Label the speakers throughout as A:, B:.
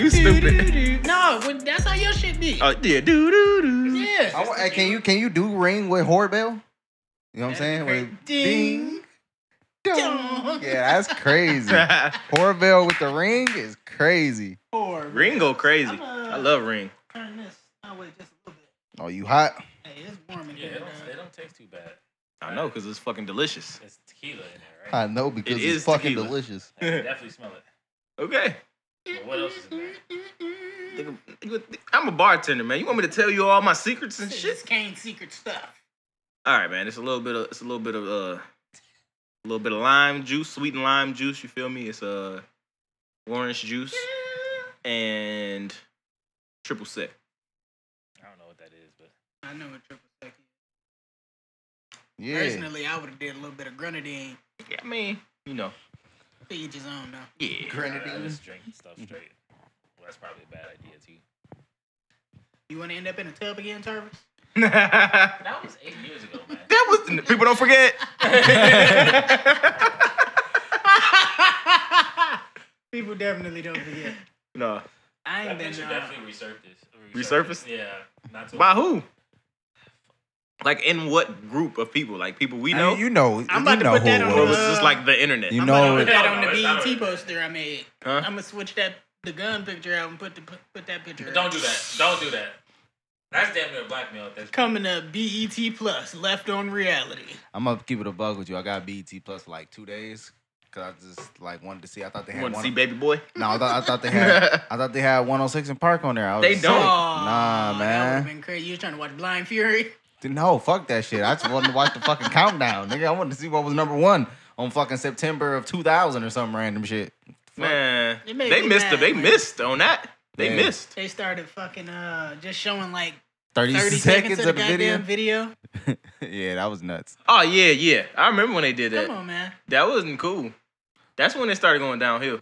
A: You stupid.
B: No, when, that's how your shit be.
A: Oh yeah, doo doo doo.
B: yeah.
C: I want- hey, can you can you do ring with horror bell? You know what I'm saying? With
B: Ding.
C: ding, dong.
B: Dong.
C: Yeah, that's crazy. horror bell with the ring is crazy.
B: Or
A: Ring go crazy.
B: I'm, uh,
A: I love Ring.
B: Turn this away just a little
C: Oh, you hot?
B: bit. Hey, it's warm in
D: Yeah,
B: here.
D: it don't,
B: dog.
D: it don't taste too bad.
A: I know because it's fucking delicious.
D: It's tequila in there, right?
C: I know because
A: It
C: it's
A: is
C: fucking
A: tequila.
C: delicious.
D: I can definitely smell it.
A: Okay.
D: But what else is in there?
A: Nigga, nigga, I'm a bartender, man. You want me to tell you all my secrets and
B: This
A: shit?
B: is Kane secret stuff.
A: All right, man. It's a little bit of it's a little bit of uh, a little bit of lime juice, sweet and lime juice. You feel me? It's uh, orange juice and triple sec.
D: I don't know what that is, but
B: I know a triple sec. is.
C: Yeah.
B: Personally, I would have did a little bit of grenadine.
A: Yeah, I mean, you know,
B: To each his own, though.
A: yeah.
D: I, I
C: Grenadine.
D: just drink stuff straight. Well, that's probably a bad idea too.
B: You want to end up in a tub again, Tarvis?
A: that
D: That was eight years ago, man.
A: was people don't forget.
B: People definitely don't forget.
A: no,
B: I
D: That
B: ain't been.
D: picture
B: Uh,
D: definitely resurfaced.
A: Resurfaced?
D: Yeah, not too.
A: by who? Like in what group of people? Like people we
C: I
A: know,
C: mean, you know,
B: I'm about
C: you
B: to
C: know
B: put
C: who
B: that
C: it
B: on
A: or was
C: was.
A: it just like the internet?
C: You
B: I'm
C: know
B: gonna put
C: it.
B: that on
D: No,
B: the
D: it's not
B: BET
D: right.
B: poster I made.
A: Huh?
B: I'm gonna switch that the gun picture out and put the put that picture.
D: Don't
B: out.
D: do that. Don't do that. That's damn near blackmail. at this
B: Coming to BET Plus, left on reality.
C: I'm gonna keep it a bug with you. I got BET Plus for like two days because I just like wanted to see. I thought they
A: You
C: had
A: want to
C: one.
B: E
A: see baby boy?
C: no, I thought, I thought they had. I thought they had 106 in Park on there. I was
A: They
C: sick.
A: don't.
B: That
C: Nah,
B: would have
C: man.
B: been crazy. You was trying to watch Blind Fury.
C: No, fuck that shit. I just wanted to watch the fucking countdown, nigga. I wanted to see what was number one on fucking September of 2000 or some random shit.
A: Man,
B: It made
A: they
B: me
A: missed. it.
B: mad,
A: they
B: man.
A: missed on that. They
C: Yeah.
A: missed.
B: They started fucking uh just showing like
C: 30,
B: 30 seconds,
C: seconds
B: of the,
C: of the video.
B: goddamn video.
C: yeah, that was nuts.
A: Oh yeah, yeah. I remember when they did that.
B: Come on, man.
A: That wasn't cool. That's when it started going downhill.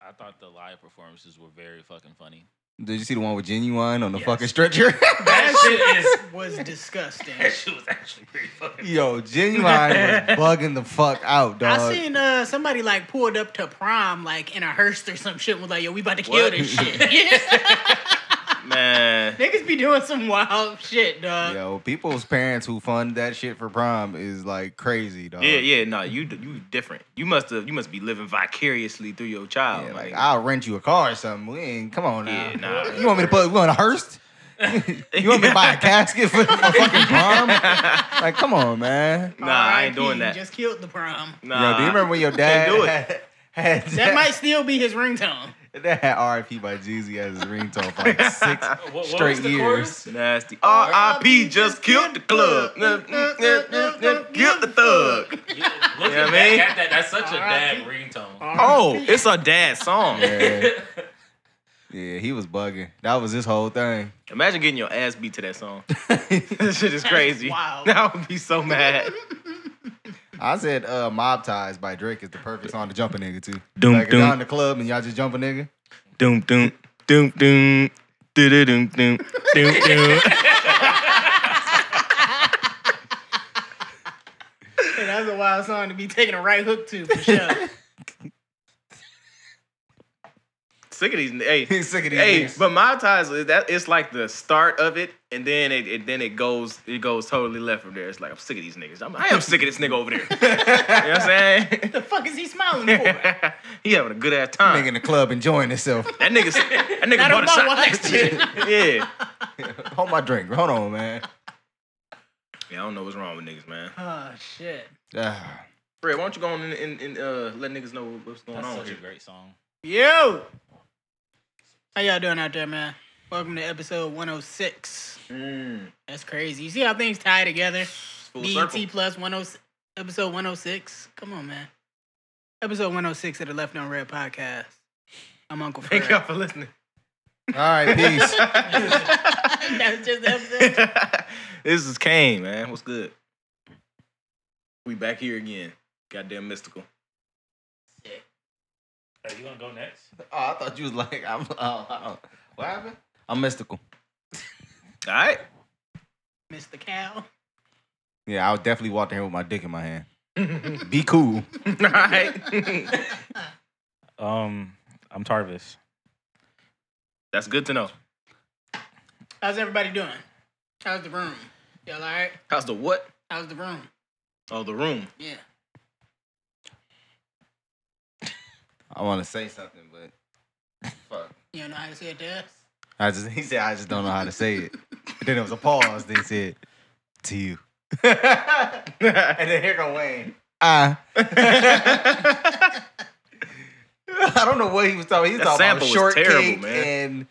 D: I thought the live performances were very fucking funny.
C: Did you see the one with genuine on the
D: Yes.
C: fucking stretcher?
D: That shit is.
B: Was disgusting.
D: That shit was actually pretty fucking.
C: Yo, genuine was bugging the fuck out, dog.
B: I seen uh somebody like pulled up to prom like in a hearse or some shit and was like, yo, we about to kill
A: What?
B: this shit. Yeah.
C: Uh-huh.
A: Man,
B: Niggas be doing some wild shit, dog.
C: Yo, people's parents who fund that shit for prom is like crazy, dog.
A: yeah, yeah, no, you you different. You must have you must be living vicariously through your child.
C: Yeah,
A: like,
C: like I'll rent you a car or something. We ain't come on now.
A: Oh, Yeah, nah.
C: You want me to put you on a hearse? you want me to buy a casket for, for fucking prom? like, come on, man.
A: nah, I ain't
B: RIP,
A: doing that.
B: Just killed the prom.
A: nah,
C: Yo, do you remember when your dad
A: do it.
C: had, had
B: That might still be his ringtone.
C: that had RIP by Jeezy as his ringtone for like six
D: What, what
C: straight
D: was the
C: years.
D: chorus?
A: nasty? R.I.P. just killed the club. Mm, mm, mm, mm, mm, Killed the thug.
D: You- Look
A: know
D: at
A: what I
D: that,
A: mean?
D: that, that- That's such a dad
B: R.I.P.
D: ringtone.
A: Oh, it's a dad song.
C: Yeah. yeah, he was bugging. That was his whole thing.
A: Imagine getting your ass beat to that song. that shit is crazy.
B: wild.
A: I would be so mad.
C: I said uh, Mob Ties by Drake is the perfect song to jump a nigga to.
A: Doom,
C: like if
A: doom.
C: y'all in the club and y'all just jump a nigga.
A: Doom doom doom doom doom doom doom doom doom.
B: Yeah, that's a wild song to be taking a right hook to for sure.
A: Sick of these. Hey,
C: He's sick of these
A: hey.
C: niggas.
A: But my ties is that it's like the start of it, and then it, it then it goes it goes totally left from there. It's like I'm sick of these niggas. I'm, I am sick of this nigga over there. you know what I'm saying?
B: the fuck is he smiling for?
A: he having a good ass
C: nigga
A: time.
C: in the club enjoying himself.
A: That nigga, that nigga
B: Not
A: bought a
B: about
A: shot
B: watch.
A: last year. Yeah.
C: Hold my drink. Hold on, man.
A: Yeah, I don't know what's wrong with niggas, man.
B: Oh shit.
C: Ah.
A: Fred, why don't you go on and, and, and uh, let niggas know what's going
D: That's
A: on
D: such a
A: here?
D: great song.
B: Yo! How y'all doing out there, man? Welcome to episode 106.
A: Mm,
B: That's crazy. You see how things tie together?
A: it's full
B: BET
A: circle.
B: plus 106, episode 106. Come on, man. Episode 106 of the Left on Red podcast. I'm Uncle Fred.
A: Thank y'all for listening.
C: All right, peace.
B: That's just the episode.
A: this is Kane, man. What's good? We back here again. Goddamn mystical.
D: Are you gonna go next?
C: Oh, I thought you was like, I'm. oh, oh. what happened? I'm mystical.
A: All right.
B: Mr. Cow.
C: Yeah, I would definitely walk in here with my dick in my hand. Be cool.
A: All right.
D: Um, I'm Tarvis.
A: That's good to know.
B: How's everybody doing? How's the room? Y'all all right?
A: How's the what?
B: How's the room?
A: Oh, the room.
B: Yeah.
C: I want to say something, but fuck.
B: You don't know how to say it to us?
C: I just he said I just don't know how to say it. But then there was a pause. Then he said, "To you." and then here go Wayne. Ah. I don't know what he was talking. He
A: That
C: was talking about
A: sample was
C: shortcake
A: terrible, man.
C: and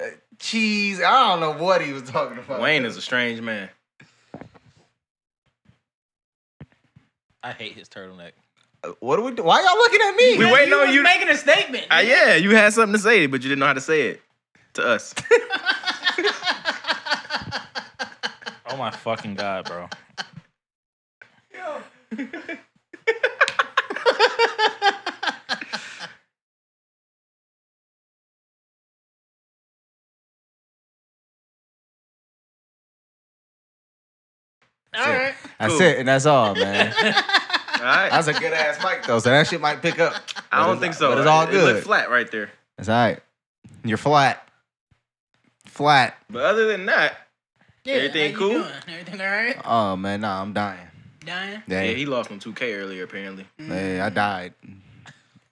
C: uh, cheese. I don't know what he was talking about.
A: Wayne is a strange man.
D: I hate his turtleneck.
C: What are we? Do- Why y'all looking at me?
A: We
B: Yeah,
A: waiting
B: you
A: on
B: was
A: you-
B: making a statement.
A: Ah, yeah, you had something to say, but you didn't know how to say it to us.
D: Oh my fucking god, bro.
B: All right.
C: That's
A: Cool.
C: it, and that's all, man.
A: All right.
C: That's a good ass mic though, so that shit might pick up.
A: I don't
C: But it's-
A: think so.
C: But it's all
A: It
C: good.
A: looked flat right there.
C: That's all right. You're flat. Flat.
A: But other than that,
B: Yeah,
A: Everything
B: how
A: cool?
B: You doing? Everything all right?
C: Oh man, nah, I'm dying.
B: Dying?
A: yeah,
C: Dang.
A: he lost on 2K earlier, apparently.
C: Hey, I died.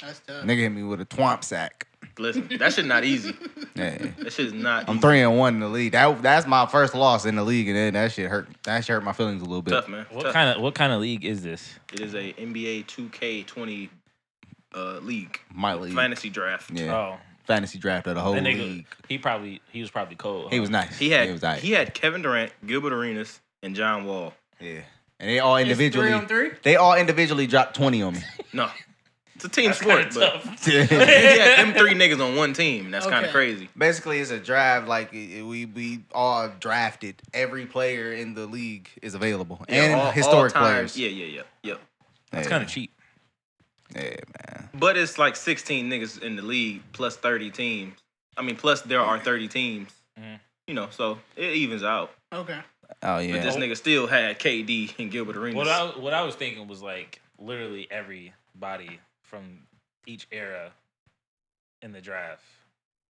B: That's tough.
C: Nigga hit me with a twomp sack.
A: Listen, that shit not easy.
C: Yeah.
A: That shit is not
C: I'm
A: easy.
C: three and one in the league. That that's my first loss in the league, and then that shit hurt. That shit hurt my feelings a little bit.
A: tough, man.
D: What
A: Tough.
D: kind of what kind of league is this?
A: It is a NBA 2K20 uh, league.
C: My league,
A: Fantasy draft.
C: Mm. yeah,
D: Oh,
C: fantasy draft of the whole
D: that nigga.
C: league.
D: He probably he was probably cold.
C: He
D: huh?
C: was nice.
A: He
C: He
A: had
C: was nice.
A: he had Kevin Durant, Gilbert Arenas, and John Wall.
C: yeah, and they all
B: It's
C: individually.
B: Three on three?
C: They all individually dropped twenty on me.
A: No. It's a team
D: That's
A: sport,
D: kinda
A: but
D: tough.
A: he had them three niggas on one team. That's kind
B: Okay.
A: of crazy.
C: Basically, it's a draft. Like it- it- we we all drafted. Every player in the league is available, and
A: Yeah, all- all
C: historic
A: time-
C: players.
A: Yeah, yeah, yeah, yeah.
D: That's kind of cheap.
C: Yeah, man.
A: But it's like 16 niggas in the league plus 30 teams. I mean, plus there are 30 teams.
D: Mhm.
A: You know, so it evens out.
B: Okay.
C: Oh yeah.
A: But this nigga still had KD and Gilbert Arenas.
D: What I what I was thinking was like literally everybody from each era in the draft,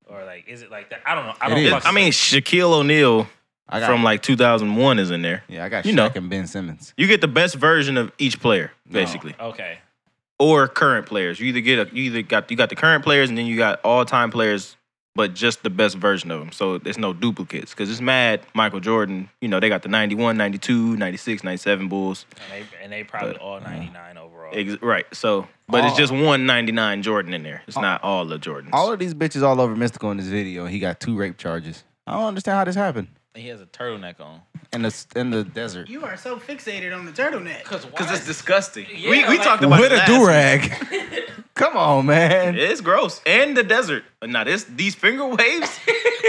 D: or like is it like that? I don't know. I
C: It
D: don't.
C: is.
A: It-
D: fucking
A: I mean, Shaquille O'Neal
C: I got
A: from like 2001 is in there.
C: yeah. I got
A: you
C: Shaq
A: know.
C: and Ben Simmons.
A: You get the best version of each player,
C: No.
A: basically,
D: okay.
A: or current players. You either get a, you either got you got the current players, and then you got all time players, but just the best version of them. So there's no duplicates because it's mad. Michael Jordan, you know, they got the 91, 92, 96, 97 Bulls.
D: And they and they probably
A: But, uh-huh.
D: all ninety nine overall.
A: Ex- right. So, but it's
C: Oh.
A: just one 99 Jordan in there. It's not all the Jordans.
C: All of these bitches all over Mystical in this video. and He got two rape charges. I don't understand how this happened
D: And he has a turtleneck on.
C: in the in the desert
B: You are so fixated on the turtleneck.
D: Cause
A: because
D: why?
A: it's disgusting.
D: Yeah,
A: we we
D: like-
A: talked about
C: with
A: it
C: a
A: last
C: do
A: week.
C: rag. Come on, man.
A: It's gross. And the desert. Now this these finger waves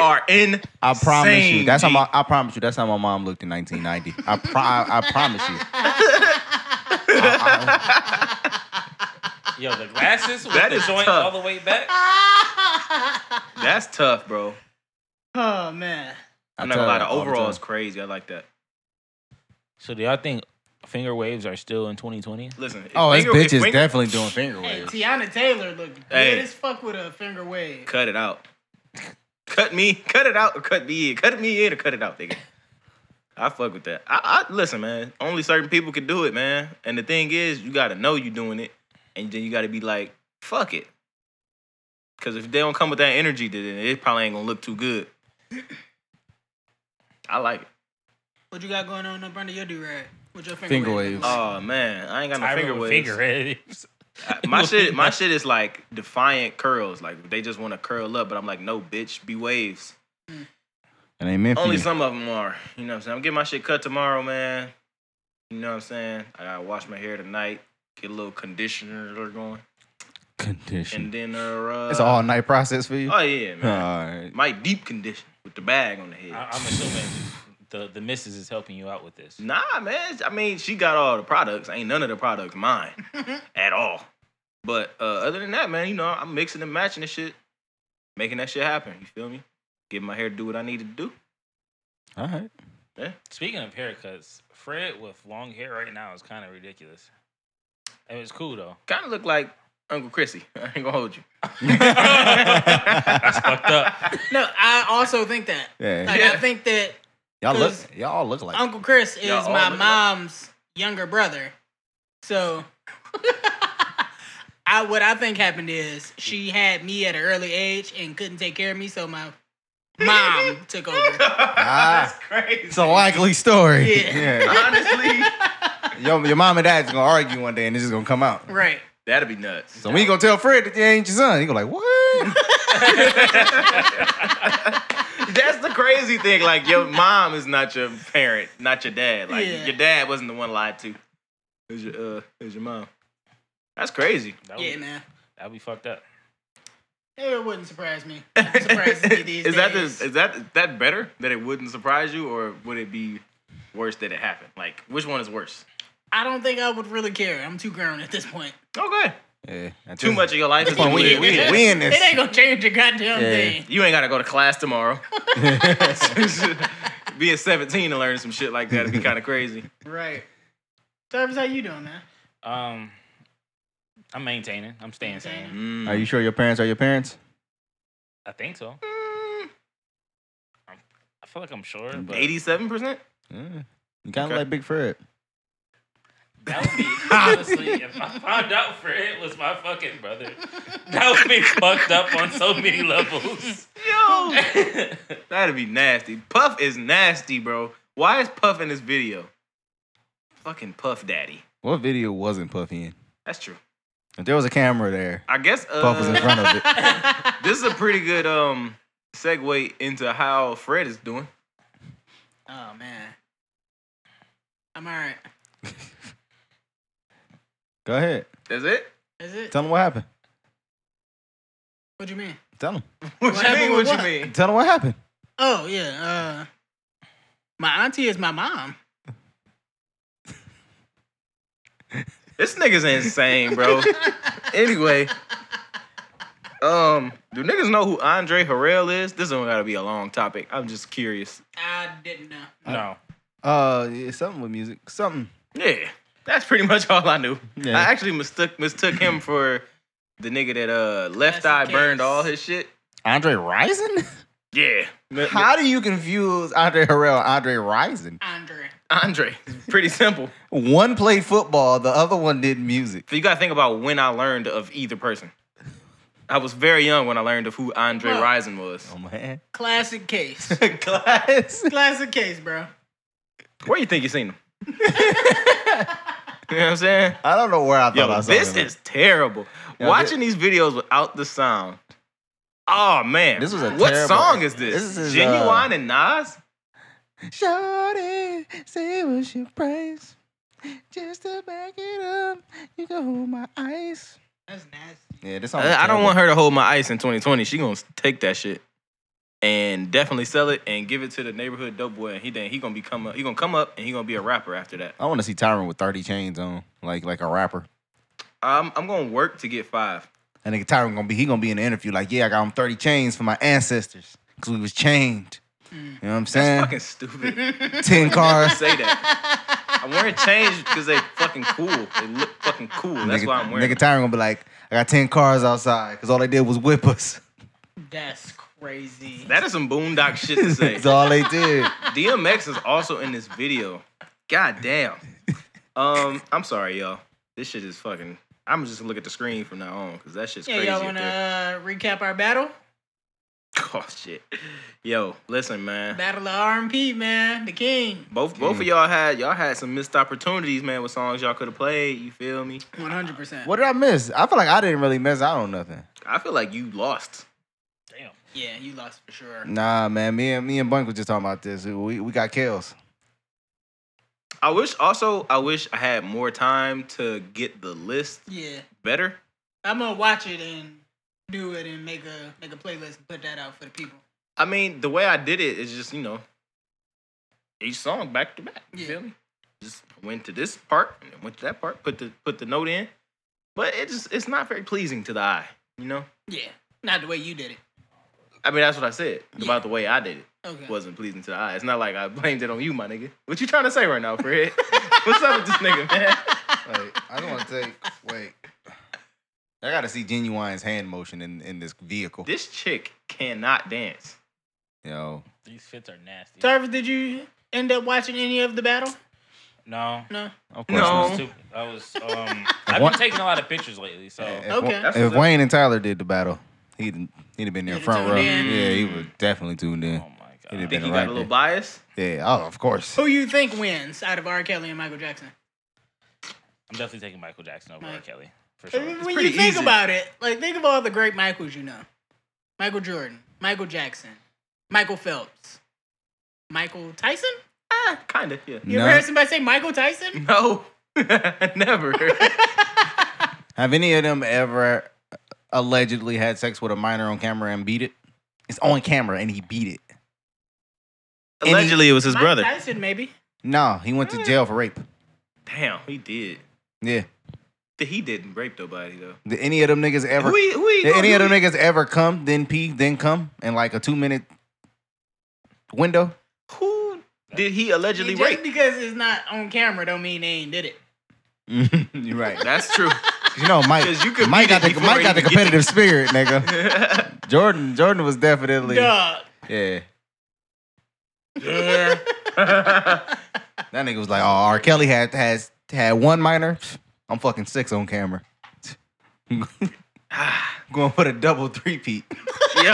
A: are in.
C: I promise you.
A: Insane,
C: That's how
A: G.
C: my, I promise you. That's how my mom looked in 1990. I pro- I, I promise you.
D: Yo, the glasses with
A: That
D: the
A: is
D: joint
A: tough.
D: all the way back.
A: That's tough, bro.
B: oh man.
A: I'm
C: I
A: not
C: tell
A: gonna lie.
C: her
A: The
C: all the
A: overall
C: time.
A: is crazy. I like that.
D: So do y'all think finger waves are still in 2020?
A: Listen. if
C: Oh, this
A: finger- if
C: bitch is
A: finger-
C: definitely doing finger
B: Hey,
C: waves.
B: Tiana Taylor looked
A: Hey.
B: good as fuck with a finger wave.
A: Cut it out. cut me. Cut it out. Or cut me in. Cut me in or cut it out, nigga. I fuck with that. I, I listen, man. Only certain people can do it, man. And the thing is, you gotta know you doing it, and then you gotta be like, fuck it. Because if they don't come with that energy, then it probably ain't gonna look too good. I like it.
B: What you got going on up under your do rag? With your finger,
C: Finger
B: wave?
C: waves.
A: Oh man, I ain't got no
D: Tyra
A: finger
D: with
A: waves.
D: waves.
A: I- my shit, my shit is like defiant curls. Like they just want to curl up, but I'm like, no, bitch, be waves.
C: And they meant for
A: Only
C: you.
A: some of them are. You know what I'm saying? I'm getting my shit cut tomorrow, man. You know what I'm saying? I gotta wash my hair tonight. Get a little conditioner going, and
C: condition.
A: then uh,
C: It's an all night process for you.
A: Oh yeah,
C: All
A: man.
C: right.
A: my deep condition with the bag on the head.
D: I, I'm assuming the the missus is helping you out with this.
A: Nah, man. I mean, she got all the products. Ain't none of the products mine at all. But uh, other than that, man, you know, I'm mixing and matching and shit, making that shit happen. You feel me? Getting my hair to do what I need it to do.
C: All right.
D: Speaking of haircuts, Fred with long hair right now is kind of ridiculous. And it's cool though.
A: Kind of look like Uncle Chrissy. I ain't gonna hold you.
D: That's fucked up.
B: No, I also think that.
C: Yeah.
B: Like, I
A: Yeah.
B: think that
C: Y'all look.
B: Cause-
C: Y'all look like.
B: Uncle Chris is
A: Y'all all
B: my
A: look alike.
B: mom's younger brother. So I what I think happened is she had me at an early age and couldn't take care of me, so my mom took over.
C: Ah.
A: That's crazy.
C: It's a likely story.
B: Yeah.
A: Honestly,
C: Your, your mom and dad's gonna argue one day, and this is gonna come out.
B: Right.
A: that'd be nuts.
C: So we gonna tell Fred that you ain't your son. He gonna like what?
A: That's the crazy thing. Like your mom is not your parent, not your dad. Like
B: Yeah.
A: your dad wasn't the one lied to. It was your uh, it was your mom. That's crazy.
C: Oh.
D: That would,
B: Yeah, man.
D: That'd be fucked up.
B: It wouldn't surprise me. It surprises me these days.
A: is that the, is that is that better that it wouldn't surprise you, or would it be worse that it happened? Like which one is worse?
B: I don't think I would really care. I'm too grown at this point.
A: Okay,
C: Yeah, that's
A: too
C: it.
A: much of your life is
C: Come on, we-
A: weird.
C: we- we in this.
B: It ain't gonna change a goddamn
C: Yeah.
B: thing.
A: You ain't gotta go to class tomorrow. Being 17 and learning some shit like that'd be kind of crazy.
B: Right. Travis, how you doing, man?
D: Um, I'm maintaining. I'm staying sane.
A: Mm.
C: Are you sure your parents are your parents?
D: I think so. I'm, I feel like I'm sure, but
A: 87%?
C: Yeah. You kind of
A: Okay.
C: like Big Fred.
D: that would be honestly if I found out Fred was my fucking brother, that would be fucked up on so many levels.
A: Yo! That'd be nasty. Puff is nasty, bro. Why is Puff in this video? Fucking Puff Daddy.
C: What video wasn't Puff in?
A: That's true.
C: If there was a camera there,
A: I guess uh,
C: Puff was in front of it.
A: this is a pretty good um segue into how Fred is doing.
B: Oh man. I'm alright.
C: Go ahead.
A: That's it?
B: Is it?
C: Tell them what happened.
B: What you mean?
C: Tell them.
A: What,
B: What
A: you
B: happened
A: mean? What
B: with
A: you
B: what?
A: mean?
C: Tell them what happened.
B: Oh yeah. Uh, my auntie is my mom.
A: This nigga's insane, bro. anyway, um, do niggas know who Andre Harrell is? This don't gotta be a long topic. I'm just curious.
B: I didn't know.
D: no,
C: Uh, yeah, something with music. Something.
A: Yeah, that's pretty much all I knew.
C: Yeah.
A: I actually mistook mistook him for the nigga that uh left
B: That's the
A: eye burned
B: case.
A: all his shit.
C: Andre Rison?
A: Yeah, M- m-
C: How do you confuse Andre Harrell and Andre Rison?
B: Andre.
A: Andre. It's Pretty simple.
C: One played football, the other one did music.
A: So you gotta think about when I learned of either person. I was very young when I learned of who Andre
B: Well-
A: Rison was.
C: Oh man.
B: Classic case.
C: Class.
B: Classic case, bro.
A: Where you think you seen him? you know what I'm saying?
C: I don't know where I thought I
A: Yo,
C: saw
A: this
C: him.
A: is terrible.
C: Yo,
A: Watching these videos without the sound. Oh man,
C: This was a
A: what
C: terrible-
A: song is this?
C: this is his,
A: Genuine
C: uh,
A: and Nas.
C: Shorty, say what's your price? Just to back it up, you can hold my ice.
B: That's nasty.
C: Yeah, this song.
A: Uh, I, I don't want her to hold my ice in 2020. She gonna take that shit and definitely sell it and give it to the neighborhood dope boy. And he then he gonna become a, he gonna come up and he gonna be a rapper after that.
C: I want to see Tyron with thirty chains on, like like a rapper.
A: I'm I'm gonna work to get five.
C: And nigga Tyron gonna be he gonna be in the interview like, yeah, I got him thirty chains for my ancestors because we was chained. You know what I'm
A: That's
C: saying?
A: fucking stupid.
C: Ten cars.
A: Say that. I'm wearing change because they fucking cool. They look fucking cool. That's
C: nigga,
A: why I'm wearing.
C: Nigga
A: them.
C: Tyron gonna be like, I got ten cars outside because all they did was whip us.
B: That's crazy.
A: That is some boondock shit to say.
C: That's all they did.
A: DMX is also in this video. God damn. Um, I'm sorry, y'all. This shit is fucking. I'm just gonna look at the screen from now on because that shit's
B: yeah,
A: crazy.
B: y'all
A: up
B: wanna
A: there.
B: uh, recap our battle?
A: Oh shit. Yo, listen, man.
B: Battle of RMP, man. The king.
A: Both both of y'all had y'all had some missed opportunities, man, with songs y'all could have played. You feel me?
B: One hundred percent.
C: What did I miss? I feel like I didn't really miss out on nothing.
A: I feel like you lost.
D: damn.
B: Yeah, you lost for sure.
C: Nah, man. Me and me and Bunk was just talking about this. We we got kills.
A: I wish also I wish I had more time to get the list
B: Yeah.
A: better.
B: I'm gonna watch it and do it and make a make a playlist and put that out for the people.
A: I mean, the way I did it is just, you know, each song back to back. You
B: Yeah.
A: feel me? Just went to this part and then went to that part, put the put the note in. But it just it's not very pleasing to the eye, you know?
B: Yeah. Not the way you did it.
A: I mean that's what I said
B: Yeah.
A: about the way I did it.
B: Okay.
A: Wasn't pleasing to the eye. It's not like I blamed it on you, my nigga. What you trying to say right now, Fred? What's up with this nigga, man?
C: Wait, I don't want to take. Wait, I gotta see Genuine's hand motion in in this vehicle.
A: This chick cannot dance.
C: Yo,
D: These fits are nasty.
B: Tarvis, did you end up watching any of the battle?
D: No,
B: No.
C: of course
A: No.
C: not.
D: I was, too, I was um, I've been
C: What?
D: taking a lot of pictures lately, so
C: If,
B: Okay.
C: Wa-
A: Oh, That's
C: if
A: a-
C: Wayne and Tyler did the battle, he'd he'd have been there
B: He'd have
C: front row.
B: tuned in.
C: Yeah, he was definitely tuned in.
D: oh my
C: It'd have
D: god,
A: Think
C: been
A: he
C: right
A: got a little
C: there.
A: biased?
C: Yeah, oh, of course.
B: Who you think wins out of R. Kelly and Michael Jackson?
D: I'm definitely taking Michael Jackson over
B: Right.
D: R. Kelly for
B: I mean,
D: sure.
B: when you
A: pretty
B: think
A: easy.
B: about it, like think of all the great Michaels you know. Michael Jordan, Michael Jackson, Michael Phelps, Michael Tyson?
A: Ah, kinda, yeah.
B: You
C: No.
B: ever heard somebody say Michael Tyson?
A: No. Never.
C: Have any of them ever allegedly had sex with a minor on camera and beat it? It's on camera and he beat it.
A: Allegedly it was his
B: Mike
A: brother.
B: Tyson, maybe.
C: No, he went to
A: Mm.
C: jail for rape.
A: Damn, he did.
C: Yeah.
A: Th- He didn't rape nobody though.
C: Did any of them niggas ever?
A: Who he, who he,
C: did
A: who
C: any
A: he-
C: of them niggas ever come, then pee, then come in like a two minute window?
A: Who did he allegedly
B: Just
A: rape?
B: because it's not on camera don't mean they ain't did it.
C: You're right.
A: That's true.
C: You know, Mike.
A: 'Cause you could
C: Mike
A: beat
C: got
A: it
C: the
A: before
C: Mike
A: he
C: got the
A: even get
C: competitive spirit, nigga. Jordan Jordan was definitely
B: Dog.
C: yeah.
A: yeah.
C: That nigga was like, oh, R. Kelly had has had one minor. Pfft, I'm fucking six on camera. Going for the double three peat.
A: Yo.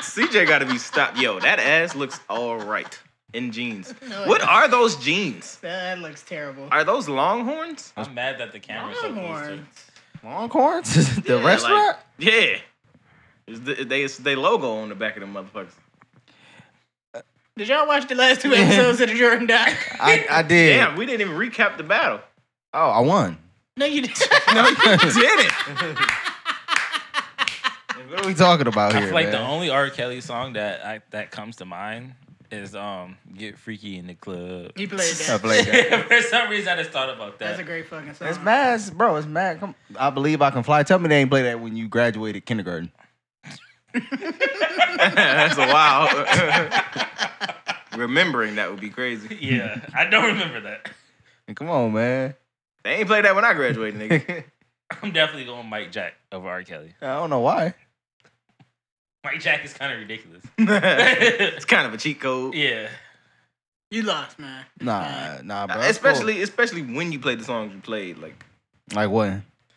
A: CJ gotta be stopped. Yo, that ass looks all right in jeans.
B: No, it
A: What
B: doesn't.
A: are those jeans?
B: That looks terrible.
A: Are those Longhorns?
D: I'm mad that the camera's so close to.
B: Longhorns.
C: Longhorns? the
A: Yeah, like-
C: restaurant?
A: yeah. It's the, they it's they logo on the back of them motherfuckers.
B: Did y'all watch the last two episodes of the Jordan Doc?
C: I, I did.
A: Damn, we didn't even recap the battle.
C: Oh, I won.
B: no, you didn't.
A: No, you didn't.
C: What are we talking about
D: I
C: here?
D: feel like the
C: man?
D: only R. Kelly song that I, that comes to mind is um "Get Freaky in the Club."
B: He played
C: I
B: that.
C: played that.
D: For some reason, I just thought about that.
B: That's a great fucking song.
C: It's mad, bro. It's mad. Come, I believe I can fly. Tell me they ain't play that when you graduated kindergarten.
A: That's a wow. Remembering that would be crazy.
D: yeah, I don't remember that.
C: Come on, man.
A: They ain't played that when I graduated, nigga.
C: I
D: I'm definitely going Mike Jack over R. Kelly.
C: don't know why.
D: Mike Jack is kind of ridiculous.
A: it's kind of a cheat code.
D: yeah,
B: You lost, man.
C: Nah, nah, bro. that's cool.
A: especially especially when you played the songs you played. Like
C: like what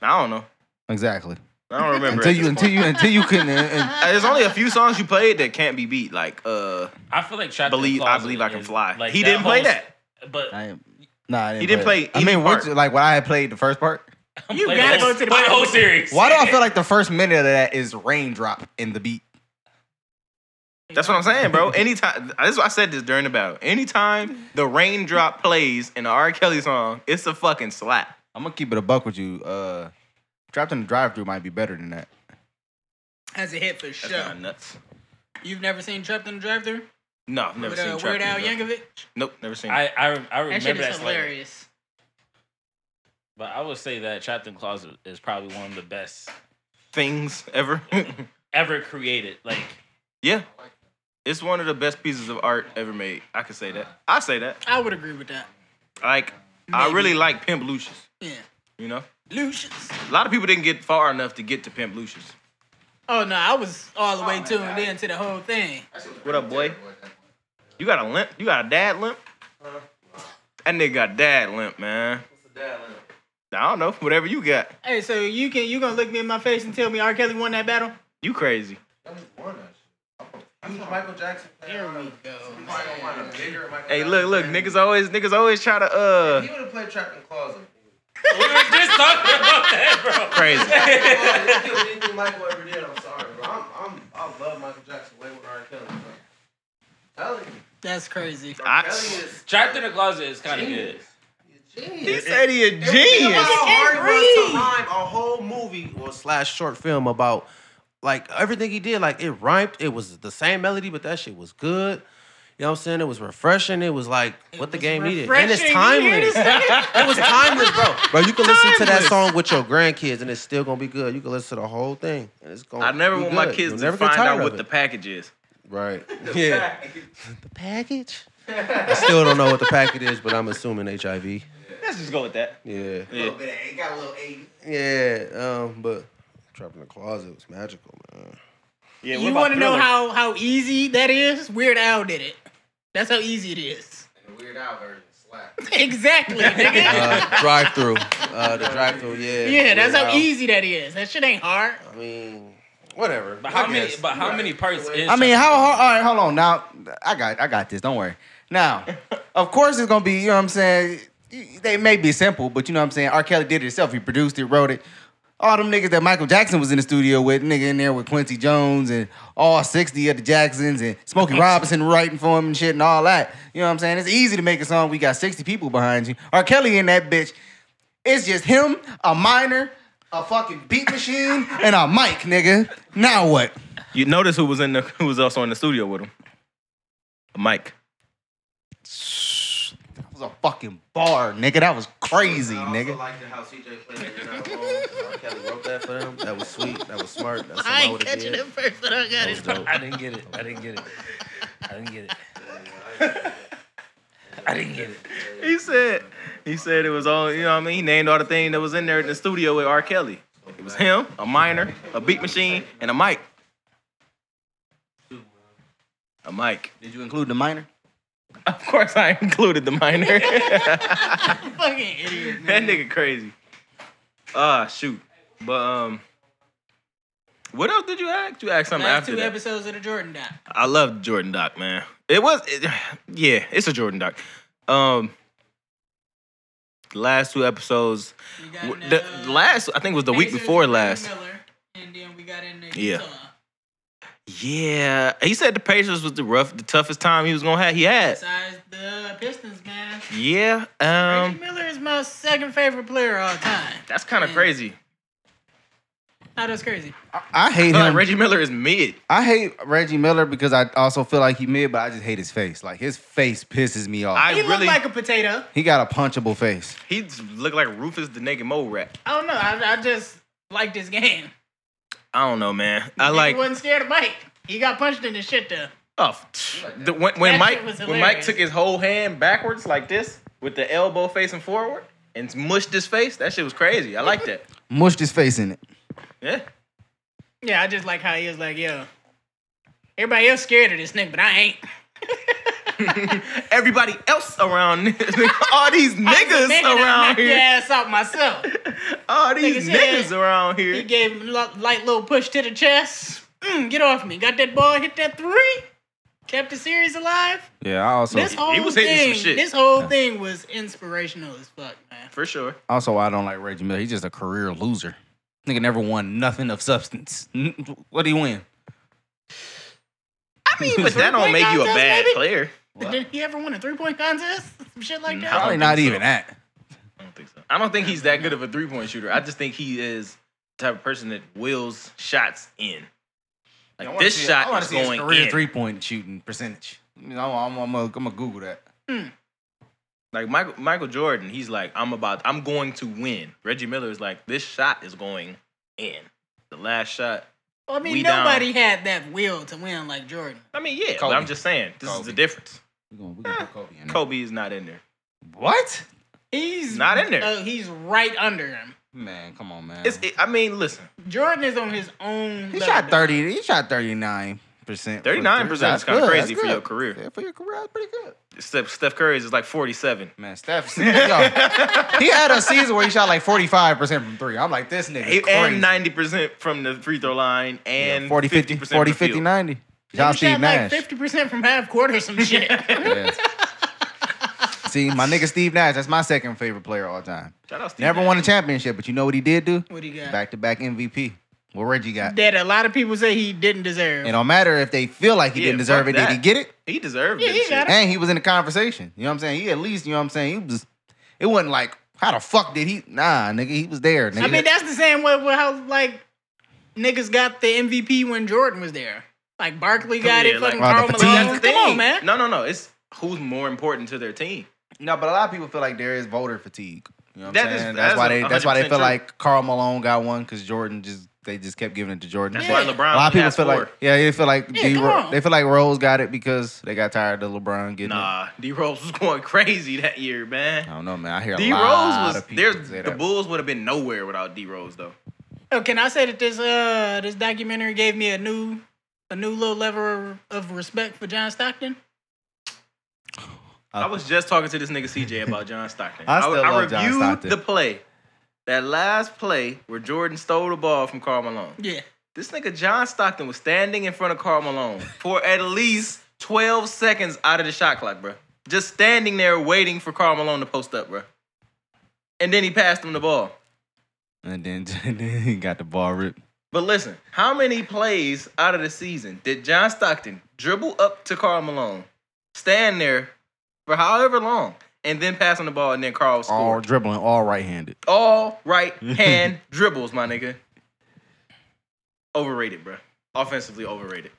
A: I don't know.
C: exactly?
A: I don't remember.
C: Until
A: at
C: you,
A: this
C: until
A: point.
C: you, until you couldn't. and-
A: Uh, There's only a few songs you played that can't be beat. Like uh
D: I feel like Trapped in the
A: Believe I
D: Closet
A: Believe I Can
D: is,
A: Fly.
D: like,
A: he
D: that
A: didn't play
D: whole-
A: that.
D: But
C: I ain't- nah, I didn't
A: He didn't play
C: I
A: either
C: mean, what,
A: part.
C: like when I had played the first part.
B: You
D: play
B: gotta go
D: whole-
B: to the
D: play
B: bottom.
D: whole series.
C: Why do I feel like the first minute of that is raindrop in the beat?
A: That's what I'm saying, bro. Anytime that's why I said this during the battle. Anytime the raindrop plays in an R. Kelly song, it's a fucking slap.
C: I'm gonna keep it a buck with you. Uh, trapped in the drive-through might be better than that.
B: That's a hit for
A: That's
B: sure.
A: not nuts.
B: You've never seen Trapped in the Drive Thru?
A: No, I've never
B: With
A: seen
B: uh,
A: Trap
B: Weird Al
A: Music.
B: Yankovic?
A: Nope, never seen. it.
D: I I, I
B: That
D: remember that,
B: shit is
D: slightly.
B: hilarious.
D: But I would say that Trapped in the Closet is probably one of the best
A: things ever.
D: ever created. Like
A: yeah. It's one of the best pieces of art ever made. I could say that. I say that.
B: I would agree with that.
A: Like I
B: Maybe.
A: really like Pimp Lucius,
B: Yeah.
A: you know?
B: Lucius.
A: A lot of people didn't get far enough to get to Pimp Lucius.
B: Oh, no, I was all the way tuned in to the whole thing.
A: What up, boy? You got a limp? You got a dad limp? That nigga got dad limp, man. I don't know. Whatever you got.
B: Hey, so you can you gonna look me in my face and tell me R. Kelly won that battle?
A: You crazy.
E: Michael Jackson.
B: Here we go.
A: Hey, look, look, niggas always niggas always try to uh
E: He would have played Trapped in the Closet.
D: we were just talking about that, bro.
A: crazy.
E: Well, he killed anything Michael ever did. I'm sorry, bro. I'm, I'm, I love Michael Jackson way with R. Kelly, bro. Telling you,
B: That's crazy.
A: I-
E: Kelly is
D: Trapped in the Closet is kind of good.
E: Genius. a genius.
A: he said he a
E: Think about
A: genius.
E: how
B: can't
E: hard it
B: breathe.
E: was to rhyme a whole movie or slash short film about like everything he did. Like it rhymed. It was the same melody, but that shit was good. You know what I'm saying? It was refreshing. It was like what the
B: was
E: game needed, and it's
B: refreshing. You hear
E: timeless.
B: this nigga?
E: It was timeless, bro. Bro, you can listen to that
A: Timeless.
E: song with your grandkids, and it's still gonna be good. You can listen to the whole thing, and it's gonna.
A: I never
E: be
A: want my
E: good.
A: kids
E: You'll
A: to
E: never get
A: find
E: tired
A: out
E: of
A: what
E: it.
A: the package is.
E: Right. yeah. The package. I still don't know what the packet is, but I'm assuming HIV.
A: Let's just go with that.
E: Yeah.
A: Yeah.
E: Yeah. Um. But trapped in the closet was magical, man.
F: Yeah,
B: you want to know how how easy that is? Weird Al did it. That's how easy it is.
C: The Weird Al version, slap.
B: Exactly, nigga.
E: Uh, drive through. Uh, the drive through. Yeah.
B: yeah, that's
E: Weird
B: how
E: Al.
B: easy that is. That shit ain't hard.
E: I mean, whatever.
D: But
E: I
D: how many?
E: guess.
D: But how many parts is?
C: I mean, how? All right, hold on. Now, I got, I got this. Don't worry. Now, of course, it's gonna be. You know what I'm saying? They may be simple, but you know what I'm saying. R. Kelly did it himself. He produced it, wrote it. All them niggas that Michael Jackson was in the studio with, nigga in there with Quincy Jones and all 60 of the Jacksons and Smokey Robinson writing for him and shit and all that. You know what I'm saying? It's easy to make a song. We got 60 people behind you. R. Kelly in that bitch. It's just him, a minor, a fucking beat machine, and a mic, nigga. Now what?
A: You notice who was in the who was also in the studio with him? Mike.
C: That was a fucking bar, nigga. That was crazy, nigga.
E: like how CJ played Kelly wrote that for them. That was sweet. That was smart. That's
B: I ain't catching it first, but I got it.
D: I didn't get it. I didn't get it. I didn't get it. I didn't get it.
A: He said he said it was all you know what I mean? He named all the things that was in there in the studio with R. Kelly. It was him, a minor, a beat machine, and a mic. A mic.
C: Did you include the minor?
A: Of course I included the minor.
B: Fucking idiot.
A: that nigga crazy. Ah, shoot. But um, what else did you ask? You asked something
B: Last
A: after
B: two
A: that.
B: episodes of the Jordan Doc.
A: I love Jordan Doc, man. It was, it- yeah, it's a Jordan Doc. Um, the last two episodes,
B: We got
A: w-
B: in,
A: the
B: uh,
A: last I think was the week
B: Pacers
A: before
B: with Brandon
A: last.
B: Miller, and then we got in the
A: Yeah.
B: Utah.
A: Yeah, he said the Pacers was the rough, the toughest time he was gonna have. He had,
B: Besides the Pistons, man.
A: yeah.
B: Reggie
A: Um,
B: Miller is my second favorite player of all time.
A: that's kind of
B: Man.
A: crazy.
B: That was crazy.
C: I
A: I
C: hate
A: feel
C: him.
A: like Reggie Miller is mid.
C: I hate Reggie Miller because I also feel like he mid, but I just hate his face. Like his face pisses me off.
A: I
B: He looked
A: really,
B: like a potato.
C: he got a punchable face.
A: he looked like Rufus the Naked Mole Rat.
B: I don't know. I, I just like this game.
A: I don't know, man. I like.
B: He wasn't scared of Mike. He got punched in the shit though.
A: Oh, the, when, when
B: That
A: Mike
B: shit was
A: when Mike
B: hilarious.
A: took his whole hand backwards like this with the elbow facing forward and mushed his face, that shit was crazy. I like that.
C: Mushed his face in it.
A: Yeah,
B: Yeah, I just like how he was like, yo. Everybody else scared of this nigga, but I ain't.
A: everybody else around, all these niggas
B: Nigga, I
A: around
B: knocked Your
A: here,
B: ass out myself.
A: all these
B: Niggas said-
A: niggas around
B: He
A: here.
B: gave him a li- light little push to the chest. Mm, get off me. Got that ball, hit that three. Kept the series alive.
C: Yeah, I also
B: This whole
A: Oh, was hitting some
B: thing,
A: shit.
B: this whole thing was inspirational as fuck, man.
A: For sure.
C: also I don't like Reggie Miller. He's just a career loser. Nigga never won nothing of substance. N- What do you win?
A: I mean, but that don't
B: Three-point
A: make you a
B: contest,
A: bad
B: maybe?
A: player.
B: Did he ever win a three point contest? Some shit like that.
A: No.
C: Probably
A: think
C: not
A: so.
C: even that.
A: I don't think so. I don't think he's that good of a three point shooter. I just think he is the type of person that wills shots in. Like this shot is going
C: career
A: in.
C: three point shooting percentage. You know, I'm, I'm, I'm gonna Google that.
A: Like Michael Michael Jordan, he's like, I'm about, I'm going to win. Reggie Miller is like, this shot is going in. The last shot.
B: I mean,
A: We
B: nobody had that will to win like Jordan.
A: I mean, yeah,
C: Kobe.
A: but I'm just saying, this is
C: Kobe.
A: the difference.
C: We're gonna, we gonna put Kobe in there.
A: Kobe is not in there.
C: What?
B: He's
A: Not in there.
B: Oh, he's right under him.
C: Man, come on, man.
A: It's, it, I mean, listen,
B: Jordan is on his own.
C: He
B: level,
C: shot
B: though.
C: thirty. He shot thirty nine percent.
A: 39% is kinda crazy for your career.
C: Yeah, for your career, that's pretty good.
A: Steph, Steph Curry is like 47.
C: Man, Steph, yo, he had a season where he shot like forty five percent from three. I'm like, this nigga crazy.
A: And 90% from the free throw line and
C: Yeah, 40, 50,
A: 50%
C: 40,
A: from the
C: 50,
A: field.
C: 90.
B: He
C: John
B: shot
C: Steve Nash.
B: like 50% from half court or some shit.
C: Yes. See, my nigga Steve Nash, that's my second favorite player of all time.
A: Shout out Steve
C: Never
A: Nash.
C: won a championship, but you know what he did do?
B: what he got?
C: Back to back MVP. What Reggie got.
B: That a lot of people say he didn't deserve.
C: It don't matter if they feel like he
A: Yeah,
C: didn't deserve
A: fuck
C: it. Did he
A: that.
C: get it?
A: He deserved
B: Yeah,
A: it.
B: he
A: shit.
B: got it.
C: And he was in the conversation. You know what I'm saying? He at least, you know what I'm saying? He was it wasn't like, how the fuck did he nah nigga, he was there, nigga.
B: I mean, that's the same way with how like niggas got the MVP when Jordan was there. Like Barkley got
A: Yeah,
B: it, fucking
A: like-
B: Carl
C: Wow, the
A: That's
B: Malone.
A: the
B: Come
A: thing.
B: on, man.
A: No, no, no. It's who's more important to their team.
C: no, but a lot of people feel like there is voter fatigue. You know what I'm
A: That is-
C: saying?
A: that
C: that's
A: is
C: why they that's why
A: 100%
C: they feel
A: true.
C: like Carl Malone got one because Jordan just they just kept giving it to Jordan.
A: That's
B: Yeah.
A: why
B: A
A: LeBron.
C: a lot of people
A: has
C: feel
A: four.
C: like yeah, they feel like
B: Yeah,
C: D-
B: come
C: Ro-
B: on.
C: they feel like Rose got it because they got tired of LeBron getting it.
A: Nah, D Rose was going crazy that year,
C: I
A: man.
C: don't know, man. I hear a
A: D Rose
C: lot
A: was
C: of people
A: there's
C: say
A: the
C: that.
A: Bulls would have been nowhere without D Rose though.
B: Oh, can I say that this uh this documentary gave me a new a new low level of respect for John Stockton?
A: I was just talking to this nigga CJ about John Stockton.
C: Uh, I still love
A: reviewed
C: John Stockton.
A: the play, that last play where Jordan stole the ball from Carl Malone.
B: Yeah.
A: This nigga John Stockton was standing in front of Carl Malone for at least 12 seconds out of the shot clock, bro. Just standing there waiting for Carl Malone to post up, bro. And then he passed him the ball.
C: and then, and then he got the ball ripped.
A: But listen, how many plays out of the season did John Stockton dribble up to Carl Malone, stand there for however long, and then pass on the ball, and then Carl
C: All
A: scored?
C: dribbling, all right-handed.
A: All, right hand dribbles, my nigga. Overrated, bro. Offensively overrated.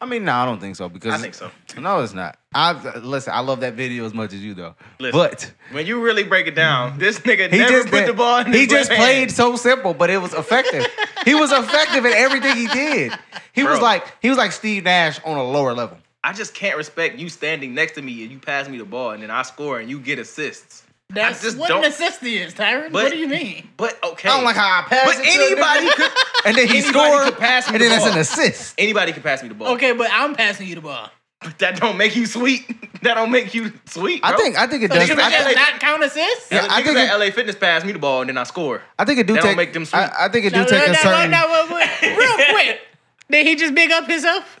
C: I mean, no, I don't think so because
A: I think so.
C: No, it's not. I listen. I love that video as much as you though.
A: Listen.
C: But
A: When you really break it down, this nigga
C: Mm-hmm. he
A: never
C: just
A: put the ball in
C: he
A: his
C: just
A: left
C: played
A: hand.
C: so simple, but it was effective. he was effective in everything he did. He was
A: Bro.
C: like he was like Steve Nash on a lower level.
A: I just can't respect you standing next to me and you pass me the ball and then I score and you get assists.
B: That's
A: just
B: what
A: don't-
B: an assist is, Tyron.
A: But-
B: what do you mean?
A: But okay.
C: I don't like how I passed.
A: but
C: it to a
A: anybody
C: nigga,
A: could
C: and then he
A: anybody
C: scored,
A: could pass me
C: and
A: the
C: then that's
A: ball.
C: an assist.
A: anybody can pass me the ball.
B: Okay, but I'm passing you the ball.
A: But that don't make you sweet. that don't make you sweet.
C: I
A: bro.
C: think I think it
B: So
C: does.
B: should we
C: I
B: just
C: think,
B: not count assists?
C: Yeah,
A: Yeah,
C: I
A: I
C: think
A: that
C: it-
A: LA Fitness pass me the ball and then I score.
C: I think it do
A: that
C: take.
A: don't make them sweet.
C: I, I think it do
B: No,
C: take
B: no,
C: a
B: no,
C: certain.
B: no, no, no, real quick. Did he just big up himself?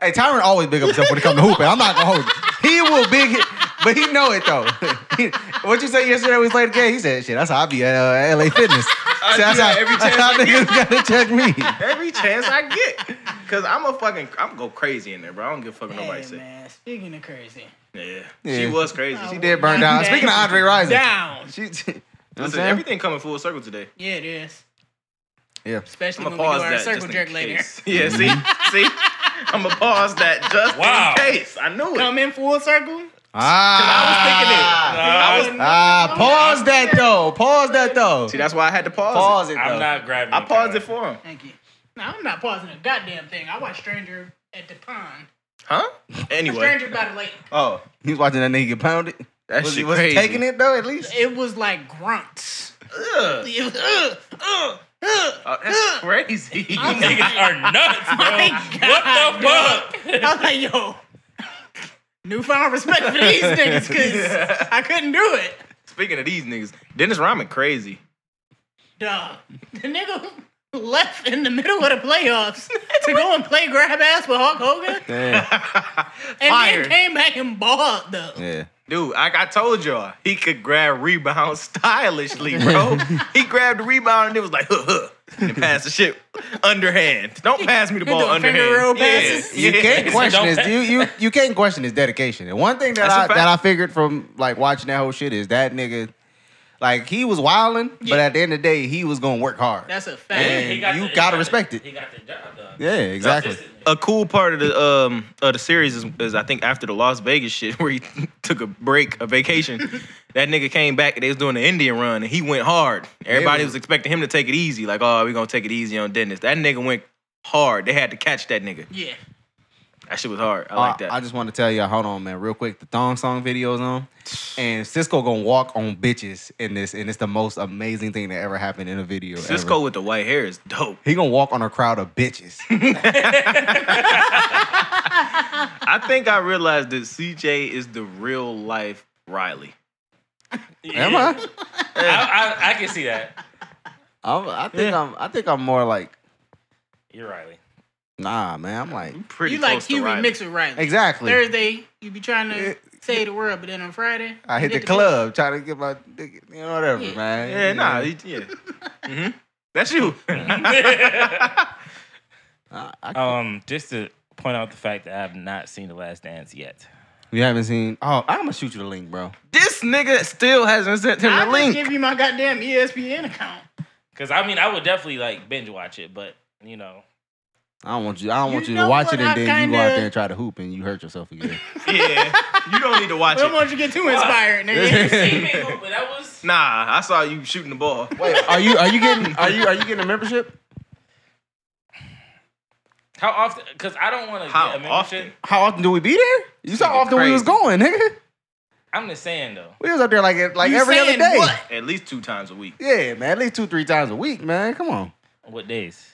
C: Hey, Tyron always big up himself when it comes to hooping. I'm not gonna hold you. He will big, but he know it though. what you say yesterday? We played the game. He said, "Shit, that's how I be at uh, LA Fitness."
A: I
C: So that's
A: do that
C: how,
A: every chance
C: that's how
A: I
C: niggas gotta check me.
A: Every chance I get. Cause I'm a fucking I'm go crazy in there, bro. I don't give a fuck what nobody
B: hey,
A: say.
B: man, speaking of crazy.
A: Yeah.
C: Yeah.
A: She was crazy. She
C: She
A: did.
C: did burn down. Speaking of Andre Rising,
B: Down.
C: she. you know what I'm
A: Listen,
C: saying?
A: everything coming full circle today.
B: Yeah, it is.
C: Yeah.
B: Especially
A: I'm gonna
B: when we
A: pause
B: do our
A: that
B: circle
A: just
B: jerk
A: in
B: later.
A: case. Yeah, see, see, I'm gonna pause that just
D: Wow.
A: in case. I knew it.
B: Come in full circle.
C: Ah,
A: I was thinking it. I was,
C: ah, pause that though. Pause that though.
A: see, that's why I had to pause.
C: Pause
A: it.
C: it.
D: I'm
C: though.
D: not grabbing.
A: I
D: the
A: paused
D: camera.
A: it for him.
B: Thank you. No, I'm not pausing a goddamn thing. I watched Stranger at the Pond.
A: Huh? Anyway,
B: Stranger by the Lake.
C: Oh, he was watching that nigga get pounded.
A: that
C: Was, he,
A: shit
C: was he
A: crazy.
C: taking it though? At least.
B: It was like grunts.
C: Oh.
A: Ugh.
B: It was, uh, uh, uh.
A: Oh, that's crazy.
B: I'm
D: You
B: like,
D: niggas are nuts, bro. what the fuck?
B: I was like, yo, newfound respect for these niggas because I couldn't do it.
A: Speaking of these niggas, Dennis Rodman crazy.
B: Duh. The nigga left in the middle of the playoffs to go and play grab ass with Hulk Hogan
C: Yeah.
B: and
A: Fire.
B: then came back and balled, though.
C: yeah.
A: Dude, like I told y'all, he could grab rebounds stylishly, bro. he grabbed the rebound and it was like, huh, huh, and passed the shit underhand. Don't pass me the
B: He
A: ball
B: doing
A: underhand.
B: finger roll
A: Yeah,
B: passes.
C: you
A: yeah.
C: can't question
D: Don't-
C: his you, you you can't question his dedication. And one thing that
A: That's a
C: I
A: fact.
C: that I figured from like watching that whole shit is that nigga, like he was wilding, but
B: Yeah.
C: at the end of the day, he was gonna work hard.
B: That's a
C: Yeah.
B: fact.
D: He got
C: You gotta
D: the- he got the-
C: respect it.
D: He got the job done.
C: yeah, exactly.
A: a cool part of the um of the series is, is I think after the Las Vegas shit where he took a break, a vacation, that nigga came back and they was doing the Indian run and he went hard. Everybody
C: Yeah.
A: was expecting him to take it easy, like, oh, we gonna take it easy on Dennis. That nigga went hard. They had to catch that nigga.
B: Yeah.
A: That shit was hard. Oh, I like
C: Uh,
A: that.
C: I just want to tell y'all, hold on, man, real quick. The thong song videos on, and Cisco gonna walk on bitches in this, and it's the most amazing thing that ever happened in a video. ever.
A: Cisco with the white hair is dope.
C: he gonna walk on a crowd of bitches.
A: I think I realized that CJ is the real life Riley.
C: Am I?
D: I, I, I can see that.
C: I'm, I think I'm. I think I'm more like,
D: You're Riley.
C: nah, man. I'm like,
A: Pretty
B: you like
A: close to
B: Huey
A: Riley.
B: mixed with Riley.
C: exactly. Eh,
B: Thursday, you be trying to save the world, but then on Friday,
C: I hit
B: you
C: the club trying to get my, dick- you know, whatever,
B: Yeah.
C: man.
A: Yeah, nah, he- yeah. hmm That's you.
C: I, I,
D: um, just to point out the fact that I have not seen The Last Dance yet.
C: you haven't seen? Oh, I'm gonna shoot you the link, bro.
A: this nigga still hasn't sent him
B: I
A: the
B: will
A: link.
B: give you my goddamn E ESPN account.
D: Cause I mean, I would definitely like binge watch it, but you know,
C: I don't want you. I don't want
B: You
C: you to
B: know
C: watch
B: what?
C: it and
B: I
C: then you go out
B: kinda-
C: there and try to hoop and you hurt yourself again.
A: Yeah, you don't need to watch
B: We don't
A: it.
B: want you to get too inspired, nigga.
D: but that was
A: Nah, I saw you shooting the ball.
C: Wait, are you are you getting are you are you getting a membership?
D: how often? Cause I don't want to
A: How
D: get a membership.
A: often?
C: How often do we be there? You saw
A: Nigga
C: how often we was
A: crazy.
C: going, nigga.
D: I'm just saying though.
C: We was up there like like
B: You
C: every other
B: saying
C: day.
B: what?
A: At least two times a week.
C: Yeah, man, at least two three times a week, man. Come on.
D: What days?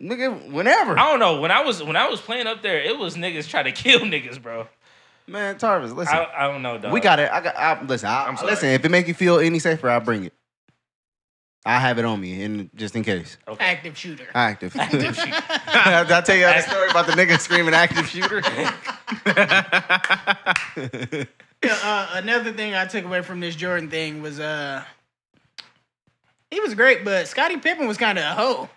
C: Nigga, whenever.
D: I don't know. When I was when I was playing up there, it was niggas trying to kill niggas, bro.
C: Man, Tarvis, listen.
D: I, I don't know, dog.
C: we got it. I got. I, listen, I,
D: I'm
C: am
D: sorry.
C: listen. If it make you feel any safer, I'll bring it. I have it on me, and just in case,
D: Okay.
B: Active shooter.
C: active.
D: Active
C: Did
D: shooter.
C: I tell you the story about the nigga screaming active shooter?
B: Yeah, uh, another thing I took away from this Jordan thing was uh, he was great, but Scottie Pippen was kind of a hoe.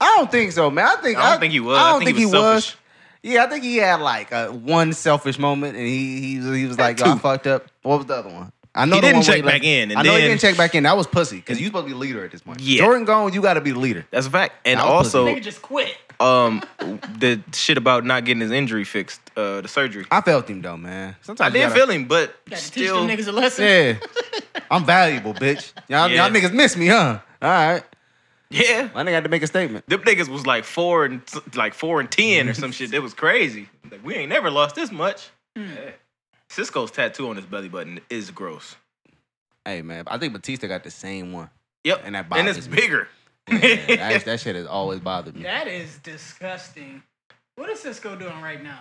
C: I don't think so, man. I think
A: I don't think he was.
C: I
A: I
C: don't
A: think
C: think,
A: he
C: he
A: was
C: was.
A: selfish.
C: Yeah, I think he had like uh one selfish moment, and he he was- he was like, "Yo, I fucked up." What was the other one? I know
A: He
C: the
A: didn't
C: one where
A: check back
C: left-
A: in, and
C: I know he
A: then-
C: didn't check back in. That was pussy because you supposed to be the leader at this point.
A: Yeah.
C: Jordan gone, you got to be the leader.
A: That's a fact. And
C: That was
A: also,
B: Nigga just quit.
A: um, the shit about not getting his injury fixed, uh, the surgery.
C: I felt him though, man.
A: I
C: Sometimes you
A: did
C: gotta-
A: feel him, but
B: Got to teach
A: still,
B: them niggas a lesson.
C: Yeah, I'm valuable, bitch. Y'all,
A: Yeah.
C: y'all niggas miss me, huh? All right,
A: yeah.
C: I think I had to make a statement.
A: Them niggas was like four and like four and ten or some shit. That was crazy. Like we ain't never lost this much.
C: Hmm.
A: Yeah. Cisco's tattoo on his belly button is gross.
C: Hey, man, I think Batista got the same one.
A: Yep,
C: And that
A: and it's
C: bothers me.
A: bigger.
C: Yeah, that, that shit has always bothered me.
B: That is disgusting. What is Cisco doing right now?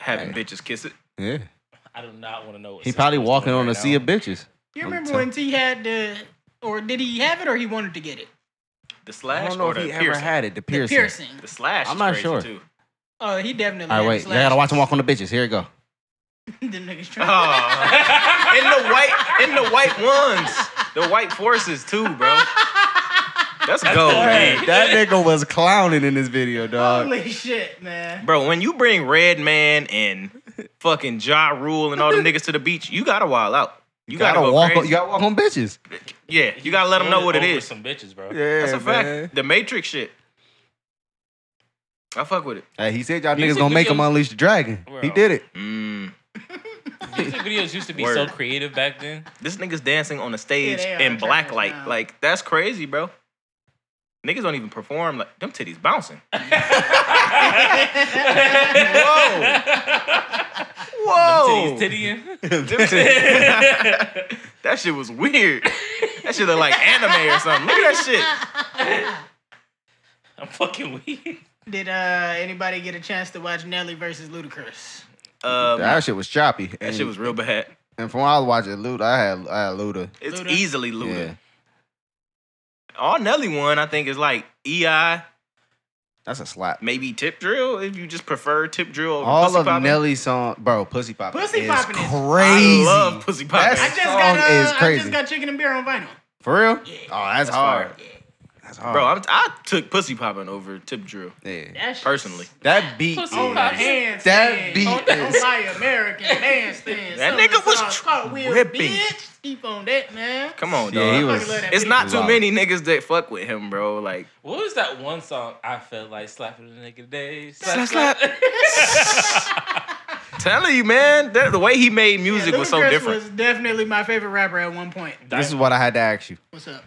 A: Having bitches kiss it.
C: Yeah,
D: I do not want to know. What
C: he
D: Cisco's
C: probably walking
D: doing
C: on a
D: right
C: sea
D: now.
C: of bitches.
B: You
C: I'm
B: remember
C: tell-
B: when T had the, or did he have it, or he wanted to get it?
A: The
C: I
A: slash
C: don't know
A: or
C: if
A: the
C: he
A: piercing.
C: ever had it. The
B: The
C: piercing.
B: piercing.
A: the slash.
C: I'm
A: is
C: not
A: crazy,
C: sure.
A: too.
B: Oh, he definitely.
C: All right,
B: had
C: wait.
B: the
C: I gotta
B: slashes.
C: watch him walk on the bitches. Here we go.
B: Them niggas trying.
A: Oh. in the white, in the white ones, the white forces too, bro. That's gold, man.
C: That nigga was clowning in this video, dog.
B: Holy shit, man.
A: Bro, when you bring Red Man and fucking Ja Rule and all the niggas to the beach, you gotta wild out. You, gotta, go
C: walk. On,
A: crazy.
C: you gotta walk on bitches.
A: yeah, you gotta let them know what it
D: Over
A: is.
D: Some bitches, bro.
C: Yeah,
A: That's a fact. The Matrix shit. I fuck with it.
C: Hey, he said y'all
D: Music
C: niggas gonna make
D: videos-
C: him unleash the dragon. He
D: Bro.
C: did it.
A: Mm.
D: Music videos used to be
A: Word.
D: so creative back then.
A: This nigga's dancing on a stage
B: Yeah, they are
A: in black
B: trash
A: light.
B: now.
A: Like, that's crazy, bro. Niggas don't even perform. Like, them titties bouncing. Whoa. Whoa. Oh.
D: Titties, tittying.
A: that shit was weird. That shit look like anime or something. Look at that shit.
D: I'm fucking weak.
B: Did uh anybody get a chance to watch Nelly versus Ludacris?
A: Um, that,
C: that shit was choppy. and,
A: shit was real bad.
C: And from what I was watching, Luda, I had I had Luda.
A: It's
B: Luda?
A: easily Luda.
C: Yeah,
A: All Nelly one, I think, is like EI,
C: that's a slap.
A: maybe Tip Drill, if you just prefer Tip Drill over
C: All
A: Pussy
C: of
A: Poppin'.
C: Nelly's song, bro. Pussy poppin'
B: Pussy
C: is
B: Poppin' is-
C: crazy.
A: I love Pussy Poppin'.
B: I
C: That's-
B: just
C: Song
B: got uh,
C: is
B: I
C: crazy.
B: just got chicken and beer on vinyl.
C: For real?
B: Yeah.
C: Oh, that's,
A: That's
C: hard.
A: fire.
C: That's hard,
A: Bro, I'm, I took Pussy Poppin' over Tip Drill,
C: yeah.
B: That shit-
A: personally.
C: That beat.
D: Pussy
B: On
C: is-
B: the handstand.
C: That beat
B: on, the- on
C: is-
B: my American handstand.
A: That
B: Some of the
A: nigga was
B: songs
A: tr-
B: cartwheel,
A: whipping.
B: Bitch, keep on that, man.
A: Come on,
C: Yeah, he
A: dog.
B: I fucking
C: was-
B: love that
A: It's
B: video.
A: not too
C: Wow.
A: many niggas that fuck with him, bro. Like,
D: What was that one song I felt like slapping the nigga days?
A: Slap, telling you, man, that, the way he made
B: Yeah,
A: music was so
B: Ludacris
A: different.
B: Was definitely my favorite rapper at one point.
C: This is what I had to ask you.
B: What's up?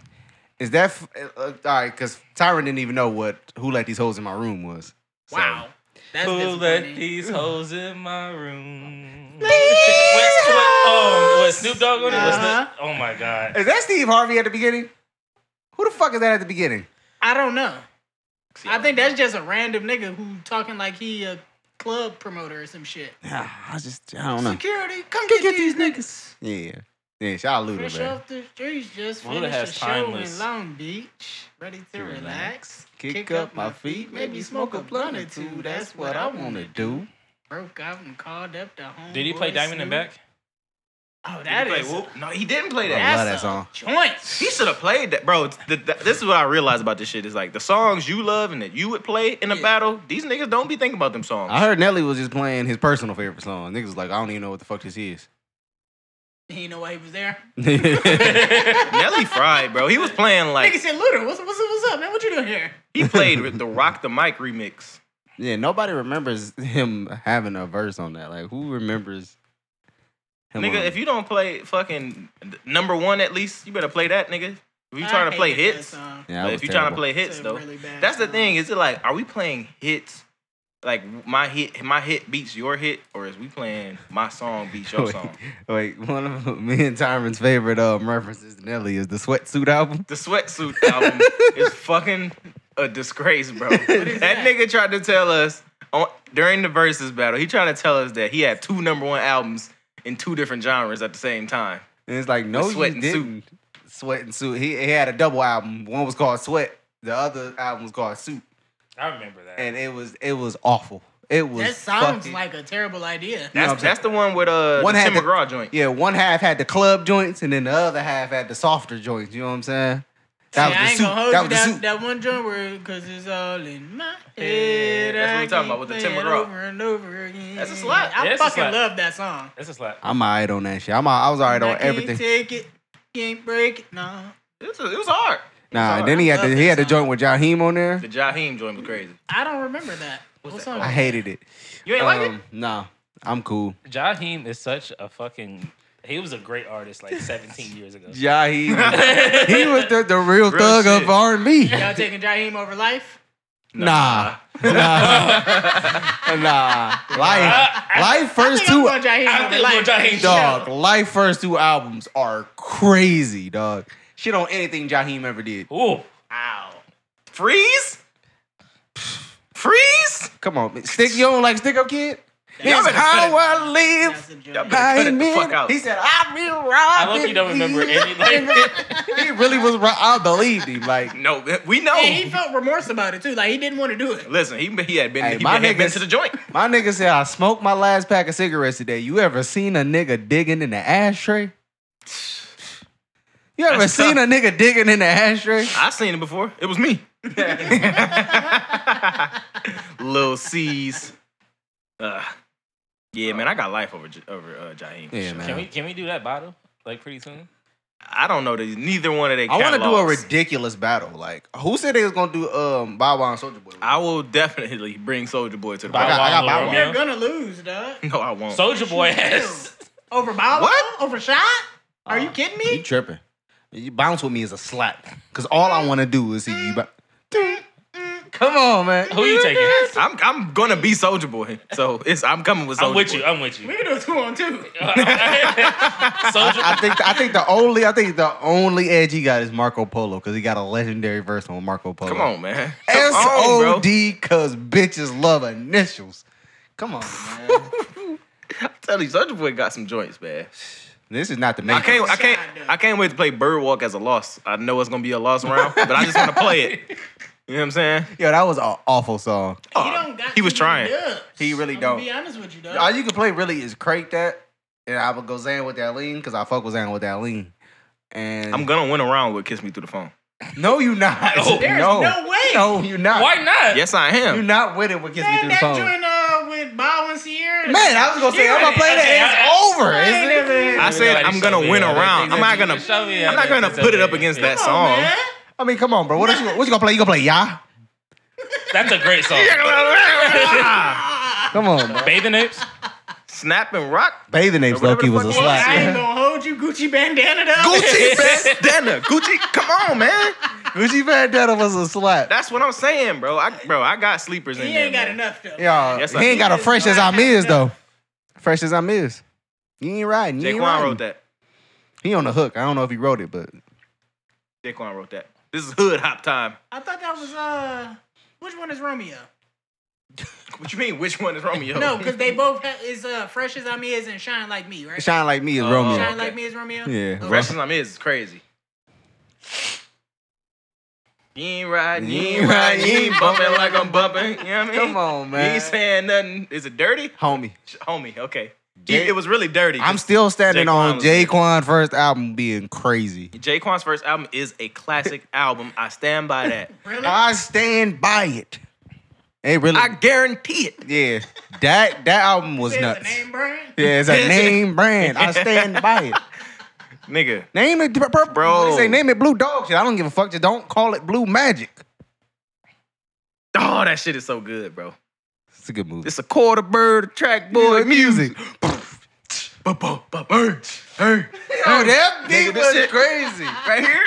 C: Is that f- uh, all right? Because Tyron didn't even know what who let these hoes in my room was. So-
B: Wow. That's
D: Who let
B: disappointing.
D: these hoes in my room? These hoes. was Snoop Dogg on it? Was
B: Uh-huh.
D: Snoop- oh my god!
C: Is that Steve Harvey at the beginning? Who the fuck is that at the beginning?
B: I don't know.
A: See,
B: I think that's just a random nigga who talking like he a club promoter or some shit.
C: Ah, I just I don't know.
B: Security, come get, these niggas.
C: Yeah, yeah. Shout out Luda,
B: Fresh
C: man.
B: off the streets, just
D: Luda
B: finished
D: has
B: a show
D: timeless.
B: in Long Beach. Ready to relax.
C: Kick, up my feet, maybe smoke a blunt or two. That's what I wanna do.
B: Broke out and called up the home.
D: Did he play Diamond and Back?
B: Oh,
A: Did he
B: that
A: play
B: is.
A: Whoop? No, he didn't play that.
C: I
B: That's
C: love
B: a
C: that song.
B: Joint.
A: He should have played that, bro. The, the- this is what I realized about this shit is like the songs you love and that you would play in a battle. These niggas don't be thinking about them songs.
C: I heard Nelly was just playing his personal favorite song. Niggas was like, I don't even know what the fuck this is.
B: He didn't know why he was there.
A: Nelly fried, bro. He was playing
B: Nigga
A: like
B: said, Luda, what's, what's, what's up, man? What you doing here?
A: he played with the Rock the Mic remix.
C: yeah, nobody remembers him having a verse on that. Like, who remembers him?
A: Nigga, if you don't play fucking number one at least, you better play that, nigga. If you trying
B: I
A: to play
B: hated that
A: hits,
B: song.
A: but if you trying to play hits
B: a
A: though,
B: really bad
A: that's the
B: song.
A: thing. Is it like are we playing hits? Like my hit, my hit beats your hit, or is we playing my song beats your
C: Wait,
A: song?
C: wait, one of me and Tyron's favorite um, references to Nelly is the Sweatsuit album.
A: The sweatsuit album is fucking a disgrace, bro. that, nigga tried to tell us on, during the versus battle. He tried to tell us that he had two number one albums in two different genres at the same time.
C: And it's like, no,
A: With Sweat
C: you
A: and Suit.
C: didn't. Sweat and suit. He, he had a double album. One was called Sweat. The other album was called Suit,
D: I remember that.
C: and it was it was awful. It was
B: That sounds
C: fucking-
B: like a terrible idea.
A: That's
C: I'm saying?
A: that's the one with uh
C: One
A: the Tim
C: had the-
A: McGraw joint.
C: yeah. One half had the club joints, and then the other half had the softer joints. You know what I'm saying?
B: See, I ain't gonna hold
C: That
B: you
C: was the
B: that,
C: suit.
B: that one joint where because it's all in my head.
A: that's what
B: I
A: we talking about with the
B: can't
A: Tim
B: play it
A: McGraw.
B: Over and over again.
A: That's a slap.
B: I
D: Yeah, it's a
B: fucking
D: slap.
B: love that song.
D: It's just like
C: I'm alright on that shit. I'm all, I was alright
B: I
C: on
B: can't
C: everything.
B: Take it, can't break it. No,
A: It was, it was hard.
C: Nah, then he had
B: love
C: the he
B: that
C: had the
B: song.
C: joint with Jaheim on there.
A: The Jaheim joint was crazy.
B: I don't remember that. What song?
C: I hated it.
A: You ain't like it?
C: Um, Nah, I'm cool.
D: Jaheim is such a fucking. He was a great artist like 17 years ago.
C: Jaheim, he was the, the real,
A: Real
C: thug
A: shit.
C: of R&B.
B: Y'all taking Jaheim over life?
C: Nah, nah, nah. Life, life
B: Uh, I
C: first
B: think I'm
C: two
B: going Jaheim
D: I
B: over
D: think
B: life.
D: we're Jaheim.
C: dog. Life first two albums are crazy, dog. Shit on anything Jaheim ever did.
D: Ooh,
B: Ow.
A: Freeze? Freeze?
C: Come on, man. stick. You don't like Stick Up Kid?
A: Y'all
C: It's
A: better
C: how
A: cut it.
C: I live.
B: That's a
A: Y'all
B: joke.
A: better cut
C: I
A: it the
C: admit.
A: fuck out.
C: He said, "I will rob."
D: I look you don't remember any. Like,
C: he really was. Rob- I believed him. Like
A: No, we know.
B: And he felt remorse about it too. Like he didn't want to do it.
A: Listen, he he had been
C: Hey,
A: he
C: my
A: been, had been
C: niggas-
A: to the joint.
C: my nigga said, "I smoked my last pack of cigarettes today." You ever seen a nigga digging in the ashtray? You ever
A: That's
C: seen
A: tough.
C: a nigga digging in the ashtray?
A: I seen it before. It was me. Lil C's. Uh, yeah, man, I got life over J- over uh, Jaheim.
C: Yeah, man.
D: can we can we do that bottle like pretty soon?
A: I don't know that neither one of they.
C: I want to do a
A: catalogs.
C: ridiculous battle. Like, who said they was gonna do um Bow Wow and Soldier Boy?
A: I will definitely bring Soldier Boy to the.
C: I got- I got Bow Wow.
B: You're gonna lose, dog.
A: No, I won't.
D: Soldier Boy has.
B: Over Bob?
A: What?
B: Over Shot? Are you kidding
C: you
B: me?
C: tripping? You bounce with me is a slap. Cause all I want to do is see you. Ba- Come on, man.
D: Who you taking?
A: I'm I'm gonna be Soldier Boy, so it's I'm coming with Soldier
D: I'm with
A: Boy.
D: you. I'm with
B: We
D: you.
B: can do a Uh, two on two.
D: Soldier.
C: I think I think the only I think the only edge he got is Marco Polo because he got a legendary verse on Marco Polo.
A: Come on, man.
C: S
A: Come
C: O
A: on, bro.
C: D because bitches love initials. Come on, man.
A: Tell you, Soldier Boy got some joints, man.
C: this is not the main.
A: I can't, I can't, I can't wait to play Birdwalk as a loss. I know it's gonna be a loss round, but I just want to play it. You know what I'm saying?
C: Yo, that was an awful song.
B: he
A: Oh,
B: don't got
A: he was
B: too
A: trying.
B: many dubs.
C: He really
B: I'm
C: don't.
B: Gonna be honest with you, dog.
C: All you can play really is crate that, and I would go Zan with that lean because I fuck with Zan with that lean. And
A: I'm gonna win around with "Kiss Me Through the Phone."
C: no, you not.
D: No.
B: There's
C: no,
B: no way.
C: No, you not.
D: Why not?
A: Yes, I
C: You
A: am.
C: not with it with Kiss Me
B: Man,
C: Through the
B: that
C: Phone.
B: joint uh, with Bow and Sierra.
C: Man, I was gonna say I'm gonna play that. It's over.
B: I ain't
C: Is it?
B: never-
A: I said I'm gonna win around. I'm not gonna, I'm not gonna put it up against that
B: Come on,
A: song.
B: man.
C: I mean, come on, bro. What, else you, what you gonna play? You gonna play Ya?
D: That's a great song.
C: Come on, bro.
D: Bathing apes.
A: Snap and rock.
C: Bathing Apes
A: Whatever
C: Lucky
A: the
C: was a
A: fuck it was.
B: I ain't
C: slap.
B: gonna hold you, Gucci bandana. Dog.
A: Gucci bandana. Gucci, come on, man.
C: Gucci Bandana was a slap.
A: That's what I'm saying, bro. I, bro, I got sleepers
B: He
A: in
B: ain't
A: there,
B: got
A: man.
B: enough though.
C: Yo,
A: Yes, I
C: he ain't
A: did.
C: got a fresh as
B: I
C: I'm is
B: have
C: though. Fresh as I'm is. You ain't riding. You ain't
A: Jaquan
C: riding.
A: wrote that.
C: He on the hook. I don't know if he wrote it, but
A: Jaquan wrote that. This is hood hop time.
B: I thought that was uh, which one is Romeo?
A: What you mean? Which one is Romeo?
B: No, because they both ha- is uh, fresh as I'm is and shine like me, right? Shine,
C: Shine Like Me is
A: Oh,
C: Romeo.
A: Shine- okay.
B: like me is Romeo. Oh,
C: Yeah.
B: Okay.
A: Fresh as I'm is is crazy. You ain't riding, you ain't
C: You
A: riding, you ain't
C: ain't
A: bumping like I'm bumping. You know what I mean?
C: Come
A: You
C: on, man.
A: ain't saying nothing. Is it dirty?
C: Homie.
A: Sh- Homie, okay.
C: Jay-
A: it was really dirty.
C: I'm still standing
A: Jaquan
C: on
A: was-
C: Jaquan's first album being crazy.
A: Jaquan's first album is a classic album. I stand by that.
B: Really?
C: I stand by it. It really
A: I guarantee it.
C: Yeah. That that album was
B: Says the
C: nuts.
B: name brand.
C: Yeah, it's a name brand. I stand by it.
A: Nigga,
C: Name it purple.
A: Bro.
C: They say name it blue dog shit. I don't give a fuck. Just don't call it blue magic.
A: oh, that shit is so good, bro.
C: It's a good movie.
A: It's a quarter bird, track boy, music. Ba-ba-ba-ba, Hey, hey.
C: Oh, that
A: Nigga,
C: beat
A: this
C: was
A: shit-
C: crazy.
A: Right here,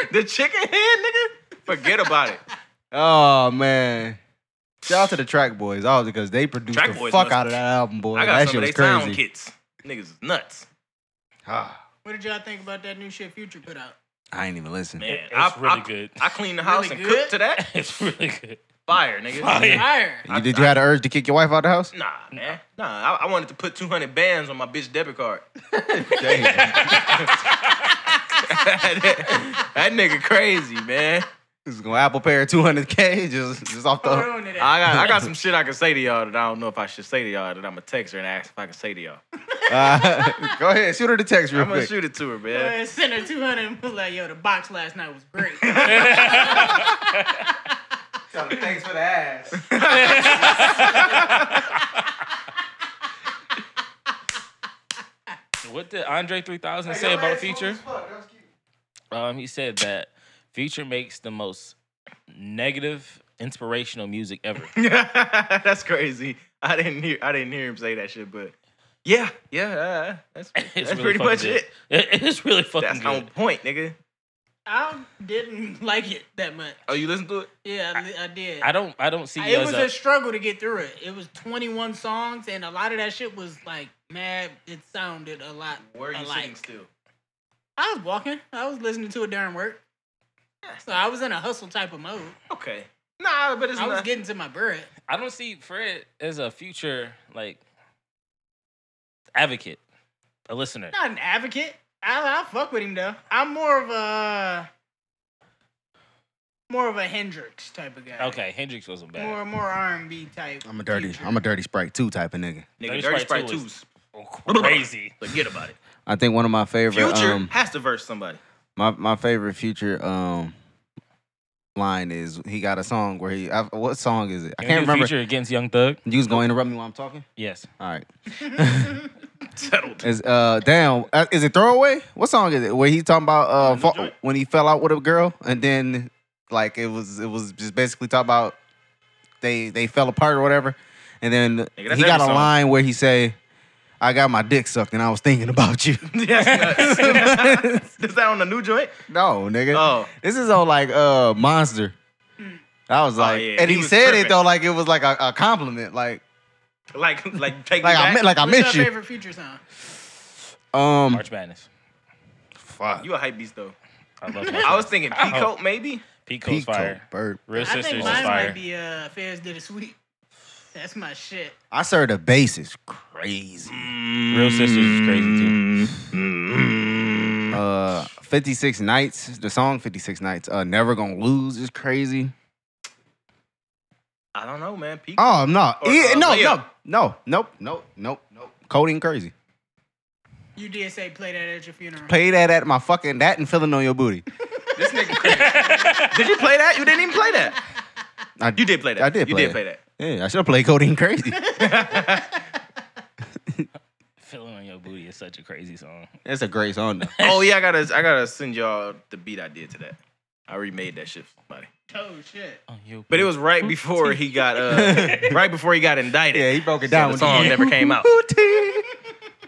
A: nigga. the chicken head, nigga. Forget about it.
C: Oh man. Shout out to the Track Boys, all because they produced
A: Track
C: the
A: Boys
C: fuck
A: was-
C: out of that album, boy.
A: I got
C: that
A: some
C: shit
A: of
C: was
A: they sound
C: crazy.
A: kits. Niggas is nuts.
C: Ah,
B: What did y'all think about that new shit Future put out?
C: I ain't even listen.
A: Man,
D: It's
A: I,
D: really
A: I-
D: good.
A: I cleaned the house
B: Really
A: and
B: good?
A: cooked to that.
D: It's really good.
A: Fire, nigga.
D: Fire.
B: Fire.
C: You, did you have the urge to kick your wife out the house?
A: Nah, man. Nah, I, I wanted to put 200 bands on my bitch debit card. that, that nigga crazy, man.
C: Just gonna apple pair two hundred k just just off
B: Hold
C: the.
B: on to that.
A: I got I got some shit I can say to y'all that I don't know if I should say to y'all that I'm gonna text her and ask if I can say to y'all.
C: Uh, go ahead, shoot her the text real
A: I'm gonna
C: quick.
A: shoot it to her, man.
B: Uh, send her 200 and was like, yo, the box last night was great.
C: Thanks for the ass.
D: What did Andre 3000 say about Future? Um, he said that Future makes the most negative inspirational music ever.
A: that's crazy. I didn't hear I didn't hear him say that shit, but yeah, yeah, uh, that's
D: It's
A: that's
D: really
A: pretty
D: fucking
A: much
D: good.
A: it.
D: It- It's really fucking
A: That's on
D: good.
A: point, nigga.
B: I didn't like it that much.
A: Oh, you listen to it?
B: Yeah, I, li- I did.
D: Uh, I don't. I don't see
B: it
D: you
B: was
D: as
B: a,
D: a.
B: struggle to get through it. It was 21 songs, and a lot of that shit was like mad. It sounded a lot.
A: Where are you
B: alike.
A: sitting still?
B: I was walking. I was listening to it during work. So I was in a hustle type of mode.
A: Okay. Nah, but it's
B: I was
A: not.
B: getting to my bread.
D: I don't see Fred as a future like advocate, a listener.
B: Not an advocate. I, I fuck with him though. I'm more of a more of a Hendrix type of guy.
D: Okay, Hendrix wasn't bad.
B: More more R and B type.
C: I'm a dirty,
B: future.
C: I'm a dirty Sprite two type of nigga.
A: Nigga,
D: Dirty
A: Dirty Sprite
D: Sprite
A: 2
D: two
A: is
D: Oh, crazy.
A: Forget about it.
C: I think one of my favorite,
A: Future
C: um,
A: has to verse somebody.
C: my my favorite future, um, line is he got a song where he, I, what song is it? I can't
D: Can we do
C: remember.
D: Future against Young Thug.
C: You was gonna interrupt me while I'm talking?
D: Yes.
C: All right.
A: Settled.
C: Is uh damn uh, is it throwaway? What song is it? Where he talking about uh fa- when he fell out with a girl and then like it was it was just basically talking about they they fell apart or whatever, and then
A: that's
C: he got
A: every
C: a
A: song.
C: line where he say, "I got my dick sucked and I was thinking about you."
A: That's nuts. is that on the new joint?
C: no, nigga.
A: Oh. Mm.
C: This is on like uh monster. I was like,
A: Oh, yeah,
C: and
A: he
C: he,
A: was
C: said it
A: tripping.
C: though like it was like a, a compliment, like
A: Like, like take
C: like
A: me
C: I
A: back.
C: mi- like I
B: What's
C: miss
B: your
C: you.
B: favorite future song?
C: Um,
D: March Madness.
C: fuck.
A: you a hype beast though.
D: I love
A: I
D: March
A: was
C: Oh.
A: thinking Peacoat maybe.
D: Pico's
C: Pico,
D: fire.
C: bird.
D: Real
B: I think
D: Sisters is
B: mine
D: fire.
B: might be uh Fez did a sweet. That's my shit.
C: I serve the bass is crazy.
D: Real Sisters is crazy
C: Mm.
D: too.
A: Mm.
C: Uh, 56 Nights, the song 56 Nights, uh, Never Gonna Lose is crazy.
A: I don't know, man. Peacoat.
C: Oh, no.
A: Or,
C: E-
A: uh,
C: no,
A: Leo.
C: no, no, nope, nope, nope, nope. Coding crazy.
B: You did say play that at your funeral.
C: Play that at my fucking that and feeling on your booty.
A: This nigga crazy. did you play that? You didn't even play that.
C: I,
A: You did play that.
C: I did
A: You
C: play
A: did
C: it.
A: play that.
C: Yeah, I should have played Coding crazy.
D: Feeling on your booty is such a crazy song.
C: That's a great song though.
A: Oh yeah, I gotta I gotta send y'all the beat I did to that. I remade that shit for somebody.
B: Oh shit.
D: On your
A: But it was right before he got uh right before he got indicted.
C: Yeah, he broke it
A: So
C: down.
A: the
C: with
A: song never came out.
C: Booty.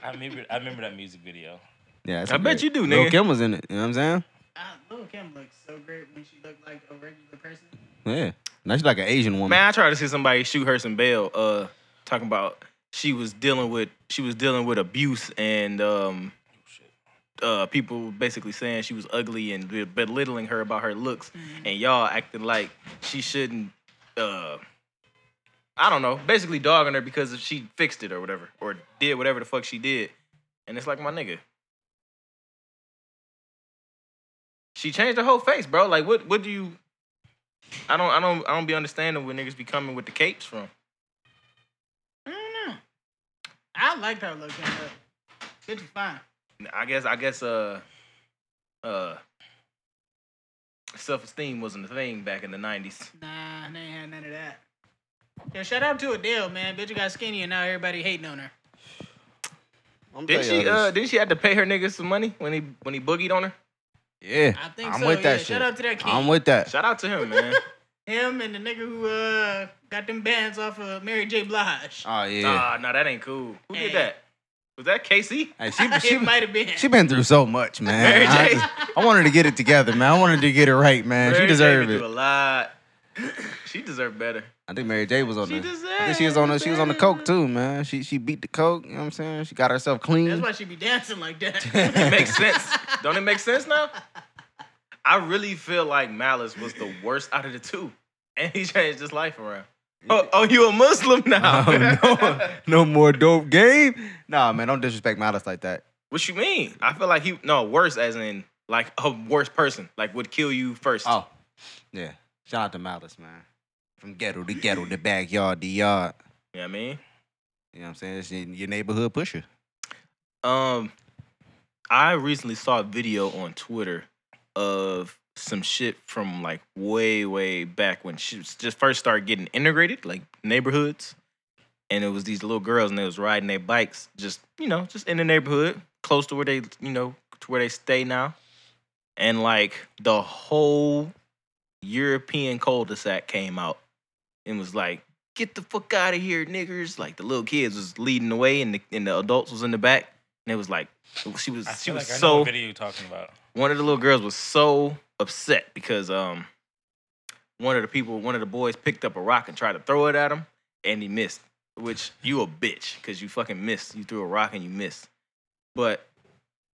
D: I remember. I remember that music video.
C: Yeah, that's
A: I bet
C: great.
A: you do,
C: Lil
A: nigga.
C: Kim was in it. You know what I'm saying?
B: Ah, Lil Kim looks so great when she looked like a regular person.
C: Yeah. Now she's like an Asian woman.
A: Man, I tried to see somebody shoot her some bail, uh, talking about she was dealing with she was dealing with abuse and um uh people basically saying she was ugly and be- belittling her about her looks and y'all acting like she shouldn't uh I don't know, basically dogging her because she fixed it or whatever, or did whatever the fuck she did. And it's like my nigga. She changed her whole face, bro. Like what what do you I don't I don't I don't be understanding where niggas be coming with the capes from.
B: I don't know. I liked her Lil Kim though. Bitch is fine.
A: I guess I guess uh uh self esteem wasn't a thing back in the nineties.
B: Nah, they ain't had none of that. Yo, shout out to Adele, man. Bitch, you got skinny and now everybody hating on her.
C: I'm
A: Didn't
C: telling
A: she
C: y'all
A: uh
C: this.
A: didn't she have to pay her niggas some money when he when he boogied on her?
C: yeah.
B: I think
C: I'm
B: so,
C: with
B: yeah.
C: that shit.
B: Shout out to that kid.
C: I'm with that.
A: Shout out to him, man.
B: Him and the nigga who uh got them bands off of Mary J. Blige.
C: Oh yeah.
A: Nah, nah, that ain't cool. Who did
B: Hey.
A: that? Was that Casey?
C: Hey, she,
B: it
C: she,
B: might have been.
C: She been through so much, man.
A: Mary
C: I,
A: J.
C: just- I wanted to get it together, man. I wanted to get it right, man.
A: Mary
C: she
A: J.
C: deserved
A: been through
C: it.
A: a lot. she deserved better.
C: I think Mary J was on
A: She
C: the.
A: deserved
C: I think she was on the. She was on the coke too, man. She she beat the coke. You know what I'm saying? She got herself
B: That's
C: clean.
B: why she be dancing like that.
A: Makes sense. Don't it make sense now? I really feel like Malice was the worst out of the two, and he changed his life around. Oh, oh you a Muslim now?
C: Oh, no, no more dope game. Nah, man, don't disrespect Malice like that.
A: What you mean? I feel like he no worse as in like a worse person, like would kill you first.
C: Oh, yeah. Shout out to Malice, man. From ghetto to ghetto, the backyard, the yard.
A: You know what I mean?
C: You know what I'm saying? It's your, your neighborhood pusher.
A: Um, I recently saw a video on Twitter of some shit from like way, way back when she was- just first started getting integrated, like neighborhoods. And it was these little girls, and they was riding their bikes, just you know, just in the neighborhood, close to where they, you know, to where they stay now. And like the whole European cul-de-sac came out and was like, "Get the fuck out of here, niggers!" Like the little kids was leading the way, and the and the adults was in the back, and it was like, she was
D: I
A: she
D: feel
A: was
D: like I know
A: so
D: what video you talking about.
A: one of the little girls was so upset because um one of the people one of the boys picked up a rock and tried to throw it at him and he missed which you a bitch because you fucking missed you threw a rock and you missed but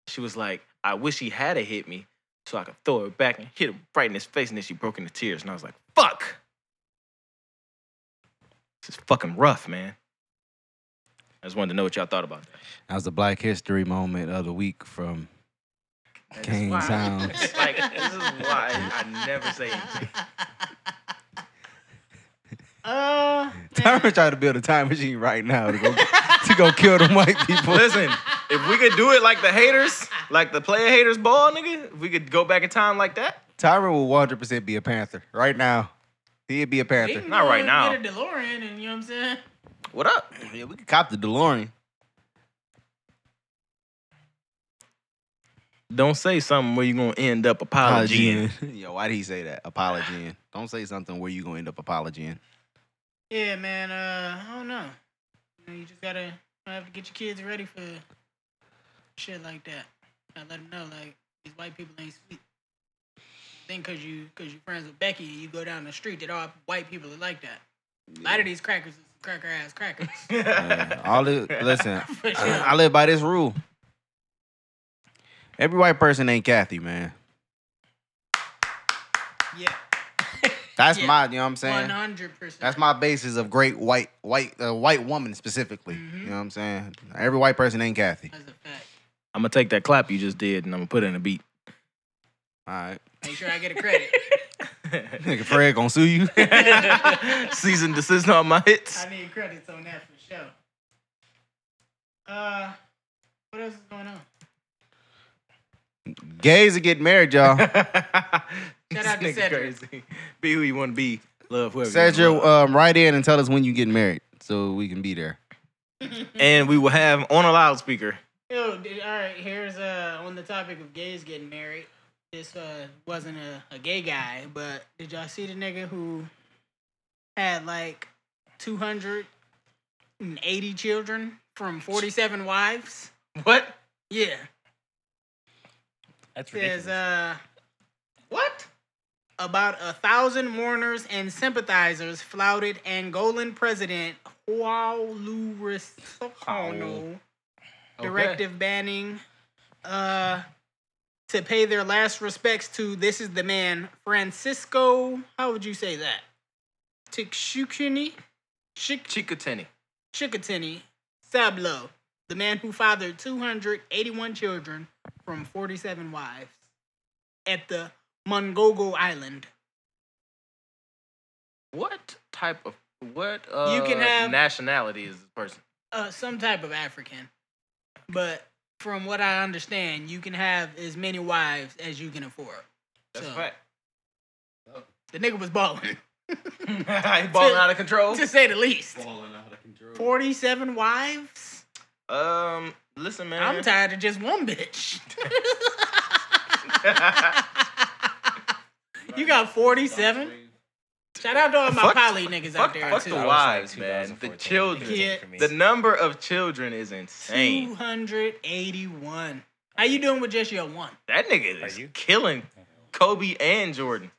A: she was like i wish he had a hit me so i could throw it back and hit him right in his face and then she broke into tears and i was like fuck this is fucking rough man i just wanted to know what y'all thought about that
C: That was the Black History moment of the week from Kane Sounds.
A: like this is why i never say anything
B: Uh,
C: Tyron trying to build a time machine right now to go, to go kill them white people.
A: Listen, if we could do it like the haters, like the player haters ball, nigga, if we could go back in time like that.
C: Tyron will 100% be a Panther right now. He'd be a
B: he
C: Panther.
B: can
A: Not
B: go
A: right
B: and
A: now.
B: Get a DeLorean, and you know what I'm saying.
A: What up?
C: Yeah, we could cop the DeLorean.
A: Don't say something where you're gonna end up apologizing.
C: Yo, why did he say that? Apologying. Don't say something where you gonna end up apologizing.
B: Yeah, man. Uh, I don't know. You, know, you just gotta you have to get your kids ready for shit like that. Gotta let them know like these white people ain't sweet. Think cause you cause you friends with Becky, you go down the street that all white people are like that. A lot of these crackers is cracker ass crackers.
C: Yeah, all the listen,
B: For sure.
C: I live by this rule. Every white person ain't Kathy, man.
B: yeah,
C: That's
B: Yeah.
C: my, you know what I'm saying.
B: one hundred percent.
C: That's my basis of great white white uh, white woman specifically. You know what I'm saying. Every white person ain't Kathy.
B: That's a fact.
A: I'm gonna take that clap you just did and I'm gonna put it in a beat.
C: All right,
B: Make sure I get a credit.
C: nigga, Fred gonna sue you.
A: Season desist on my hits.
B: I need credits on that for sure. Uh, what else is going on?
C: Gays are getting married, y'all.
A: Shout
B: out to Cedric.
A: Crazy. Be who you wanna be. Love whoever. you
C: Cedric,
A: love.
C: um, write in and tell us when you getting married so we can be there.
A: and we will have on a loudspeaker.
B: Yo, did, all right. Here's uh on the topic of gays getting married. This uh wasn't a, a gay guy, but did y'all see the nigga who had like two hundred and eighty children from forty seven wives?
A: What?
B: Yeah,
D: That's ridiculous.
B: says uh what? About a thousand mourners and sympathizers flouted Angolan president Hualu Rissono.
D: Oh.
B: directive banning uh to pay their last respects to this is the man Francisco how would you say that Tikshukuni Shik
A: Chikatini.
B: Chikatini Sablo the man who fathered 281 children from 47 wives at the Mongogo Island
A: What type of what uh
B: You can have-
A: nationality is this person?
B: uh some type of African but from what I understand you can have as many wives as you can afford
A: That's
B: So-
A: a fact.
B: the nigga was balling
A: he balling out of control.
B: to say the least. 47 wives?
A: Um, listen, man.
B: I'm tired of just one bitch. you got 47? Shout out to all my
A: Fuck-
B: poly niggas
A: fuck,
B: out there,
A: fuck
B: too.
A: the
D: like
A: wives, man. The
D: 2014.
A: children.
B: Yeah.
A: The number of children is insane.
B: 281. How you doing with just your one?
A: That nigga is
D: Are you?
A: killing Kobe and Jordan.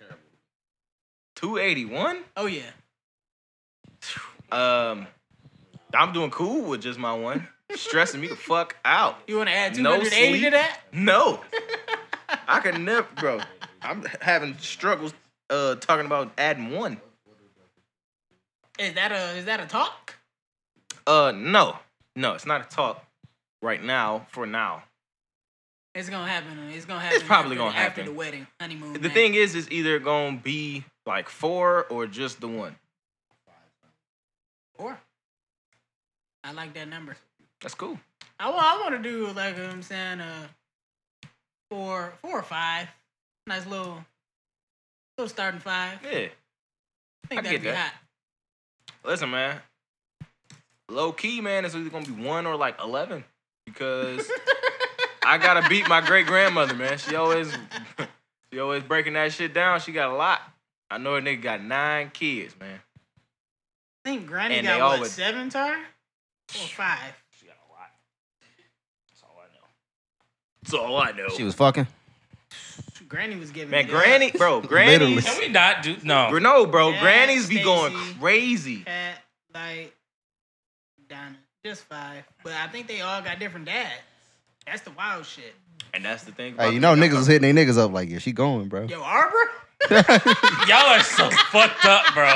A: 281?
B: Oh, yeah.
A: Um, I'm doing cool with just my one. Stressing me the fuck out.
B: You want to add
A: No
B: 280 to
A: sleep.
B: that?
A: No. I could never, bro. I'm having struggles uh talking about adding one.
B: Is that a is that a talk?
A: Uh no. No, it's not a talk right now for now.
B: It's gonna happen. It's gonna happen.
A: probably
B: after,
A: gonna
B: after
A: happen.
B: the wedding honeymoon.
A: The
B: night.
A: thing is it's either going to be like four or just the one.
B: Four. I like that number.
A: That's cool.
B: I want. I want to do like you know what I'm saying. Uh, four, four or five. Nice little, little starting five.
A: Yeah.
B: I think
A: I
B: that'd
A: get
B: be
A: that.
B: hot.
A: Listen, man. Low key, man, it's either gonna be one or like eleven because I gotta beat my great grandmother, man. She always, she always breaking that shit down. She got a lot. I know her nigga got nine kids, man.
B: I think Granny
A: And they
B: got
A: all
B: what
A: would-
B: seven tar or five.
D: She got a lot. That's all I know.
A: That's all I know.
C: She was fucking.
B: Granny was giving
A: man,
B: it up.
A: Granny, bro, Granny,
C: Literally.
D: Can we not do no?
A: no, bro,
B: Yeah,
A: Grannies be going
B: Stacey.
A: crazy.
B: Cat, like Donna, just five. But I think they all got different dads. That's the wild shit.
A: And that's the thing.
C: Hey,
A: about
C: you
A: the-
C: know niggas was hitting their niggas up like, yeah, she going, bro.
B: Yo, Arbor.
D: Y'all are so fucked up, bro.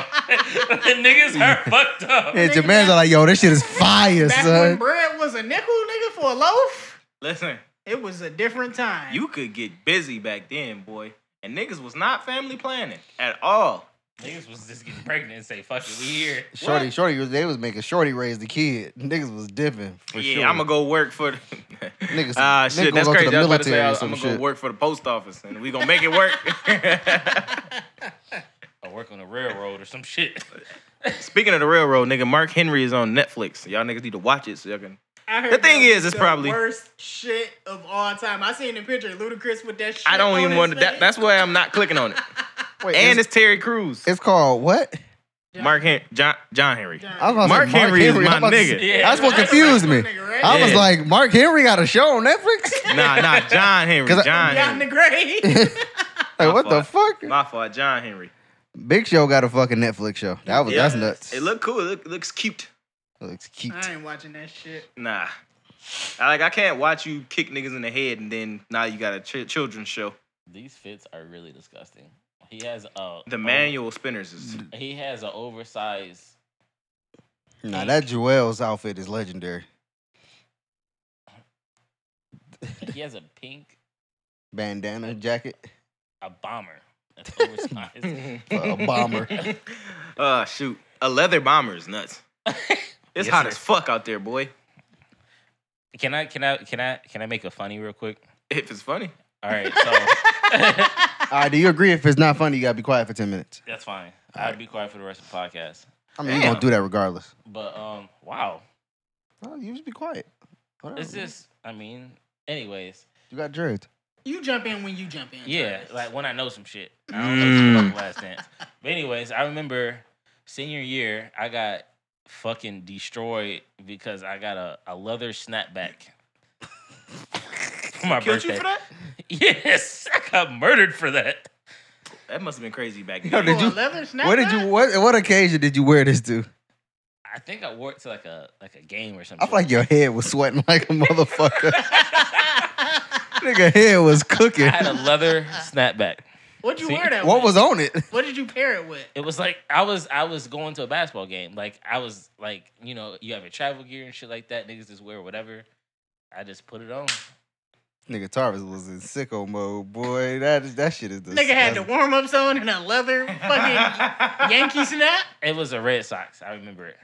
D: the niggas are fucked up.
C: And Jermaine's like, yo, this shit is fire,
B: Back when
C: son.
B: bread was a nickel, nigga, for a loaf.
A: Listen,
B: It was a different time.
A: you could get busy back then, boy. And niggas was not family planning at all.
D: Niggas was just getting pregnant and say, "Fuck it, we here."
C: Shorty, Shorty, was- they was making Shorty raise the kid. Niggas was dipping. For
A: yeah,
C: sure.
A: I'm gonna go work for the
C: Niggas-
A: Ah,
C: niggas
A: shit,
C: gonna
A: that's
C: go to
A: crazy.
C: the
A: I was about to say
C: military or
A: I- I'm
C: some
A: gonna go
C: shit.
A: work for the post office and we gonna make it work.
D: I work on a railroad or some shit.
A: Speaking of the railroad, nigga, Mark Henry is on Netflix. Y'all niggas need to watch it so y'all can.
B: I heard
A: The thing
B: that was
A: is, it's
B: the
A: probably-
B: worst shit of all time. I seen the picture of Ludacris with that shit.
A: I don't
B: on
A: even
B: his
A: want to. That,
B: face.
A: that's why I'm not clicking on it.
C: Wait,
A: And
C: it's,
A: it's Terry Crews,
C: it's called what?
A: Mark Hen- John John Henry.
C: I was about to
A: Mark
C: say
A: Henry is
C: I was
A: my
C: about to say-
A: nigga.
D: Yeah,
C: That's what
B: right.
C: confused
B: That's
C: me.
B: my nigga, right?
C: I was
A: Yeah.
C: like, Mark Henry got a show on Netflix?
A: Nah, nah, John Henry.
C: 'Cause I-
A: John
B: Down
A: Henry.
B: the grave.
C: like, what the fuck?
A: My fault, John Henry.
C: Big Show got a fucking Netflix show. That was
A: Yeah.
C: that's nuts.
A: It look cool. It look, looks cute.
C: looks cute.
B: I ain't watching that shit.
A: Nah. I, like I can't watch you kick niggas in the head and then now you got a ch- children's show.
D: These fits are really disgusting. He has a
C: Oh.
A: The manual spinners is
D: He has an oversized.
C: Nah, that Joel's outfit is legendary.
D: He has a pink
C: Bandana jacket,
D: a bomber. That's oversized.
C: a bomber.
A: Uh, shoot. A leather bomber is nuts. It's
D: Yes,
A: hot
D: sir.
A: as fuck out there, boy.
D: can I? Can I? Can I? Can I make a funny real quick?
A: If it's funny.
D: All right, so
C: All right, do you agree? If it's not funny, you gotta be quiet for ten minutes.
D: that's fine.
C: All
D: I'd
C: right.
D: be quiet for the rest of the podcast.
C: I mean, you gonna
A: Damn.
C: do that regardless.
D: But um, wow,
C: Well, you just be quiet. Whatever,
D: it's
C: man.
D: just. I mean, anyways,
C: you got dreads.
B: You jump in when you jump in.
D: yeah,
B: Travis.
D: like when I know some shit. I don't know
A: Mm.
D: shit about the last dance. But anyways, I remember senior year, I got fucking destroyed because I got a, a leather snapback. for my
A: Killed
D: birthday.
A: you for that?
D: Yes, I got murdered for that.
A: That must have been crazy back
C: Yo,
A: then.
C: did
B: Oh, a
C: you?
B: leather snapback?
C: What did you? What? What occasion did you wear this to?
D: I think I wore it to like a like a game or
C: I
D: something.
C: feel like your head was sweating like a motherfucker. Nigga, head was
D: I
C: cooking.
D: had a leather snapback.
B: What'd you
D: See,
B: wear that?
C: What
B: with?
C: was on it?
B: What did you pair it with?
D: It was like I was I was going to a basketball game. Like I was like you know you have your travel gear and shit like that. Niggas just wear whatever. I just put it on.
C: Nigga, Tarvis was in sicko mode, boy. That that shit is the
B: Nigga had the warm ups on and a leather fucking Yankee snap.
D: It was a Red Sox. I remember it.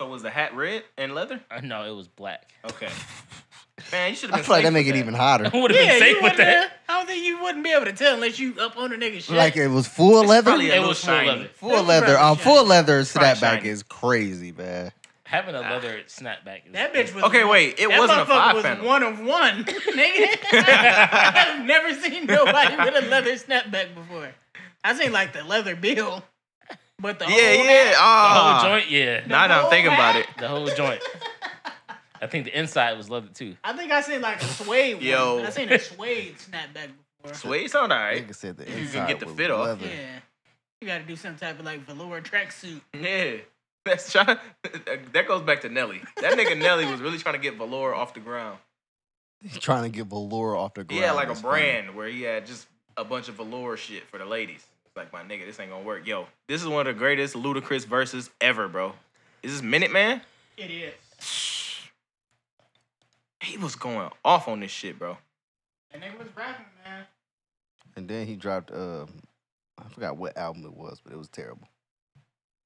A: so was the hat red and leather?
D: Uh, no, it was black.
A: Okay. Man, you should
C: I
A: have been
C: feel like
A: safe
C: that make
A: with
C: it even hotter.
D: I would have
B: Yeah, you
D: been safe with
B: wouldn't
D: that.
B: have- I don't think you wouldn't be able to tell unless you up on the nigga shit.
C: Like it was full leather.
A: probably a
D: It
A: little
D: was full
A: shiny.
D: leather.
C: Full leather. Um,
B: probably
C: full leather
A: Probably
C: snapback
A: shiny.
C: is crazy, man.
D: Having a leather snapback. Is,
B: Ah. that bitch was
A: Okay, wait, it
B: that
A: wasn't a
B: motherfucker
A: five
B: was
A: panel.
B: one of one, nigga. I've never seen nobody with a leather snapback before. I seen like the leather bill, but the
A: Yeah,
B: whole
A: yeah.
B: hat-
D: The whole
A: Ah.
D: joint. Yeah.
A: Now that I'm
B: whole
A: thinking about
B: hat.
A: it.
D: The whole joint. I think the inside was leather too.
B: I think I seen like a suede. Yo,
A: Yo.
B: one. I seen a suede snapback before.
A: Suede sound alright.
C: Nigga said the
A: can
C: inside
A: get the
C: was
A: fit off.
C: leather.
B: Yeah, you got to do some type of like velour tracksuit.
A: Yeah. That's trying, that goes back to Nelly. That nigga Nelly was really trying to get Valor off the ground.
C: He's trying to get velour off the ground.
A: Yeah, like a
C: That's funny.
A: brand where he had just a bunch of velour shit for the ladies. It's like my nigga, this ain't gonna work. Yo, this is one of the greatest ludicrous verses ever, bro. Is this Minute Man?
B: It is.
A: He was going off on this shit, bro.
B: That nigga was rapping, man.
C: And then he dropped uh, I forgot what album it was, but it was terrible.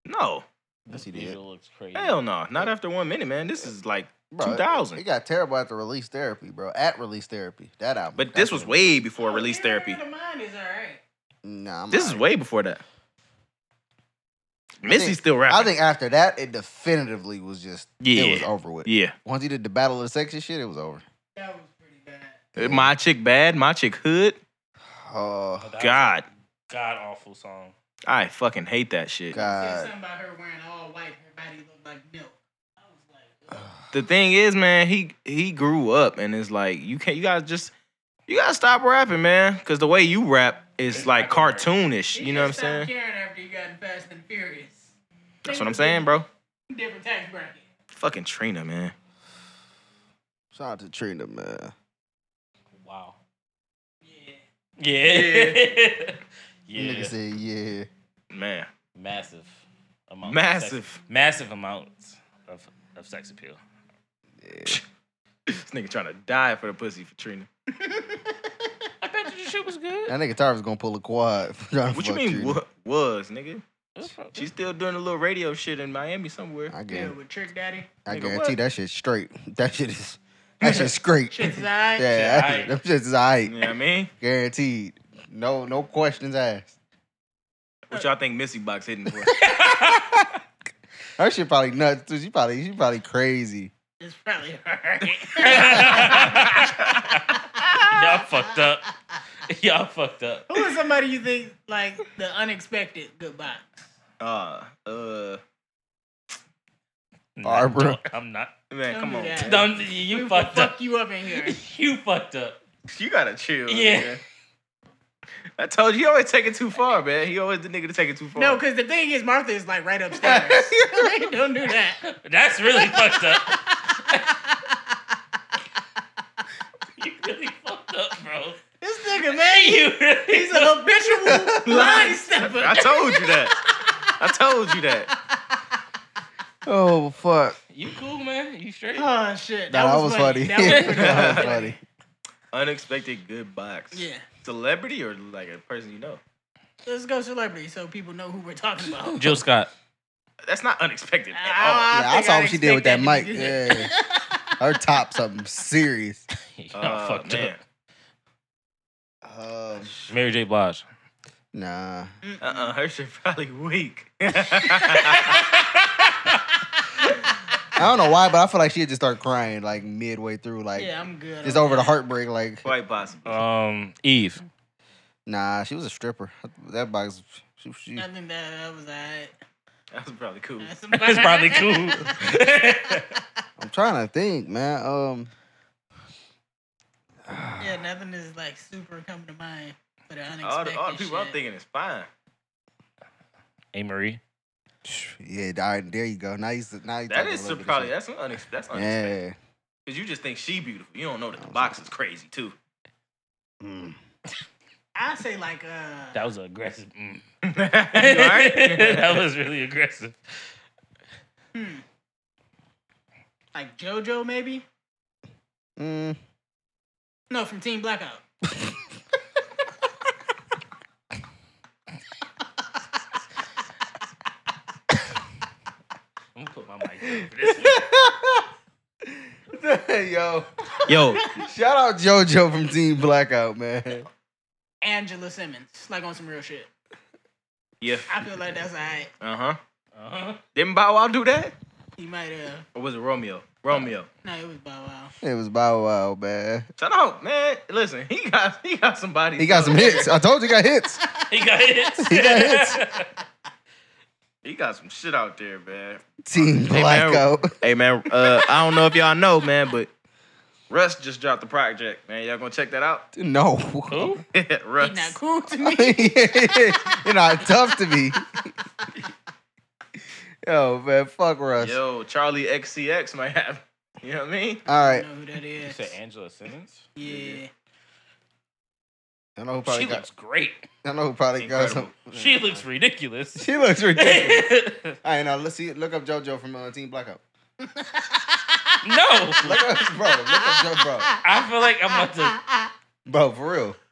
A: No,
C: Yes, he did.
D: Visual looks crazy.
A: hell no, not after one minute, man. This is like
C: Bro, it-
A: 2000.
C: It got terrible after Release Therapy, bro. At Release Therapy, that album.
A: But this was
C: That's-
A: way before release therapy.
B: Oh, The mind is all right.
C: Nah, I'm
A: This is
C: alright.
A: way before that. Missy's
C: think-
A: still rapping.
C: I think after that, it definitively was just
A: Yeah.
C: it was over with.
A: Yeah.
C: Once he did the Battle of the Sexes shit, it was over.
B: That was pretty bad.
A: Uh, My chick bad, my chick hood.
C: Oh
D: But that was a
A: God,
D: God awful song.
A: I fucking hate that shit.
B: Said
C: God,
B: something about her wearing all white. Her body looked like milk. I was like, ugh.
A: The thing is, man, he he grew up and it's like you can't you gotta just you gotta stop rapping, man. Cause the way you rap is
D: It's
A: like
D: not gonna work.
A: cartoonish.
B: He
A: You know what I'm
B: just stopped
A: saying?
B: Caring after you got in Fast and Furious.
A: That's what I'm saying, bro.
B: Different tax bracket.
A: Fucking Trina, man.
C: shout out to Trina, man.
D: Wow.
B: Yeah.
D: Yeah. Yeah.
C: Nigga said, yeah.
A: Man.
D: Massive amount. of sex-
A: Massive.
D: massive amounts of, of sex appeal.
A: This nigga trying to die for the pussy for Trina.
D: I bet you the shit was good.
C: That nigga Tarvis gonna pull a quad. for trying to
A: What you
C: fuck
A: mean
C: Trina.
A: wa- was, nigga?
D: It was pro-
A: She's still doing a little radio shit in Miami somewhere.
C: I
B: Yeah,
C: guarantee,
B: with Trick Daddy.
C: I
A: nigga,
C: guarantee
A: what?
C: that shit's straight. That shit is. That shit's straight.
B: Shit's alright.
C: Yeah,
D: Shit,
C: I,
D: aight.
C: them shits is aight.
A: You know what I mean?
C: Guaranteed. No, no questions asked.
A: What y'all think Missy Box hitting for?
C: Her shit probably nuts too. She probably she probably crazy.
B: It's probably alright.
D: Y'all fucked up. Y'all fucked up.
B: Who is somebody you think like the unexpected goodbye?
A: uh, uh,
D: Not
C: Barbara.
D: doing- I'm not.
A: man,
B: Don't
A: come
B: do
A: on.
B: that.
A: man.
D: Don't-
B: We
D: you
B: will
D: fucked
B: fuck
D: up.
B: you up in here.
D: You fucked up.
A: You gotta chill.
D: Yeah.
A: nigga. I told you, he always take it too far, man. He always the nigga to take it too far.
B: No, because the thing is, Martha is like right upstairs. Don't do that.
D: That's really fucked up. you really fucked up, bro.
B: This nigga, man,
D: You
B: he's
D: really
B: a habitual line stepper.
A: I told you that. I told you that.
C: Oh fuck.
D: You cool, man? You straight?
B: Oh shit,
C: Nah, that was funny.
B: That was pretty
C: That was
B: funny.
C: funny.
A: Unexpected good box.
B: Yeah,
A: Celebrity or like a person you know?
B: let's go celebrity so people know who we're talking about.
D: Jill Scott.
A: That's not unexpected at
B: I-
C: oh, Yeah, I
B: think
C: saw
B: I'd
C: what she did with that
B: expect
C: mic.
B: to be good.
C: Yeah. Her top something serious.
D: Y'all
A: all. Uh,
D: fucked
A: man.
D: up.
C: Um,
D: Mary J. Blige.
C: nah.
A: Uh-uh, her shit probably weak.
C: I don't know why, but I feel like she would just start crying like midway through, like
B: Yeah, I'm good.
C: just
B: on
C: over the
B: that.
C: heartbreak. Like,
A: Quite possible.
D: Um, Eve.
C: nah, she was a stripper. That box, she, she,
B: I think that, that was alright.
A: That was probably cool.
B: That's
D: That's probably cool.
C: I'm trying to think, man. Um,
B: yeah, nothing is like super coming to mind for the unexpected
A: All the, all the people I'm
B: shit.
A: thinking is fine.
D: A. Marie.
C: yeah, all right, there you go. Now you, now you
A: That
C: talking a
A: is
C: little bit of
A: probably
C: shit.
A: that's unex, that's unexpected.
C: Yeah.
A: Cause you just think she beautiful. You don't know that the box is crazy too.
C: Mm.
B: I say like uh,
D: That was aggressive. Mm.
A: You
D: that
A: alright?
D: was really aggressive.
B: hmm, like JoJo maybe.
C: Mm.
B: No, from Team Blackout.
D: I'm gonna put my mic down for this.
C: Yo,
A: Yo,
C: Mm. shout out JoJo from Team Blackout, man.
B: Angela Simmons, like on some real shit.
A: yeah,
B: I feel like that's alright.
A: uh huh.
D: Uh-huh.
A: Didn't Bow Wow do that?
B: He might uh,
A: Or was it Romeo? Romeo.
B: no, it was Bow Wow.
C: It was Bow Wow, man.
A: Shout out, man. Listen, he got he got somebody.
C: He got some hits. I told you, he got hits.
D: He got hits.
C: He got hits.
A: He got some shit out there, man.
C: Team
A: Hey, man.
C: Blackout.
A: Hey man, uh, I don't know if y'all know, man, but Russ just dropped the project, man. Y'all gonna check that out?
C: No.
D: Who?
A: Russ.
B: He's not cool to me.
C: You're not tough to me. Yo, man, fuck Russ.
A: Yo, Charlie XCX might have. You know what I mean?
C: All
B: I
C: right.
B: don't know who that
D: You
B: is.
D: said Angela Simmons?
B: Yeah.
C: I know who probably
D: she
C: got.
D: looks great.
C: I know who probably
A: Incredible.
C: got some.
D: She looks ridiculous.
C: She looks ridiculous.
D: no,
C: All right, now let's see. Look up JoJo from uh, Team Blackout. Look up his bro. Look up JoJo, bro.
D: I feel like I'm about to.
C: Bro, for real.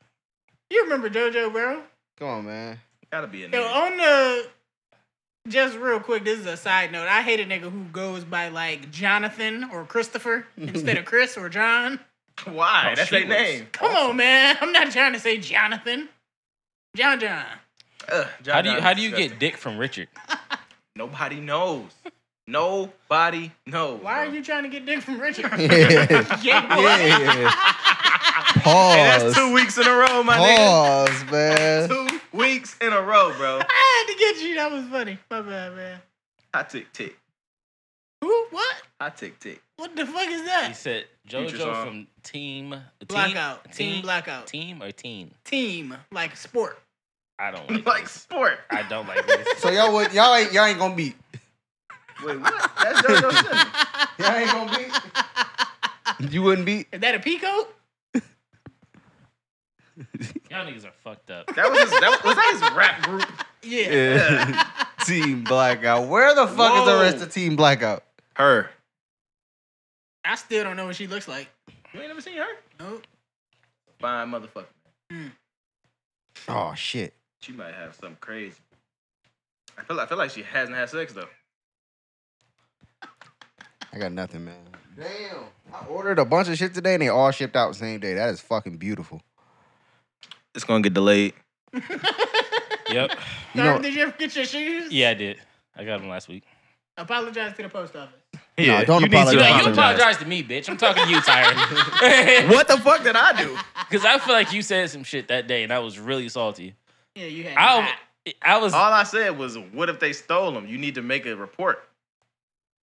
B: You remember JoJo, bro?
C: Come on, man.
A: Gotta be a
B: Yo,
A: nigga.
B: on the just real quick, this is a side note. I hate a nigga who goes by like Jonathan or Christopher instead of Chris or John.
A: Why?
D: Oh,
A: That's
D: she
A: their
D: looks-
A: name.
B: Come on, man. I'm not trying to say Jonathan. John John.
A: Ugh,
D: How do you
A: John
D: how do you
A: disgusting.
D: get dick from Richard?
A: Nobody knows. Nobody knows.
B: Why are
A: bro.
B: you trying to get dick from Richard? yeah,
C: Yeah. yeah.
A: Hey, that's
C: Pause.
A: two weeks in a row, my nigga.
C: Pause, man.
A: Two weeks in a row, bro.
B: I had to get you. That was funny. My bad, man.
A: Hot tick tick.
B: Who? What?
A: Hot tick tick.
B: What the fuck is
D: He
B: that?
D: said
A: Future
D: JoJo
A: song.
D: from Team
B: Blackout. Team,
D: Team
B: blackout.
D: Team or Teen?
B: Team like sport.
D: I don't like.
A: Like
D: this.
A: sport.
D: I don't like this.
C: So y'all would y'all ain't y'all ain't gonna beat.
A: Wait, what? That's JoJo Simmons.
C: Y'all ain't gonna beat. You wouldn't beat.
B: Is that a pico?
D: Y'all niggas are fucked up.
A: That was his. That was, was that his rap group?
B: Yeah.
C: Yeah. team Blackout. Where the fuck is the
A: Whoa.
C: rest of Team Blackout?
A: Her.
B: I still don't know what she looks like.
A: You ain't never seen her?
B: Nope.
A: Fine motherfucker.
C: Oh shit.
A: She might have something crazy. I feel. I feel like she hasn't had sex though.
C: I got nothing, man. Damn. I ordered a bunch of shit today and they all shipped out same day. That is fucking beautiful.
A: It's gonna get delayed.
D: Yep.
C: You
B: Sorry,
C: know,
B: did you ever get your shoes?
D: Yeah, I did. I got them last week.
B: Apologize to the post office.
A: Yeah.
C: don't
A: you need to
C: apologize.
D: Yeah, you
C: Apologize.
D: apologize to me, bitch. I'm talking to you, Tyron.
A: What the fuck did I do?
D: Because I feel like you said some shit that day, and I was really salty.
B: Yeah, you had.
D: I I was.
A: All I said was, "What if they stole them? You need to make a report."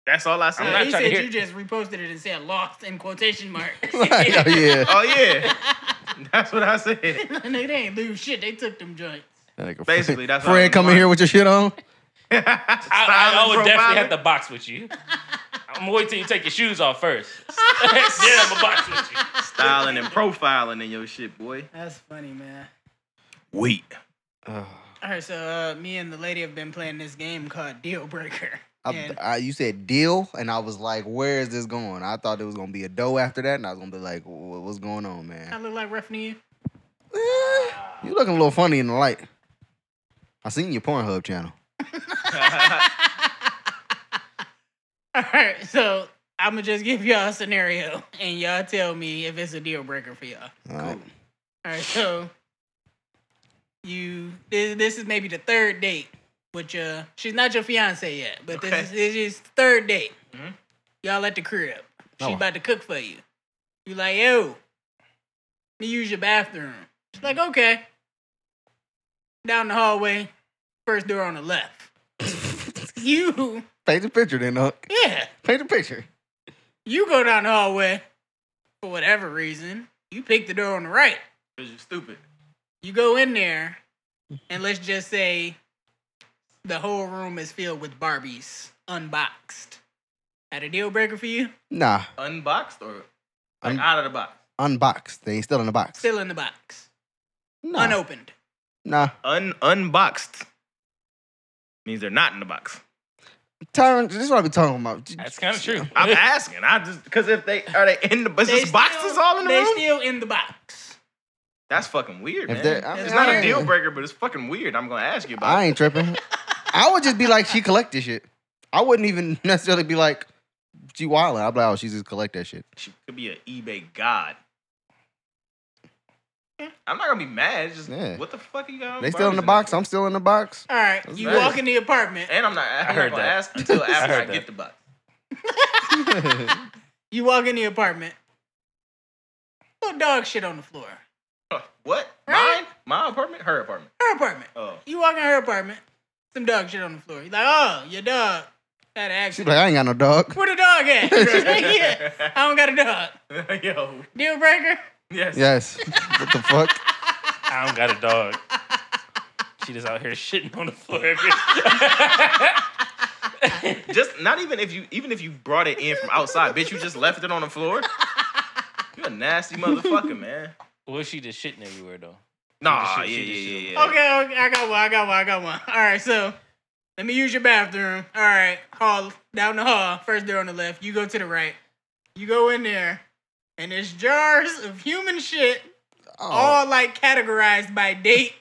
A: That's all I said.
D: I'm
B: Uh,
D: not
B: he
D: trying
B: said
D: to hear-
B: you just reposted it and said "lost" in quotation marks.
C: oh, yeah.
A: oh yeah, that's what I said.
B: Nigga, they ain't lose shit. They took them joints.
C: Like a
A: Basically,
C: friend-
A: that's all
C: Fred
A: you
C: coming
A: want.
C: here with your shit on.
D: I, I, I
A: Silent
D: would definitely have
A: profiling.
D: to box with you. I'm gonna wait till you take your shoes off first. then I'm gonna box with you.
A: styling and profiling in your shit, boy.
B: That's funny, man.
A: Wait.
B: All right, so uh, me and the lady have been playing this game called Deal Breaker.
C: I,
B: And
C: I, you said deal, and I was like, "Where is this going?" I thought it was gonna be a dough after that, and I was gonna be like, "Wha- "What's going on,
B: I
C: man?"
B: look like roughing you.
C: Eh, you looking a little funny in the light. I seen your Pornhub channel.
B: All right, so I'm gonna just give y'all a scenario, and y'all tell me if it's a deal breaker for y'all.
C: All right.
B: All right, so you this, this is maybe the third date, which uh she's not your fiance yet, but
A: Okay.
B: this is this is third date.
A: Mhm.
B: Y'all at the crib. She
C: Oh.
B: about to cook for you. You like yo, let me use your bathroom. She's like okay. Down the hallway, first door on the left. you
C: Paint the picture, then, huh?
B: yeah.
C: Paint the picture.
B: You go down the hallway for whatever reason. You pick the door on the right.
A: Cause you stupid.
B: You go in there,
A: Mm-hmm.
B: and let's just say the whole room is filled with Barbies, unboxed. That a deal breaker for you?
C: Nah,
A: Unboxed or like
C: Un-
A: out of the box?
C: unboxed. They ain't still in the box.
B: Still in the box,
C: Nah,
B: unopened.
C: nah.
A: Un unboxed means they're not in the box.
C: Tyron, this is what I be talking about. J-
D: That's kind of true.
A: I'm asking. I just because if they are they in the is
B: They
A: this boxes
B: still-
A: all in the
B: They
A: room?
B: still in the box.
A: That's fucking weird, man.
C: If they- I
A: it's
B: mean,
A: not
B: I
A: a
B: ain't-
A: deal breaker, but it's fucking weird. I'm gonna ask you about.
C: I
A: it.
C: ain't tripping. I would just be like, she collect this shit. I wouldn't even necessarily be like, she wildin'. I'd be like, oh, she just collect that shit.
A: She could be an eBay god. I'm not gonna be mad. It's just
C: Yeah.
A: what the fuck you got?
C: They still in the
A: Barbies
C: box.
A: there?
C: I'm still in the box.
B: All right,
C: That's
B: you
A: nice.
B: walk in the apartment.
A: And I'm not. I'm
D: I heard
A: not gonna
D: that.
A: ask until after I,
D: heard
A: get
D: that.
A: the box.
B: You walk in the apartment. Little dog shit on the floor.
A: Huh, What?
B: Right?
A: Mine? My apartment? Her apartment?
B: Her apartment.
A: Oh,
B: You walk in her apartment. Some dog shit on the floor. You like, oh, your dog had an accident.
C: She's like, I ain't got no dog.
B: Where the dog at? She's like, yeah, I don't got a dog.
A: yo,
B: Deal breaker.
A: yes.
C: Yes. what the fuck?
D: I don't got a dog. She just out here shitting on the floor.
A: Just not even if you even if you brought it in from outside, bitch. You just left it on the floor. You a nasty motherfucker, man.
D: well, she just shitting everywhere though.
A: Nah,
D: She-
A: yeah,
D: she-
A: yeah,
D: she-
A: yeah, yeah.
B: Okay, okay, I got one. I got one. I got one. All right, so let me use your bathroom. All right, hall down the hall, first door on the left. You go to the right. You go in there, and there's jars of human shit,
C: Oh.
B: all like categorized by date,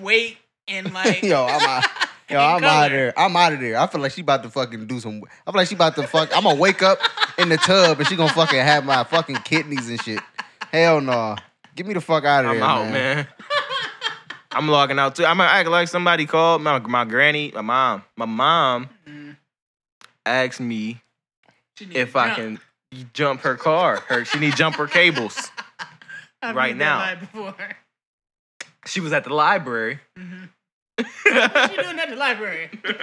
B: weight, and like.
C: yo, I'm out. Yo, I'm
B: And
C: out
B: color.
C: of there. I'm out of there. I feel like she about to fucking do some. I feel like she about to fuck. I'm gonna wake up in the tub and she gonna fucking have my fucking kidneys and shit. Hell no. Get me the fuck out of
A: I'm
C: there.
A: out,
C: man.
A: man. I'm logging out too. I'm gonna act like somebody called my my granny, my mom. My mom asked me
B: She need
A: if
B: to
A: I
B: jump.
A: can jump her car. Her she need jumper cables.
B: I've
A: right
B: used that
A: now.
B: line Before.
A: She was at the library.
B: What you doing at the library? Okay,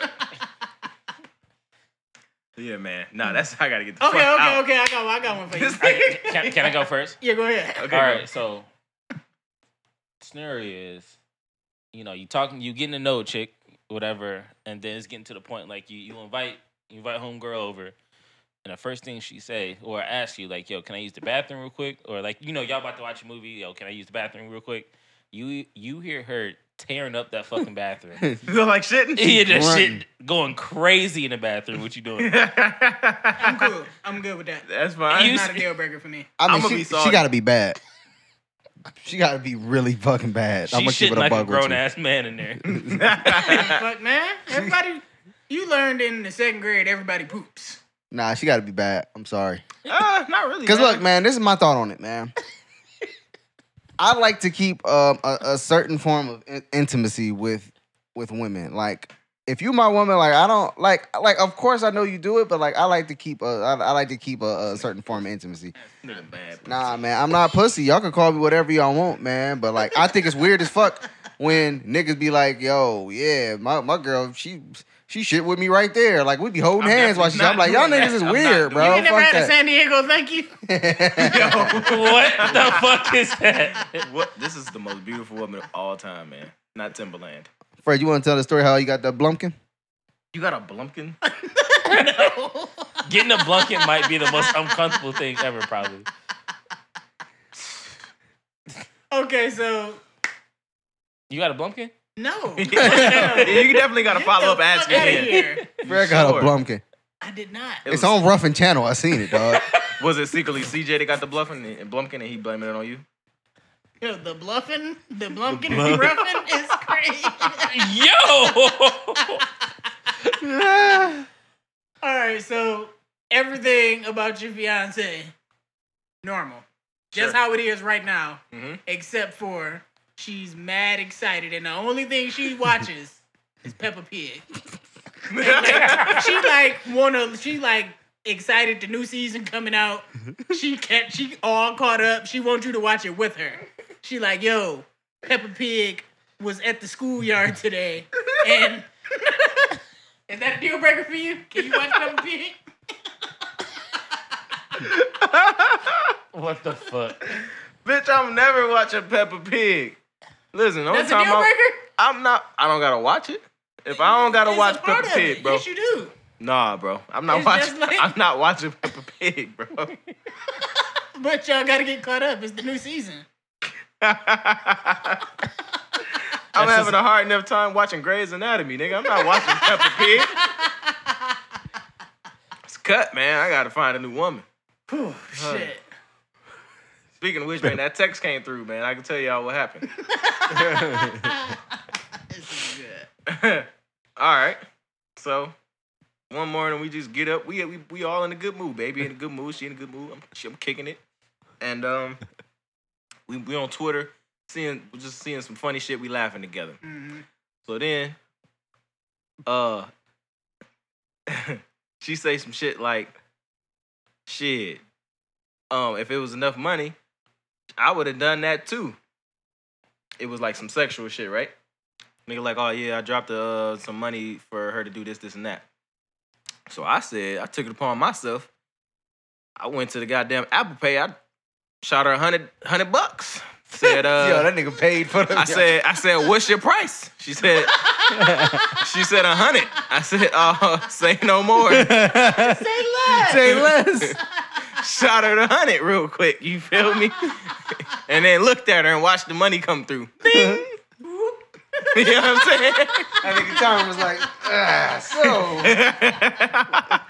A: yeah, man. Nah, that's I gotta get the
B: Hmm. okay,
A: fuck out.
B: okay. I got one. I got one for you.
A: This-
D: I- can, can I go first?
B: Yeah, go ahead.
A: Okay,
D: All
A: go.
D: right, so scenario is, you know, you talking, you getting to know a chick, whatever, and then it's getting to the point like you you invite you invite homegirl over, and the first thing she say or ask you like, yo, can I use the bathroom real quick? Or like, you know, y'all about to watch a movie, yo, can I use the bathroom real quick? You you hear her tearing up that fucking bathroom.
A: You feel like shitting?
D: yeah, that
C: grunting.
D: shit going crazy in the bathroom. What you doing?
B: I'm cool. I'm good with that.
A: that's fine.
D: You-
B: It's not a deal breaker for me.
C: I mean,
A: I'ma
C: she,
A: be
C: she
A: salty.
C: gotta be bad. She gotta be really fucking bad. I'm
D: She
C: gonna keep
D: shitting
C: it a
D: like a
C: bug with
D: grown
C: you.
D: ass man in there.
C: Uh,
B: Fuck, man. Everybody, you learned in the second grade, everybody poops.
C: Nah, she gotta be bad. I'm sorry.
A: uh, not really.
C: Cause
A: man.
C: look, man, this is my thought on it, man. I like to keep um, a, a certain form of in- intimacy with with women. Like, if you my woman, like I don't like like. Of course, I know you do it, but like I like to keep a I, I like to keep a, a certain form of intimacy.
A: Nigga bad.
C: Nah, man, I'm not pussy. Y'all can call me whatever y'all want, man. But like, I think it's weird as fuck when niggas be like, "Yo, yeah, my, my girl, she she shit with me right there." Like we be holding
A: I'm
C: hands while she's.
A: definitely
C: I'm like, y'all
A: not doing
C: niggas
A: that.
C: is
A: I'm not
C: weird,
A: doing
C: bro.
A: that.
B: you ain't never
C: Fuck
B: had
C: that.
B: a San Diego, thank you.
D: what the fuck is that?
A: What? This is the most beautiful woman of all time, man. Not Timberland.
C: Fred, you want to tell the story how you got that blumpkin?
A: You got a blumpkin?
D: Getting a blanket might be the most uncomfortable thing ever, probably.
B: Okay, so
D: You got a blumpkin?
B: no.
A: yeah, you definitely got to follow up
B: Get the
A: asking.
B: fuck outta
A: yeah.
B: here.
C: Fred got
A: Sure.
C: a blumpkin.
B: I did not.
A: It
C: It's
A: was-
C: on Ruffin Channel. I seen it, dog.
A: Was it secretly CJ that got the bluffing and Blumpkin and he blaming it on you?
B: Yo, the bluffing, the blumpkin, the bluffing is crazy.
D: Yo!
B: All right, so everything about your fiance, normal. Just
A: Sure.
B: how it is right now,
C: Mm-hmm.
A: Mhm.
B: except for she's mad excited, and the only thing she watches is Peppa Pig. she like wanna she like excited the new season coming out. She kept she all caught up. She wants you to watch it with her. She like, yo, Peppa Pig was at the schoolyard today. And is that a deal breaker for you? Can you watch Peppa Pig?
D: what the fuck?
A: Bitch, I'm never watching Peppa Pig. Listen, the only
B: That's a
A: time
B: deal
A: I'm,
B: breaker?
A: I'm not, I don't gotta watch it. If I don't gotta
B: It's a
A: watch
B: part
A: Peppa
B: of
A: Pig,
B: it.
A: bro,
B: Yes, you do.
A: nah, bro, I'm not
B: It's just
A: watching.
B: like-
A: I'm not watching Peppa Pig, bro.
B: But y'all gotta get caught up. It's the new season.
A: I'm having a hard enough time watching Grey's Anatomy, nigga. I'm not watching Peppa Pig. It's cut, man. I gotta find a new woman.
B: Whew, shit.
A: Speaking of which, man, that text came through, man. I can tell y'all what happened.
B: This is good.
A: all right. So one morning we just get up. We we we all in a good mood, baby. In a good mood. She in a good mood. I'm she, I'm kicking it. And um, we we on Twitter seeing just seeing some funny shit. We laughing together.
B: Mhm.
A: So then, uh, she say some shit like, "Shit, um, if it was enough money, I would have done that too." It was like some sexual shit, right? Nigga, like, oh yeah, I dropped uh, some money for her to do this, this, and that. So I said, I took it upon myself. I went to the goddamn Apple Pay. I shot her a hundred, hundred bucks. Said, uh,
C: Yo, that nigga paid for the.
A: I said, I said, what's your price? She said, she said a hundred. I said, uh, say no more.
B: Say less.
C: say less.
A: Shot her the hundred real quick. You feel me? and then looked at her and watched the money come through. Bing. you know what I'm saying?
C: I think Tom was like, ah,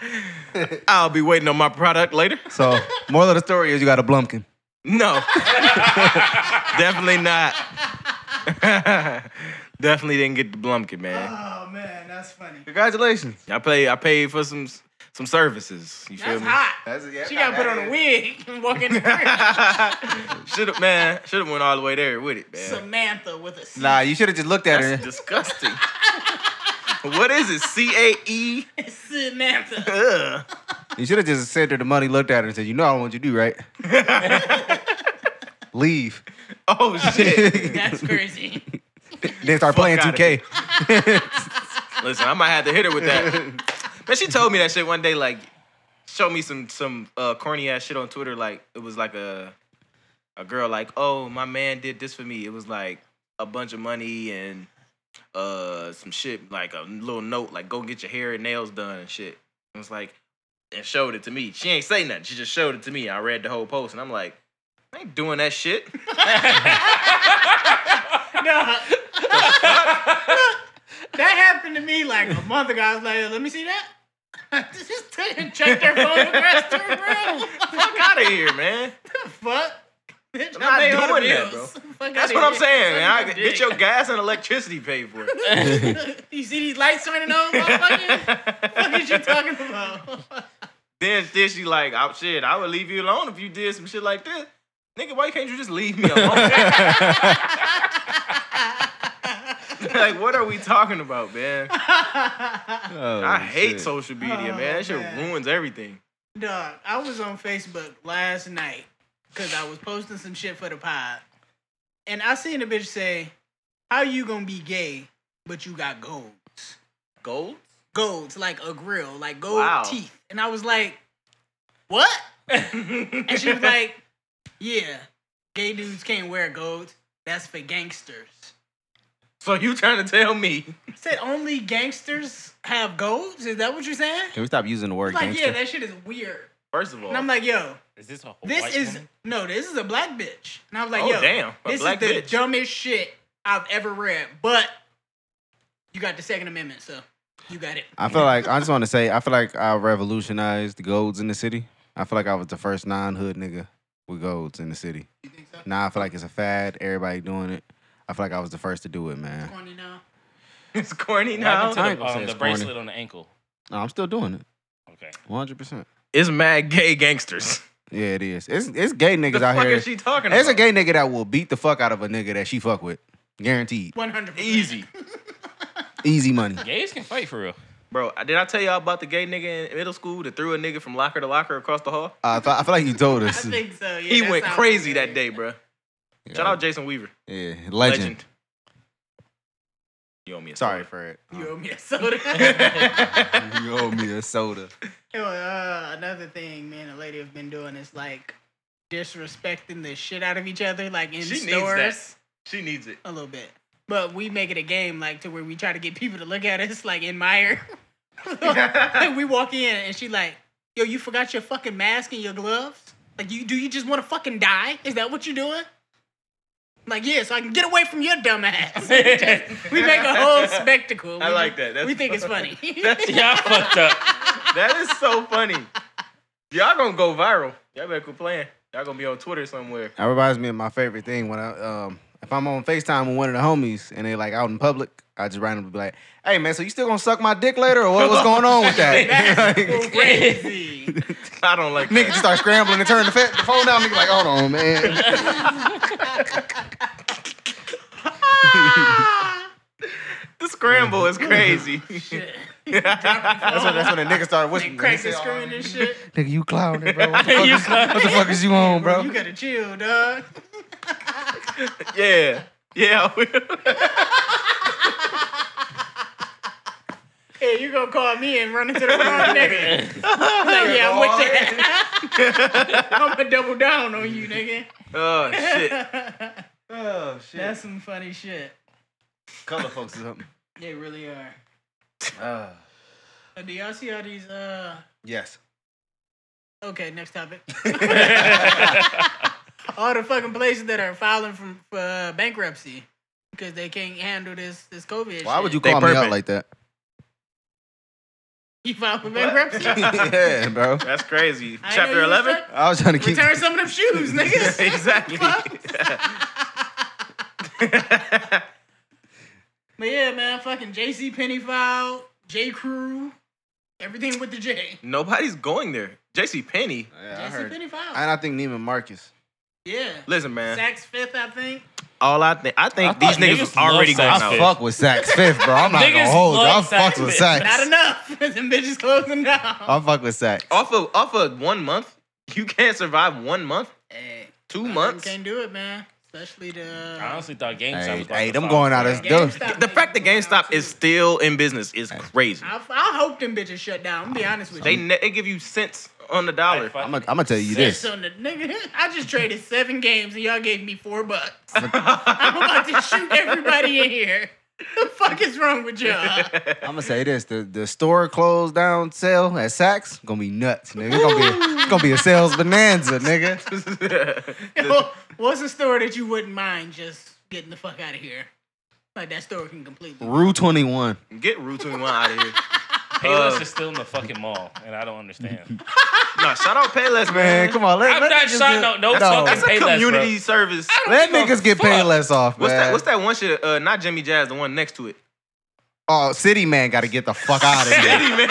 C: so.
A: I'll be waiting on my product later.
C: So, moral of the story is you got a blumpkin.
A: No. Definitely not. Definitely didn't get the blumpkin, man.
B: Oh man, that's funny.
C: Congratulations.
A: I paid I paid for some some services. You feel
B: That's
A: me?
B: hot.
C: That's, yeah,
B: She got to put on a wig and walk in the crib.
A: should have man, should have went all the way there with it, man.
B: Samantha with a C.
C: Nah, you should have just looked at
A: That's
C: her.
A: disgusting. what is it? C A E.
B: Samantha.
A: Ugh.
C: You should have just sent her the money, looked at her, and said, "You know, I don't want you to do right. Leave."
A: Oh shit.
B: That's crazy.
C: Then start playing
A: outta
C: 2K.
A: Listen, I might have to hit her with that. Man, she told me that shit one day. Like, showed me some some uh, corny ass shit on Twitter. Like, it was like a a girl like, oh, my man did this for me. It was like a bunch of money and uh some shit like a little note like go get your hair and nails done and shit. It was like and showed it to me. She ain't say nothing. She just showed it to me. I read the whole post and I'm like, I ain't doing that shit.
B: No. that happened to me like a month ago. I was like, let me see that. Just took and checked their photographs to her room.
A: Fuck out of here, man.
B: Fuck. Bitch,
A: I'm
B: I
A: not
B: paid all the
A: doing that,
B: bills.
A: bro.
B: Fuck
A: That's
B: outta
A: what I'm
B: here.
A: saying, man.
B: Suck
A: I,
B: my
A: get your gas and electricity paid for it.
B: dick. you see these lights turning on, motherfucker? what is you talking about?
A: then, then she like, oh, shit, I would leave you alone if you did some shit like this. Nigga, why can't you just leave me alone? like, what are we talking about, man?
C: Oh,
A: I hate social media,
B: Oh,
A: man. That shit
B: man.
A: ruins everything.
B: Dog, I was on Facebook last night because I was posting some shit for the pod. And I seen a bitch say, How you gonna be gay, but you got golds?
A: Gold?
B: Golds, like a grill, like gold
A: Wow.
B: teeth. And I was like, What? and she was like, Yeah, gay dudes can't wear golds. That's for gangsters.
A: So you trying to tell me?
B: I said, Only gangsters have golds? Is that what you're saying?
C: Can we stop using the word
B: Like,
C: gangster?
B: yeah, that shit is weird.
A: First of all,
B: And I'm like, Yo,
D: Is this Oh, a
B: This
D: white
B: is
D: woman?
B: no, this is a black bitch. And I was like,
A: Oh,
B: yo,
A: damn, a
B: this
A: black
B: is the
A: bitch.
B: dumbest shit I've ever read. But you got the Second Amendment, so you got it.
C: I feel like I just want to say I feel like I revolutionized the golds in the city. I feel like I was the first non-hood nigga with golds in the city.
B: You think so?
C: Now I feel like it's a fad. Everybody doing it. I feel like I was the first to do it, man.
B: Corny now.
A: it's corny
D: What
A: now.
D: happened to
C: I
D: the-
C: ain't gonna say
D: um,
C: it's
D: the
C: corny.
D: bracelet on the ankle.
C: No, I'm still doing it.
D: Okay.
C: 100. percent
A: It's mad gay gangsters.
C: Yeah, it is. It's it's gay
A: The
C: niggas out
A: fuck
C: here.
A: is she talking about?
C: It's a gay nigga that will beat the fuck out of a nigga that she fuck with. Guaranteed.
B: One hundred percent
A: Easy.
C: Easy money. Uh,
D: Gays can fight for real.
A: Bro, did I tell y'all about the gay nigga in middle school that threw a nigga from locker to locker across the hall?
C: I, thought I feel like you told
B: I
C: us.
B: think so. Yeah,
A: he
B: that
A: went
B: sounds
A: crazy
B: familiar.
A: that day, bro. Shout out Jason Weaver.
C: Yeah, legend.
A: Legend. You owe me a
C: Sorry, Fred.
B: You
C: Um,
B: owe me a soda.
C: you owe me a soda.
B: Yo, uh, another thing, man, the lady have been doing is like disrespecting the shit out of each other, like in
A: She needs
B: stores.
A: that. She needs it.
B: a little bit. But we make it a game, like to where we try to get people to look at us, like in Meyer. like we walk in and she like, yo, you forgot your fucking mask and your gloves. Like, you do you just want to fucking die? Is that what you're doing? I'm like, yeah, so I can get away from your dumb ass. Just- we make a whole spectacle.
A: I
B: We
A: like
B: ju-
A: that. That's-
B: we think it's funny.
A: That's-
D: Y'all fucked up.
A: That is so funny. Y'all gonna go viral. Y'all better quit playing. Y'all gonna be on Twitter somewhere.
C: That reminds me of my favorite thing when I um if I'm on FaceTime with one of the homies and they like out in public, I just randomly be like, "Hey man, so you still gonna suck my dick later, or what, what's going on with that?" Like,
B: crazy.
A: I don't like that.
C: nigga just start scrambling and turn the, fa- the phone down. Nigga like, "Hold on, man."
A: The scramble is crazy.
B: Shit.
C: That's when that's when the nigga started whispering.
B: They crack
C: He
B: and
C: said,
B: screaming and shit.
C: "Oh, nigga, you clowning, bro? What the, fuck
D: You
C: is, what the fuck is you on, bro?
B: You gotta chill, dog.
A: yeah. Yeah.
B: Hey, you gonna call me and run into the wrong nigga. Like, yeah, I'm with that. I'm gonna double down on you, nigga.
A: oh shit.
C: Oh shit,
B: That's some funny shit.
C: color folks is up.
B: They really are.
A: Ah.
C: Uh,
B: Uh, do y'all see all these? uh
C: yes.
B: Okay, next topic. all the fucking places that are filing from for uh, bankruptcy because they can't handle this this COVID.
C: Why would you
B: shit.
A: They
C: call me out
A: perfect.
C: like that?
B: You filed for bankruptcy?
C: yeah, bro.
A: That's crazy.
B: I know
A: Chapter
B: you
A: 11?
B: return-
C: I was trying to keep.
B: Return some of them shoes, niggas.
A: exactly.
B: But yeah, man, fucking J.C. Penny filed, J. Crew, everything with the J.
A: Nobody's going there. JC Penny.
C: Yeah, I
B: J.C.
C: heard.
B: Penny filed.
C: And I think Neiman Marcus.
B: yeah.
A: Listen, man.
B: Saks Fifth, I think.
A: All I think, I think these
D: thought
A: niggas
D: niggas
A: was already going
D: love
A: out.
D: Saks Fifth.
C: Fuck with Saks Fifth, bro. I'm not
D: Niggas
C: gonna hold you. I
D: love
C: fuck
D: Saks
C: with
D: Fifth.
C: Saks.
B: Not enough. Them bitches closing down.
C: I fuck with Saks.
A: Off of off of one month, you can't survive one month,
B: Hey,
A: two
B: I
A: months.
B: Can't do it, man. Especially the. uh,
D: I honestly thought GameStop
C: Hey,
D: was about
C: hey,
D: to
C: them
D: file.
C: going out as dope.
A: The fact that GameStop is still in business is crazy.
B: I, I hope them bitches shut down. I'm gonna be honest with
A: They
B: you.
A: ne- they give you cents on the dollar.
D: Hey,
C: I'm gonna I'm gonna tell you this.
B: Shits on the nigga. I just traded seven games and y'all gave me four bucks. I'm about to shoot everybody in here. The fuck is wrong with y'all?
C: I'm gonna say this: the, the store closed down sale at Saks gonna be nuts, nigga. It's gonna be it's gonna be a sales bonanza, nigga.
B: Yo, What's a store that you wouldn't mind just getting the fuck out of here? Like that store can completely.
C: Rue 21.
A: Get Rue 21 out of here.
D: Payless
A: Uh,
D: is still in the fucking mall, and I don't understand.
A: No, shout out Payless,
C: Man,
A: man.
C: come on, let,
D: I'm
C: let
D: not
C: niggas
D: shouting
C: get-
D: out no fucking
A: That's a
D: Payless, bro.
A: community service.
C: Let
D: give a
C: niggas get paid
D: fuck.
C: less off,
A: What's
C: man.
A: that? What's that one shit? Uh, not Jimmy Jazz, the one next to it.
C: Oh, City Man got to get the fuck out of here.
A: City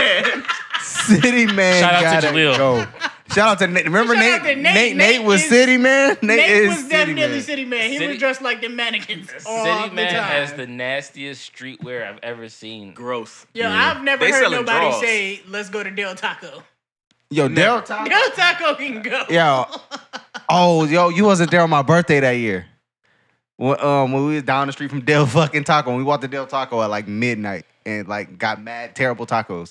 A: man.
C: City Man
D: Shout out
C: gotta
D: to Jaleel.
C: go. Shout out to Nate. Remember
B: Shout
C: Nate,
B: out to
C: Nate?
B: Nate.
C: Nate?
B: Nate
C: was
B: is-
C: City Man. Nate,
B: Nate
C: is
B: was definitely
C: City
B: City Man. He
D: City-
B: was dressed like the mannequins. all
D: City
B: the
D: Man
B: time.
D: has the nastiest streetwear I've ever seen.
A: Gross.
B: Yo,
C: Yeah.
B: I've never
A: They
B: heard
A: selling
B: nobody
A: draws.
B: say, "Let's go to Del Taco."
C: Yo, Del.
A: Never.
B: Del Taco can go.
C: Yo. Oh, yo, you wasn't there on my birthday that year. When, um, when we was down the street from Del fucking Taco, and we walked to Del Taco at like midnight and like got mad terrible tacos.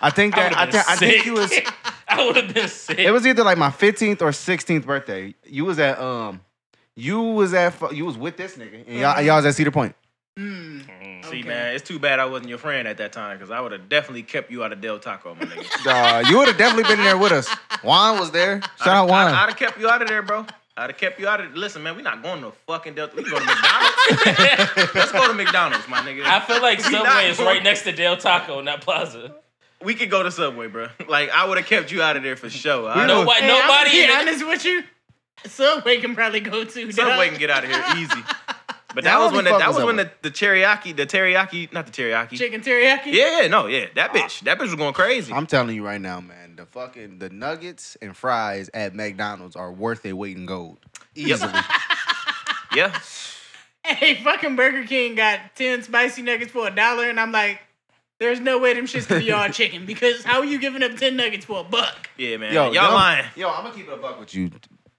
C: I think that I,
D: would've
C: thi-
D: been
C: I think
D: sick.
C: you was.
D: I would have been sick.
C: It was either like my 15th or 16th birthday. You was at um, you was at fu- you was with this nigga, and y'all, y'all was at Cedar Point.
B: Mm.
D: Mm.
A: See,
B: Okay.
A: man, it's too bad I wasn't your friend at that time because I would have definitely kept you out of Del Taco, my nigga.
C: Uh, you would have definitely been there with us. Juan was there. Shout out Juan.
A: I'd have kept you out of there, bro. I'd have kept you out of. Listen, man, we not going to fucking Del. We can go to McDonald's. Let's go to McDonald's, my nigga.
D: I feel like
A: We not
D: Subway is
A: going-
D: right next to Del Taco in that plaza.
A: We could go to Subway, bro. Like I would have kept you out of there for sure. I
D: No,
A: know
D: what,
B: Hey,
D: nobody.
B: I'm
D: in
B: gonna
D: the-
B: be honest with you. Subway can probably go to.
A: Subway
B: dog.
A: can get out of here easy. But
C: Yeah,
A: that
C: I
A: was
C: only
A: when the,
C: fuck
A: that
C: with
A: was when the, the teriyaki, the teriyaki, not the teriyaki.
B: Chicken teriyaki.
A: Yeah, yeah, no, yeah, that bitch, that bitch was going crazy.
C: I'm telling you right now, man, the fucking the nuggets and fries at McDonald's are worth their weight in gold. Easily.
A: yeah,
B: Hey, fucking Burger King got ten spicy nuggets for a dollar, and I'm like, there's no way them shits can be all chicken because how are you giving up ten nuggets for a buck?
A: yeah, man.
C: Yo,
A: Y'all
C: dumb-
A: lying.
C: Yo, I'm gonna keep it a buck with you.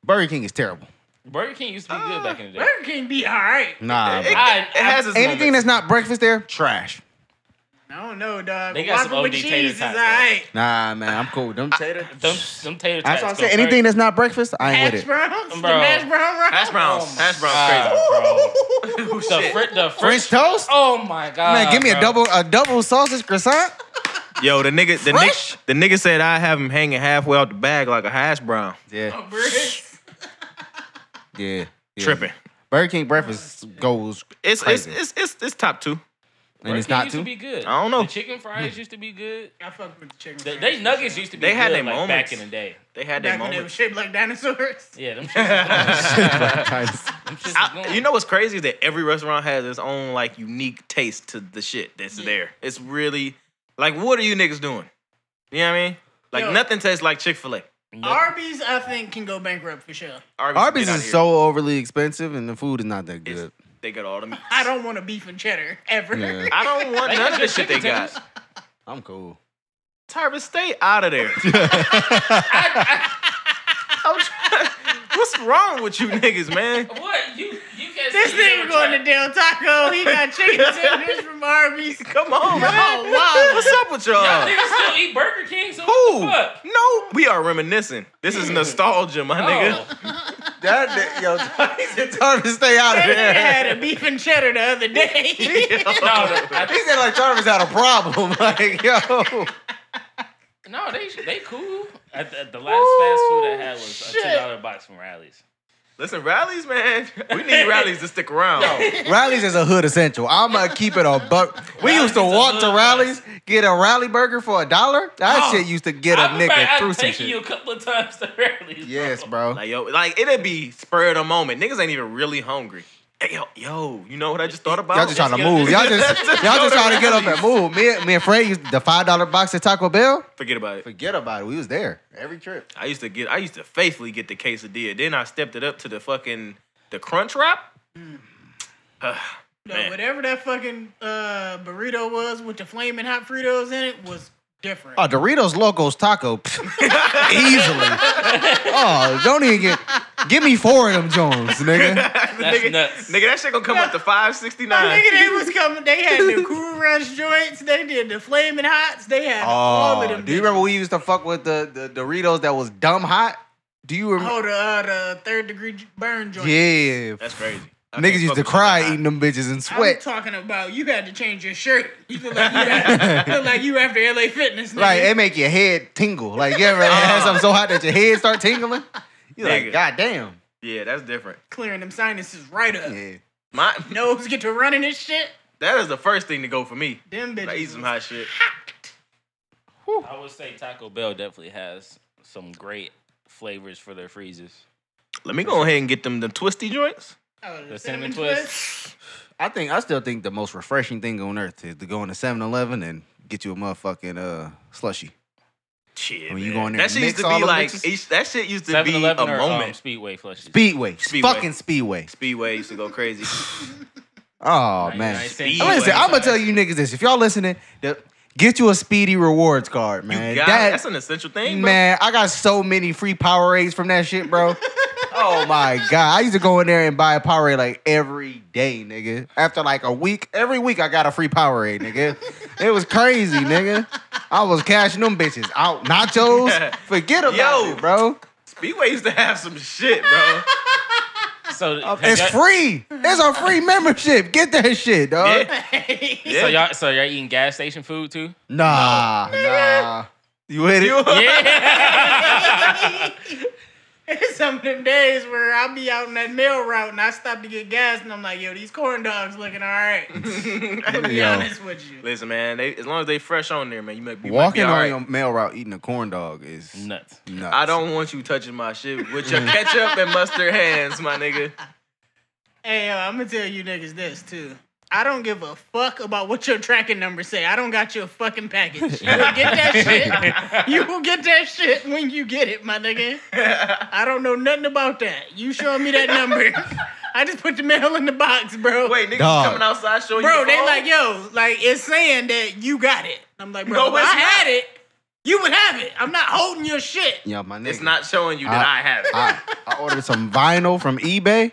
C: Burger King is terrible.
D: Burger King used to be good back in the day.
B: Burger King be all right.
C: Nah.
A: It,
C: bro.
D: I-
A: it has its
C: Anything
A: moments.
C: that's not breakfast there, trash.
B: I don't know, dog.
D: They got some
B: Waffle with
D: OD tater
B: cheese is all
D: tots,
B: right.
C: Nah, man, I'm cool. Them tater.
D: Them, them tater tots.
C: That's what I'm
D: go
C: saying. Anything that's not breakfast, I ain't
B: Hash
C: with it.
B: browns, the
D: Bro.
B: hash brown round.
A: hash browns,
C: Oh
A: hash browns crazy.
D: Ah,
A: Oh,
D: bro. the, fr- the
C: French
D: French.
C: toast?
D: Oh my god.
C: man, give me
D: bro.
C: a double a double sausage croissant.
A: Yo, the nigga, the
C: Fresh?
A: nigga, the nigga said I have him hanging halfway out the bag like a hash brown.
C: Yeah,
B: Oh, bricks.
C: yeah. yeah.
A: Tripping.
C: Burger King breakfast goes
A: It's it's,
C: Crazy.
A: it's it's it's top two.
C: and it's
D: Burger King
C: not
D: used to
C: too.
D: be good.
A: I don't know.
D: The chicken fries used to be good.
B: I fuck with the chicken.
D: The,
B: fries.
D: they nuggets used to be.
A: They had
D: good,
A: their
D: like,
A: moments.
D: back in the day.
A: They had their
B: back when they were
A: moments.
B: shaped like dinosaurs.
D: Yeah, them shits. them shits was
A: I-
D: going.
A: you know what's crazy is that every restaurant has its own like unique taste to the shit that's there. It's really like, what are you niggas doing? You know what I mean? Like
B: Yo.
A: nothing tastes like Chick Fil A.
B: Arby's, I think, can go bankrupt for sure.
C: Arby's is so overly expensive, and the food is not that good.
A: They got all the meat.
B: I don't want a beef and cheddar ever.
C: Yeah.
A: I don't want
D: They
A: none of
D: got
A: the shit they
D: chicken
A: got.
D: tenders.
C: I'm cool.
A: Tyrus, stay out of there. I'm try- What's wrong with you niggas, man?
D: What you you can't
B: This
D: sit here
B: nigga
D: and
B: going
D: try-
B: to Del Taco. He got chicken tenders from Arby's.
A: Come on, man.
B: wow.
A: What's up with y'all?
D: Y'all niggas still eat Burger King, so
A: Who?
D: what the fuck?
A: No, we are reminiscing. This is nostalgia, my nigga.
D: Oh,
C: That nigga- yo, Jarvis, stay out of
B: That nigga
C: there.
B: had a beef and cheddar the other day.
D: no, I
C: He said like Jarvis had a problem. Like yo,
D: No, they they cool. At the, at the last fast food I had was a
B: Shit.
D: ten dollar box from Riley's.
A: Listen, rallies, man. We need rallies to stick around.
C: Rallies is a hood essential. I'm gonna keep it a buck. We used to
D: Rallies a
C: walk to
D: hood
C: rallies, get a rally burger for a dollar. That
D: Oh,
C: shit used to get a
D: I remember
C: nigga
D: I'd
C: through some
D: taken you
C: shit.
D: a couple of times to Riley's.
C: Yes,
D: bro.
C: bro.
A: Like yo, like it'd be spur of the moment. Niggas ain't even really hungry. Hey, yo, yo, you know what I just thought about?
C: Y'all just trying to move. Y'all just y'all just trying to get up and move. Me, and- me and Fred used the five dollar box at Taco Bell.
A: Forget about it.
C: Forget about it. We was there every trip.
A: I used to get, I used to faithfully get the quesadilla. Then I stepped it up to the fucking the crunch wrap.
B: No,
A: Man.
B: whatever that fucking uh, burrito was with the flaming hot Fritos in it was different.
C: Oh, Doritos Locos Taco pff, easily. Oh, don't even get. Give me four of them Jones, nigga.
D: That's
A: nigga,
D: nuts.
A: nigga, that shit gonna come up to five sixty
B: My
A: nine.
B: nigga, they was coming. They had the Cool Ranch joints. They did the Flaming Hots. They had all of
C: Oh,
B: them.
C: do you remember we used to fuck with the, the Doritos that was dumb hot? Do you remember?
B: Oh, the, uh, the third degree burn joint.
C: yeah.
A: That's crazy. I can't
C: Niggas used
A: fuck
C: to
A: with
C: cry
A: shit like
C: eating them bitches and
B: I'm
C: sweat.
B: talking about you had to change your shirt. You look like you, had, look like you after LA Fitness. Nigga.
C: Like it make your head tingle. Like you ever had something so hot that your head start tingling? You like,
A: Oh. Nigga.
C: god damn.
A: that. Yeah, that's different.
B: clearing them sinuses right up.
C: Yeah.
A: My
B: Nose get to running and shit.
A: that is the first thing to go for me.
B: Them bitches.
A: I eat some hot shit.
D: I would say Taco Bell definitely has some great flavors for their freezers.
A: Let me go ahead and get them the twisty joints.
B: Oh,
D: The cinnamon twist.
C: I think I still think the most refreshing thing on earth is to go into 7-Eleven and get you a motherfucking uh slushy.
A: Shit,
C: When you
A: man.
C: go in there
A: that
C: and
A: shit used
C: mix
A: to
C: all
A: be
C: them
A: like
C: bitches?
A: each- that shit used to
D: Seven
A: be a
D: Eleven or um,
A: moment.
D: Speedway flushes.
C: Speedway.
A: Speedway.
C: Fucking Speedway.
A: Speedway used to go crazy.
C: Oh
D: Like,
C: man.
D: I said,
A: Speedway.
C: Listen,
D: Speedway.
C: I'm gonna tell you niggas this. If y'all listening, the, get you a speedy rewards card,
A: You
C: man.
A: got
C: That-
A: it. that's an essential thing, bro.
C: Man, I got so many free Powerades from that shit, bro. oh my god, I used to go in there and buy a Powerade like every day, nigga. After like a week, every week I got a free Powerade, nigga. it was crazy, nigga. I was cashing them bitches out. Nachos, forget about
A: Yo.
C: it, bro.
A: Speedway used to have some shit, bro.
D: So, have
C: It's
D: y'all-
C: free. It's a free membership. Get that shit, dog.
A: yeah, yeah.
D: So y'all, so y'all eating gas station food too?
C: Nah, nah. You with it?
D: Yeah.
B: It's some of them days where I'll be out in that mail route and I stop to get gas and I'm like, yo, these corn dogs looking all right. to be
C: Yo.
B: honest with you.
A: Listen, man. They, as long as they fresh on there, man, you might be you might be
C: Walking
A: all
C: on
A: right.
C: your mail route eating a corn dog is
D: Nuts.
C: nuts.
A: I don't want you touching my shit with your ketchup and mustard hands, my nigga.
B: Hey, yo, I'm gonna tell you niggas this too. I don't give a fuck about what your tracking number say. I don't got your fucking package. You will get that shit. You will get that shit when you get it, my nigga. I don't know nothing about that. You showing me that number. I just put the mail in the box, bro.
A: Wait, niggas
C: Dog.
A: coming outside showing you.
B: bro,
A: the
B: they
A: phone?
B: like, yo, like it's saying that you got it. I'm like, bro,
A: No,
B: if I
A: it's not.
B: had it, you would have it. I'm not holding your shit.
C: Yeah, my nigga.
A: It's not showing you that I,
C: I-
A: have it.
C: I, I ordered some vinyl from eBay,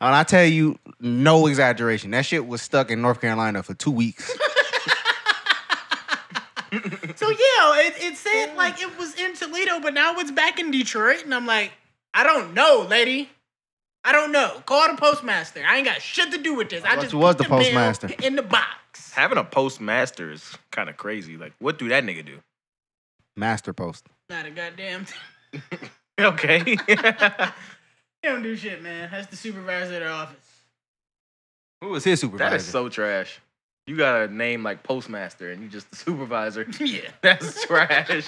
C: and I tell you, no exaggeration, that shit was stuck in North Carolina for two weeks.
B: So yeah, it, it said like it was in Toledo, but now it's back in Detroit, and I'm like, I don't know, lady. I don't know. Call the postmaster. I ain't got shit to do with this. I
C: thought
B: just
C: you was
B: put
C: the
B: mail
C: postmaster.
B: in the box.
A: Having a postmaster is kind of crazy. Like, what do that nigga do?
C: Master post.
B: Not a goddamn. Thing.
A: Okay.
B: They don't do shit, man. That's the supervisor of the office.
C: Who was his
A: that
C: supervisor?
A: is so trash. You got a name like postmaster and you just the supervisor.
B: Yeah.
A: That's trash.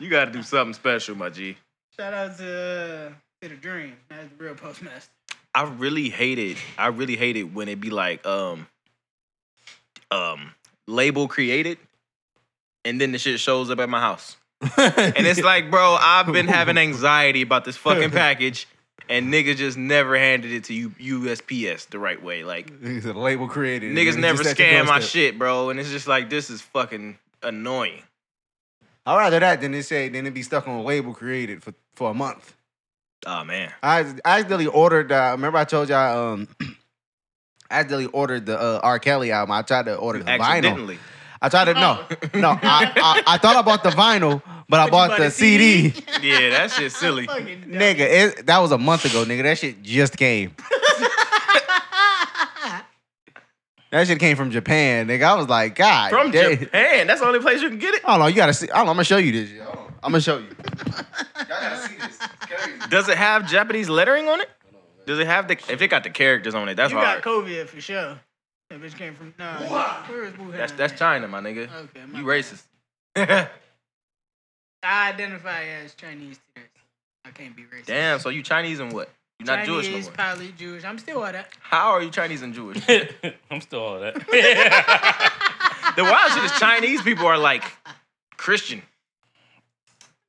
A: you got to do something special, my G.
B: Shout out to uh, to the dream. That's the real postmaster.
A: I really hate it. I really hate it when it be like um um label created and then the shit shows up at my house. And it's like, bro, I've been having anxiety about this fucking package and niggas just never handed it to you USPS the right way. Like
C: It's a label created. It's
A: niggas
C: just
A: never
C: at your
A: scan my
C: doorstep.
A: shit, bro. And it's just like this is fucking annoying.
C: I'd rather that than it say than it be stuck on a label created for, for a month.
A: Oh man.
C: I I accidentally ordered. Uh, remember I told y'all. Um, I accidentally ordered the uh, R. Kelly album. I tried to order the vinyl.
A: Accidentally.
C: I tried to no, no. I, I I thought I bought the vinyl, but I
B: you
C: bought
B: bought
C: the
B: a CD?
C: CD.
A: Yeah, that shit's silly.
B: Fucking dumb.
C: Nigga, it, that was a month ago, nigga. That shit just came.
F: That shit came from Japan, nigga. I was like, God.
A: From
F: damn.
A: Japan. That's the only place you can get it.
F: Hold on, you gotta see. Hold on, I'm gonna show you this. shit. Hold on. I'm gonna show you. Y'all gotta see this.
A: Does it have Japanese lettering on it? Does it have the? If it got the characters on it, that's
B: You
A: hard.
B: got COVID for sure. That bitch came from nah. Where is Wuhan?
A: That's that's China, my nigga.
B: Okay, my bad.
A: You racist. Damn.
B: I identify as Chinese. to this. I can't be racist.
A: So you Chinese and what? You're not
B: Chinese,
A: Jewish no more.
B: probably Jewish. I'm still all that.
A: How are you Chinese and Jewish?
D: I'm still all that.
A: the wild shit is Chinese people are like Christian.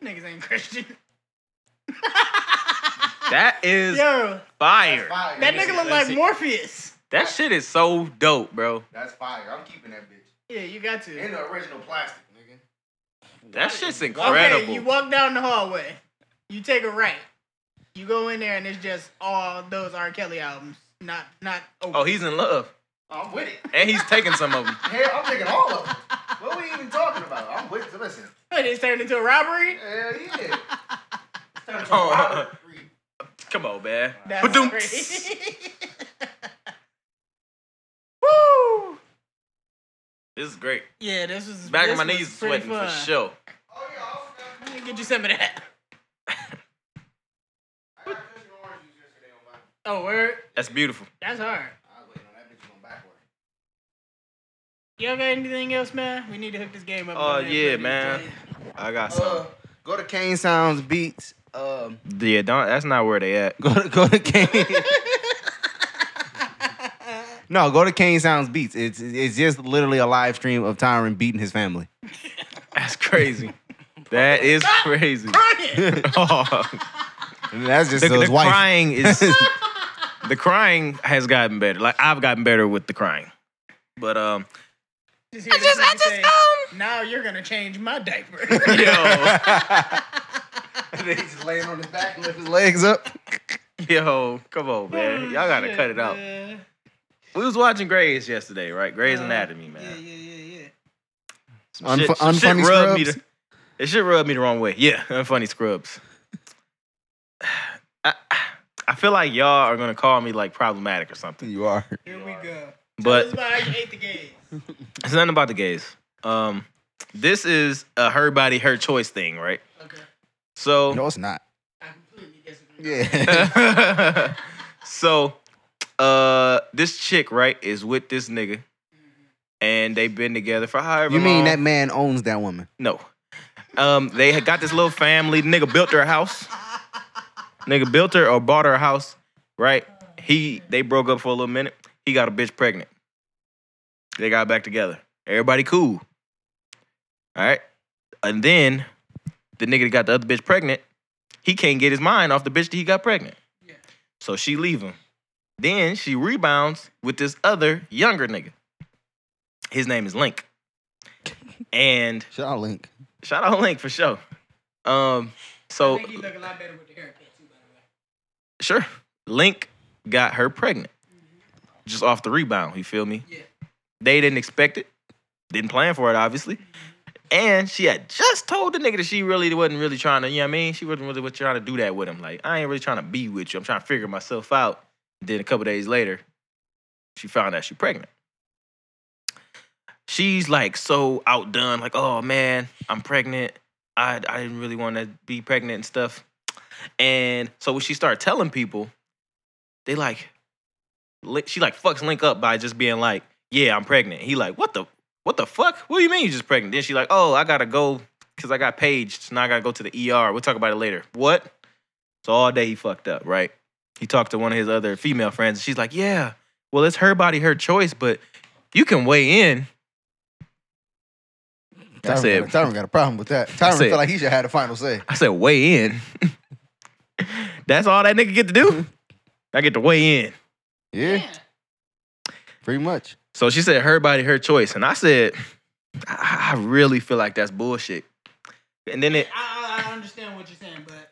B: Niggas ain't Christian.
A: That is
B: Yo,
A: fire.
B: that nigga look like Morpheus.
A: That shit is so dope, bro.
F: That's fire. I'm keeping that bitch.
B: Yeah, you got to.
F: In the original plastic, nigga.
A: That shit's
B: Okay, you
A: incredible.
B: walk down the hallway. You take a right. You go in there and it's just all those R. Kelly albums. Not not
A: Oh, he's in love.
F: I'm with it.
A: And he's taking some of them.
F: Hell, I'm taking all of them. What we even talking about? I'm with it. Listen.
B: But it's turned into a robbery.
F: Hell yeah.
A: Oh, Come on, man.
B: That's
A: Ba-dum.
B: crazy.
A: Woo! This is great.
B: yeah, this was
A: Back
B: this
A: of my
B: was
A: knees is
B: pretty
A: sweating
B: fun.
A: for sure.
B: Let me Get you some of that. Oh, word.
A: That's beautiful.
B: That's hard. You all got anything else, man? We need to hook this game up.
A: Oh,
B: on that
A: yeah,
B: Reddit,
A: man. I got
F: Uh, go to Kane Sounds Beats. Um,
A: Yeah, don't. That's not where they at.
F: go to go to Kane. no, go to Kane Sounds Beats. It's it's just literally a live stream of Tyron beating his family.
A: That's crazy. That is crazy.
B: Brian!
A: Oh,
F: And that's just
A: the,
F: so
A: the
F: his wife.
A: crying is. the crying has gotten better. Like I've gotten better with the crying, but um,
B: Just I just, I just, um. Now you're gonna change my diaper.
A: yo,
F: He's just laying on his back, lift his legs up.
A: yo, come on, man. Y'all
B: Oh,
A: gotta cut it out.
B: Yeah,
A: We was watching Grey's yesterday, right? Grey's
B: Uh,
A: Anatomy,
B: yeah,
A: man.
B: yeah, yeah.
F: Unf-
A: Shit-
F: unfunny
A: shit rubbed me
F: scrubs.
A: the- It should rub me the wrong way. Yeah, unfunny scrubs. I, I feel like y'all are gonna call me like problematic or something,
F: You are.
B: Here we go.
A: but
B: this is why I hate the game.
A: It's nothing about the gays. Um, this is a her body, her choice thing, right?
B: Okay,
A: So,
F: No, it's not.
B: I completely disagree.
F: Yeah.
A: so, uh, this chick, right, is with this nigga, and they've been together for however
F: you mean
A: long.
F: that man owns that woman?
A: No. Um, they had got this little family. Nigga built her a house. Nigga built her or bought her a house, right? He they broke up for a little minute. He got a bitch pregnant. They got back together. Everybody cool. All right. And then the nigga that got the other bitch pregnant, he can't get his mind off the bitch that he got pregnant.
B: Yeah.
A: So she leave him. Then she rebounds with this other younger nigga. His name is Link. And
F: Shout out Link.
A: Shout out Link for sure.
B: I
A: Um, so
B: think you look a lot better with the haircut too, by the way.
A: sure, Link got her pregnant just off the rebound. You feel me?
B: Yeah.
A: They didn't expect it, didn't plan for it, obviously. And she had just told the nigga that she really wasn't really trying to, you know what I mean? She wasn't really trying to do that with him. Like, I ain't really trying to be with you. I'm trying to figure myself out. Then a couple days later, she found out she pregnant. She's like so outdone, like, oh man, I'm pregnant. I, I didn't really want to be pregnant and stuff. And so when she started telling people, they like, li- she like fucks Link up by just being like, yeah, I'm pregnant. He like, what the, what the fuck? What do you mean you just pregnant? Then she like, oh, I gotta go because I got paged. So now I gotta go to the ER. We'll talk about it later. What? So all day he fucked up, right? He talked to one of his other female friends and she's like, yeah, well, it's her body, her choice, but you can weigh in. I
F: Tyron
A: said,
F: got a, Tyron got a problem with that. Tyron
A: said-
F: feel like he should have the final say.
A: I said, weigh in. That's all that nigga get to do. I get to weigh in.
F: Yeah, pretty much.
A: So she said, her body, her choice. And I said, I, I really feel like that's bullshit. And then it,
B: I, I, I understand what you're saying, but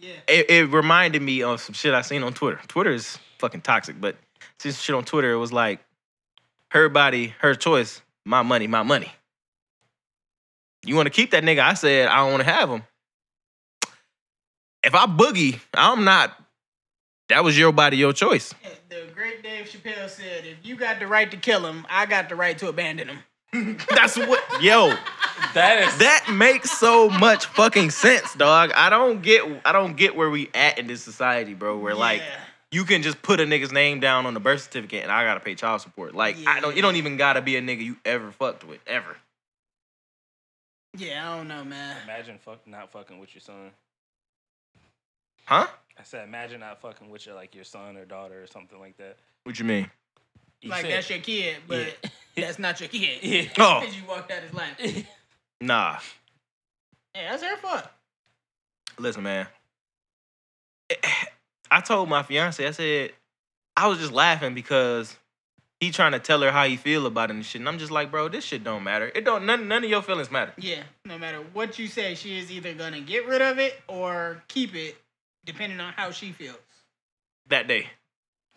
B: yeah.
A: it it reminded me of some shit I seen on Twitter. Twitter is fucking toxic, but see some shit on Twitter, it was like, her body, her choice, my money, my money. You want to keep that nigga? I said, I don't want to have him. If I boogie, I'm not That was your body, your choice.
B: The great Dave Chappelle said, "If you got the right to kill him, I got the right to abandon him."
A: That's what yo.
D: That is
A: That makes so much fucking sense, dog. I don't get I don't get where we at in this society, bro. Where like
B: Yeah.
A: you can just put a nigga's name down on the birth certificate and I gotta pay child support. Like I don't you don't even gotta be a nigga you ever fucked with, ever.
B: Yeah, I don't know, man.
D: imagine fuck not fucking with your son.
A: Huh?
D: I said imagine not fucking with your like your son or daughter or something like that.
A: What you mean?
D: You
B: like
D: said-
B: that's your kid, but that's not your kid.
D: yeah.
A: Oh,
B: Because you walked out his life. Yeah,
A: nah.
B: that's her fault.
A: Listen, man. I told my fiance, I said, I was just laughing because he trying to tell her how he feel about it and shit. And I'm just like, bro, this shit don't matter. It don't none none of your feelings matter.
B: Yeah, no matter what you say, she is either gonna get rid of it or keep it, depending on how she feels.
A: That day.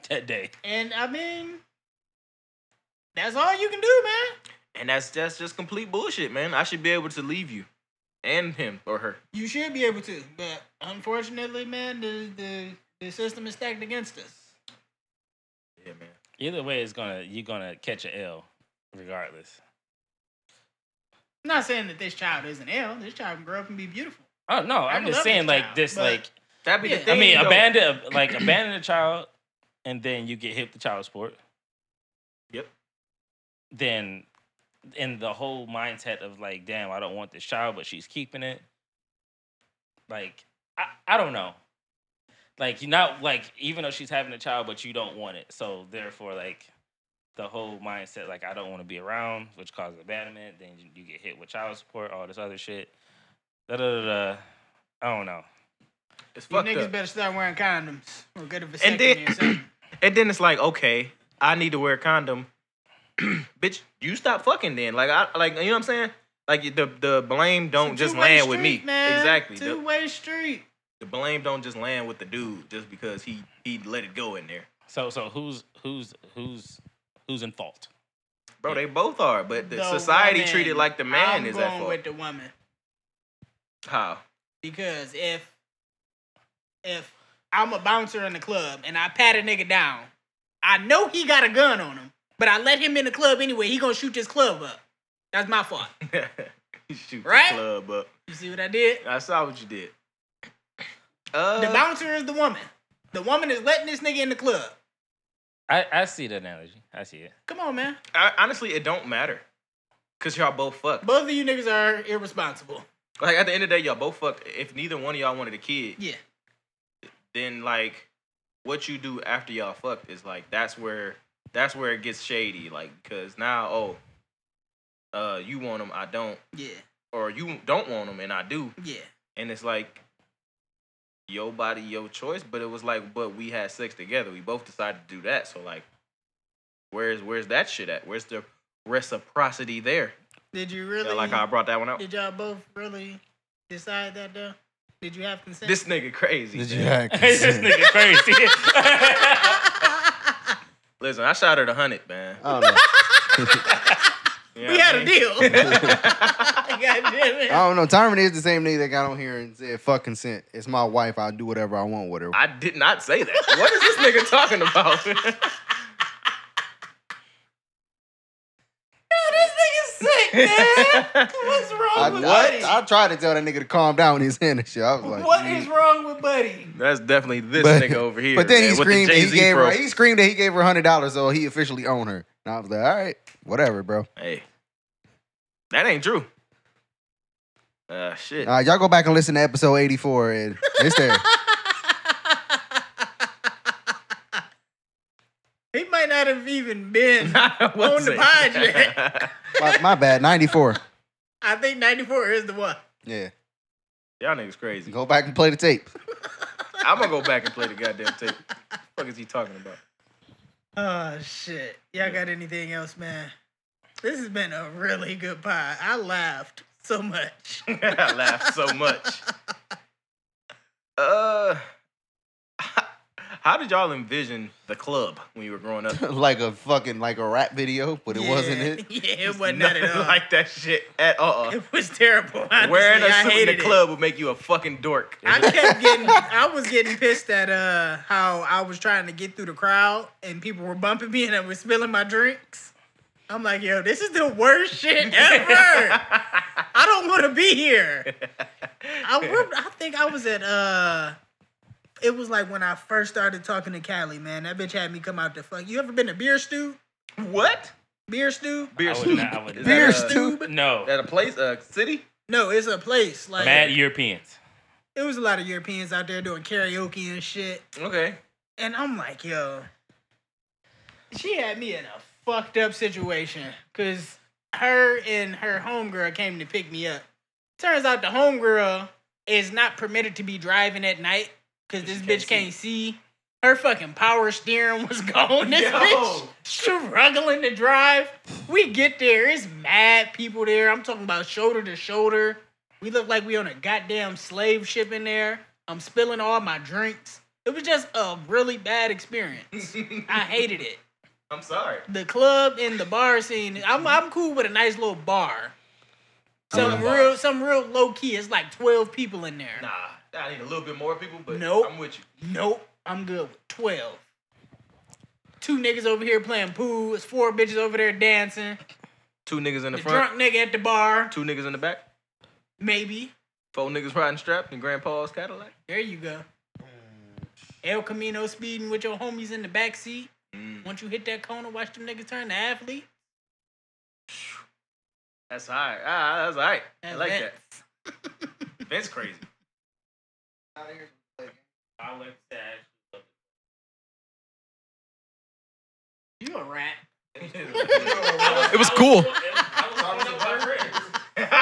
D: that day.
B: And I mean, that's all you can do, man.
A: And that's that's just complete bullshit, man. I should be able to leave you. And him or her.
B: You should be able to, but unfortunately, man, the the, the system is stacked against us.
A: Yeah, man.
D: Either way, it's gonna you're gonna catch an L, regardless.
B: I'm not saying that this child isn't ill. This child can grow up and be beautiful.
D: Oh no,
B: I
D: I'm just
B: love
D: saying
B: this
D: like
B: child,
D: this
B: but-
D: like
A: That'd be
B: Yeah.
A: the
B: I
A: thing.
D: I mean
A: though.
D: abandon a- like abandon a child, and then you get hit with child support.
A: Yep.
D: Then, in the whole mindset of like, damn, I don't want this child, but she's keeping it. Like, I, I don't know. Like you're not like even though she's having a child, but you don't want it. So therefore, like the whole mindset, like I don't want to be around, which causes abandonment. Then you, you get hit with child support, all this other shit. Da da da. da. I don't know.
A: It's
B: You
A: fucked
B: niggas
A: up.
B: better start wearing condoms or get a
A: And
B: vasectomy
A: then-
B: or something.
A: And then it's like, okay, I need to wear a condom. Bitch, you stop fucking then. Like I like you know what I'm saying? Like the the blame don't
B: It's a
A: just
B: two-way
A: land with me.
B: street, Man.
A: Exactly. The-
B: Two way street.
A: the blame don't just land with the dude just because he he let it go in there.
D: So so who's who's who's who's in fault?
A: Bro, they both are, but the, society
B: woman.
A: treated like the man
B: I'm
A: is
B: going
A: at fault.
B: with the woman
A: How?
B: because if if I'm a bouncer in the club and I pat a nigga down, I know he got a gun on him, but I let him in the club anyway. He gonna shoot this club up. That's my fault.
A: You Shoot
B: Right?
A: the club up.
B: You see what I did?
A: I saw what you did. Uh,
B: The bouncer is the woman. The woman is letting this nigga in the club.
D: I I see the analogy. I see it.
B: Come on, man.
A: I, honestly, it don't matter. Cause y'all both fucked.
B: Both of you niggas are irresponsible.
A: like at the end of the day, y'all both fucked. If neither one of y'all wanted a kid,
B: Yeah.
A: then like what you do after y'all fucked is like that's where that's where it gets shady. Like because now oh, uh, you want them, I don't,
B: Yeah.
A: or you don't want them and I do,
B: Yeah.
A: and it's like your body, your choice. But it was like, but we had sex together. We both decided to do that. So like, where's where's that shit at? Where's the reciprocity there?
B: Did you really?
A: Yeah, like how I brought that one out.
B: Did y'all both really decide that though? Did you have consent?
A: This nigga crazy.
C: Did
A: man.
C: you have
D: this nigga crazy.
A: Listen, I shot her the hundred, man.
F: I don't know.
A: You know
B: we
A: what I
B: had a
A: mean?
B: deal. God damn it.
F: I don't know. Tyron is the same nigga that got on here and said, fuck consent. It's my wife. I'll do whatever I want with her.
A: I did not say that. What is this nigga talking about?
B: Yo, this nigga's sick, man. What's wrong
F: I,
B: with
F: I,
B: Buddy?
F: I tried to tell that nigga to calm down when he's in the shit. I was like,
B: what
F: mm.
B: is wrong with Buddy?
A: That's definitely this
F: But-
A: nigga over here.
F: But then he
A: man, with
F: screamed.
A: the
F: that he
A: Jay-Z
F: gave
A: fro.
F: her. He screamed that he gave her hundred dollars, so he officially owned her. And I was like, all right, whatever, bro.
A: Hey, that ain't true. Uh, shit.
F: All right, y'all go back and listen to episode eighty four, and it's there.
B: he might not have even been.
A: on
B: the pod, Jack.
F: my, my bad, ninety four.
B: I think 94 is the one.
F: Yeah,
A: Y'all niggas crazy.
F: go back and play the tape.
A: I'm gonna go back and play the goddamn tape. What the fuck is he talking about?
B: Oh shit. Y'all got anything else, man? This has been a really good pod. I laughed so much.
A: I laughed so much. Uh, How did y'all envision the club when you were growing up?
F: like a fucking like a rap video, but it wasn't it.
B: Yeah, it wasn't that at
A: Nothing
B: all.
A: like that shit at all.
B: it was terrible. Honestly.
A: Wearing a
B: I
A: suit in
B: hated
A: the
B: it.
A: club would make you a fucking dork.
B: I kept getting, I was getting pissed at uh how I was trying to get through the crowd and people were bumping me and I was spilling my drinks. I'm like, yo, this is the worst shit ever. I don't want to be here. I rem- I think I was at uh, it was like when I first started talking to Callie, man. That bitch had me come out the fuck. You ever been to Beer Stew?
A: What?
B: Beer Stew?
A: Beer
D: I would
A: stew.
D: not- I would
A: Is that
D: not.
F: Beer
A: a-
F: stew.
D: No,
A: At a place, a city.
B: No, it's a place like
D: mad Europeans.
B: it was a lot of Europeans out there doing karaoke and shit.
A: Okay.
B: And I'm like, yo, she had me in a fucked up situation because her and her homegirl came to pick me up. Turns out the homegirl is not permitted to be driving at night because this bitch can't see. Her fucking power steering was gone. This bitch struggling to drive. We get there, it's mad people there. I'm talking about shoulder to shoulder. We look like we on a goddamn slave ship in there. I'm spilling all my drinks. It was just a really bad experience. I hated it.
A: I'm sorry.
B: The club and the bar scene. I'm I'm cool with a nice little bar. Some
A: Yeah.
B: real some real low key. It's like twelve people in there.
A: Nah, I need a little bit more people, but
B: Nope.
A: I'm with you.
B: Nope, I'm good with 12. Two niggas over here playing pool. It's four bitches over there dancing.
A: Two niggas in the
B: The
A: front,
B: drunk nigga at the bar,
A: two niggas in the back,
B: maybe.
A: four niggas riding strapped in Grandpa's Cadillac.
B: There you go.
A: Mm.
B: El Camino speeding with your homies in the back seat. Once you hit that corner, watch them niggas turn to athlete.
A: That's all right. Ah, that's all right. I
B: And
A: like
B: Vince.
A: that. Vince crazy.
D: I went to
B: You a rat.
G: It was cool.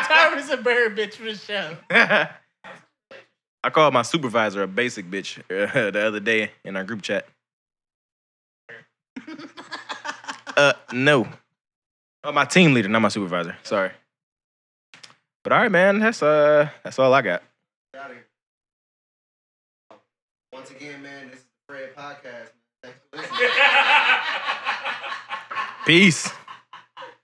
B: Tyrus a bird bitch for sure.
A: I called my supervisor a basic bitch uh, the other day in our group chat. uh, no. Oh, my team leader, not my supervisor. Sorry. But all right, man. That's uh, that's all I got.
F: Once again, man, this is the Fred podcast.
A: Peace.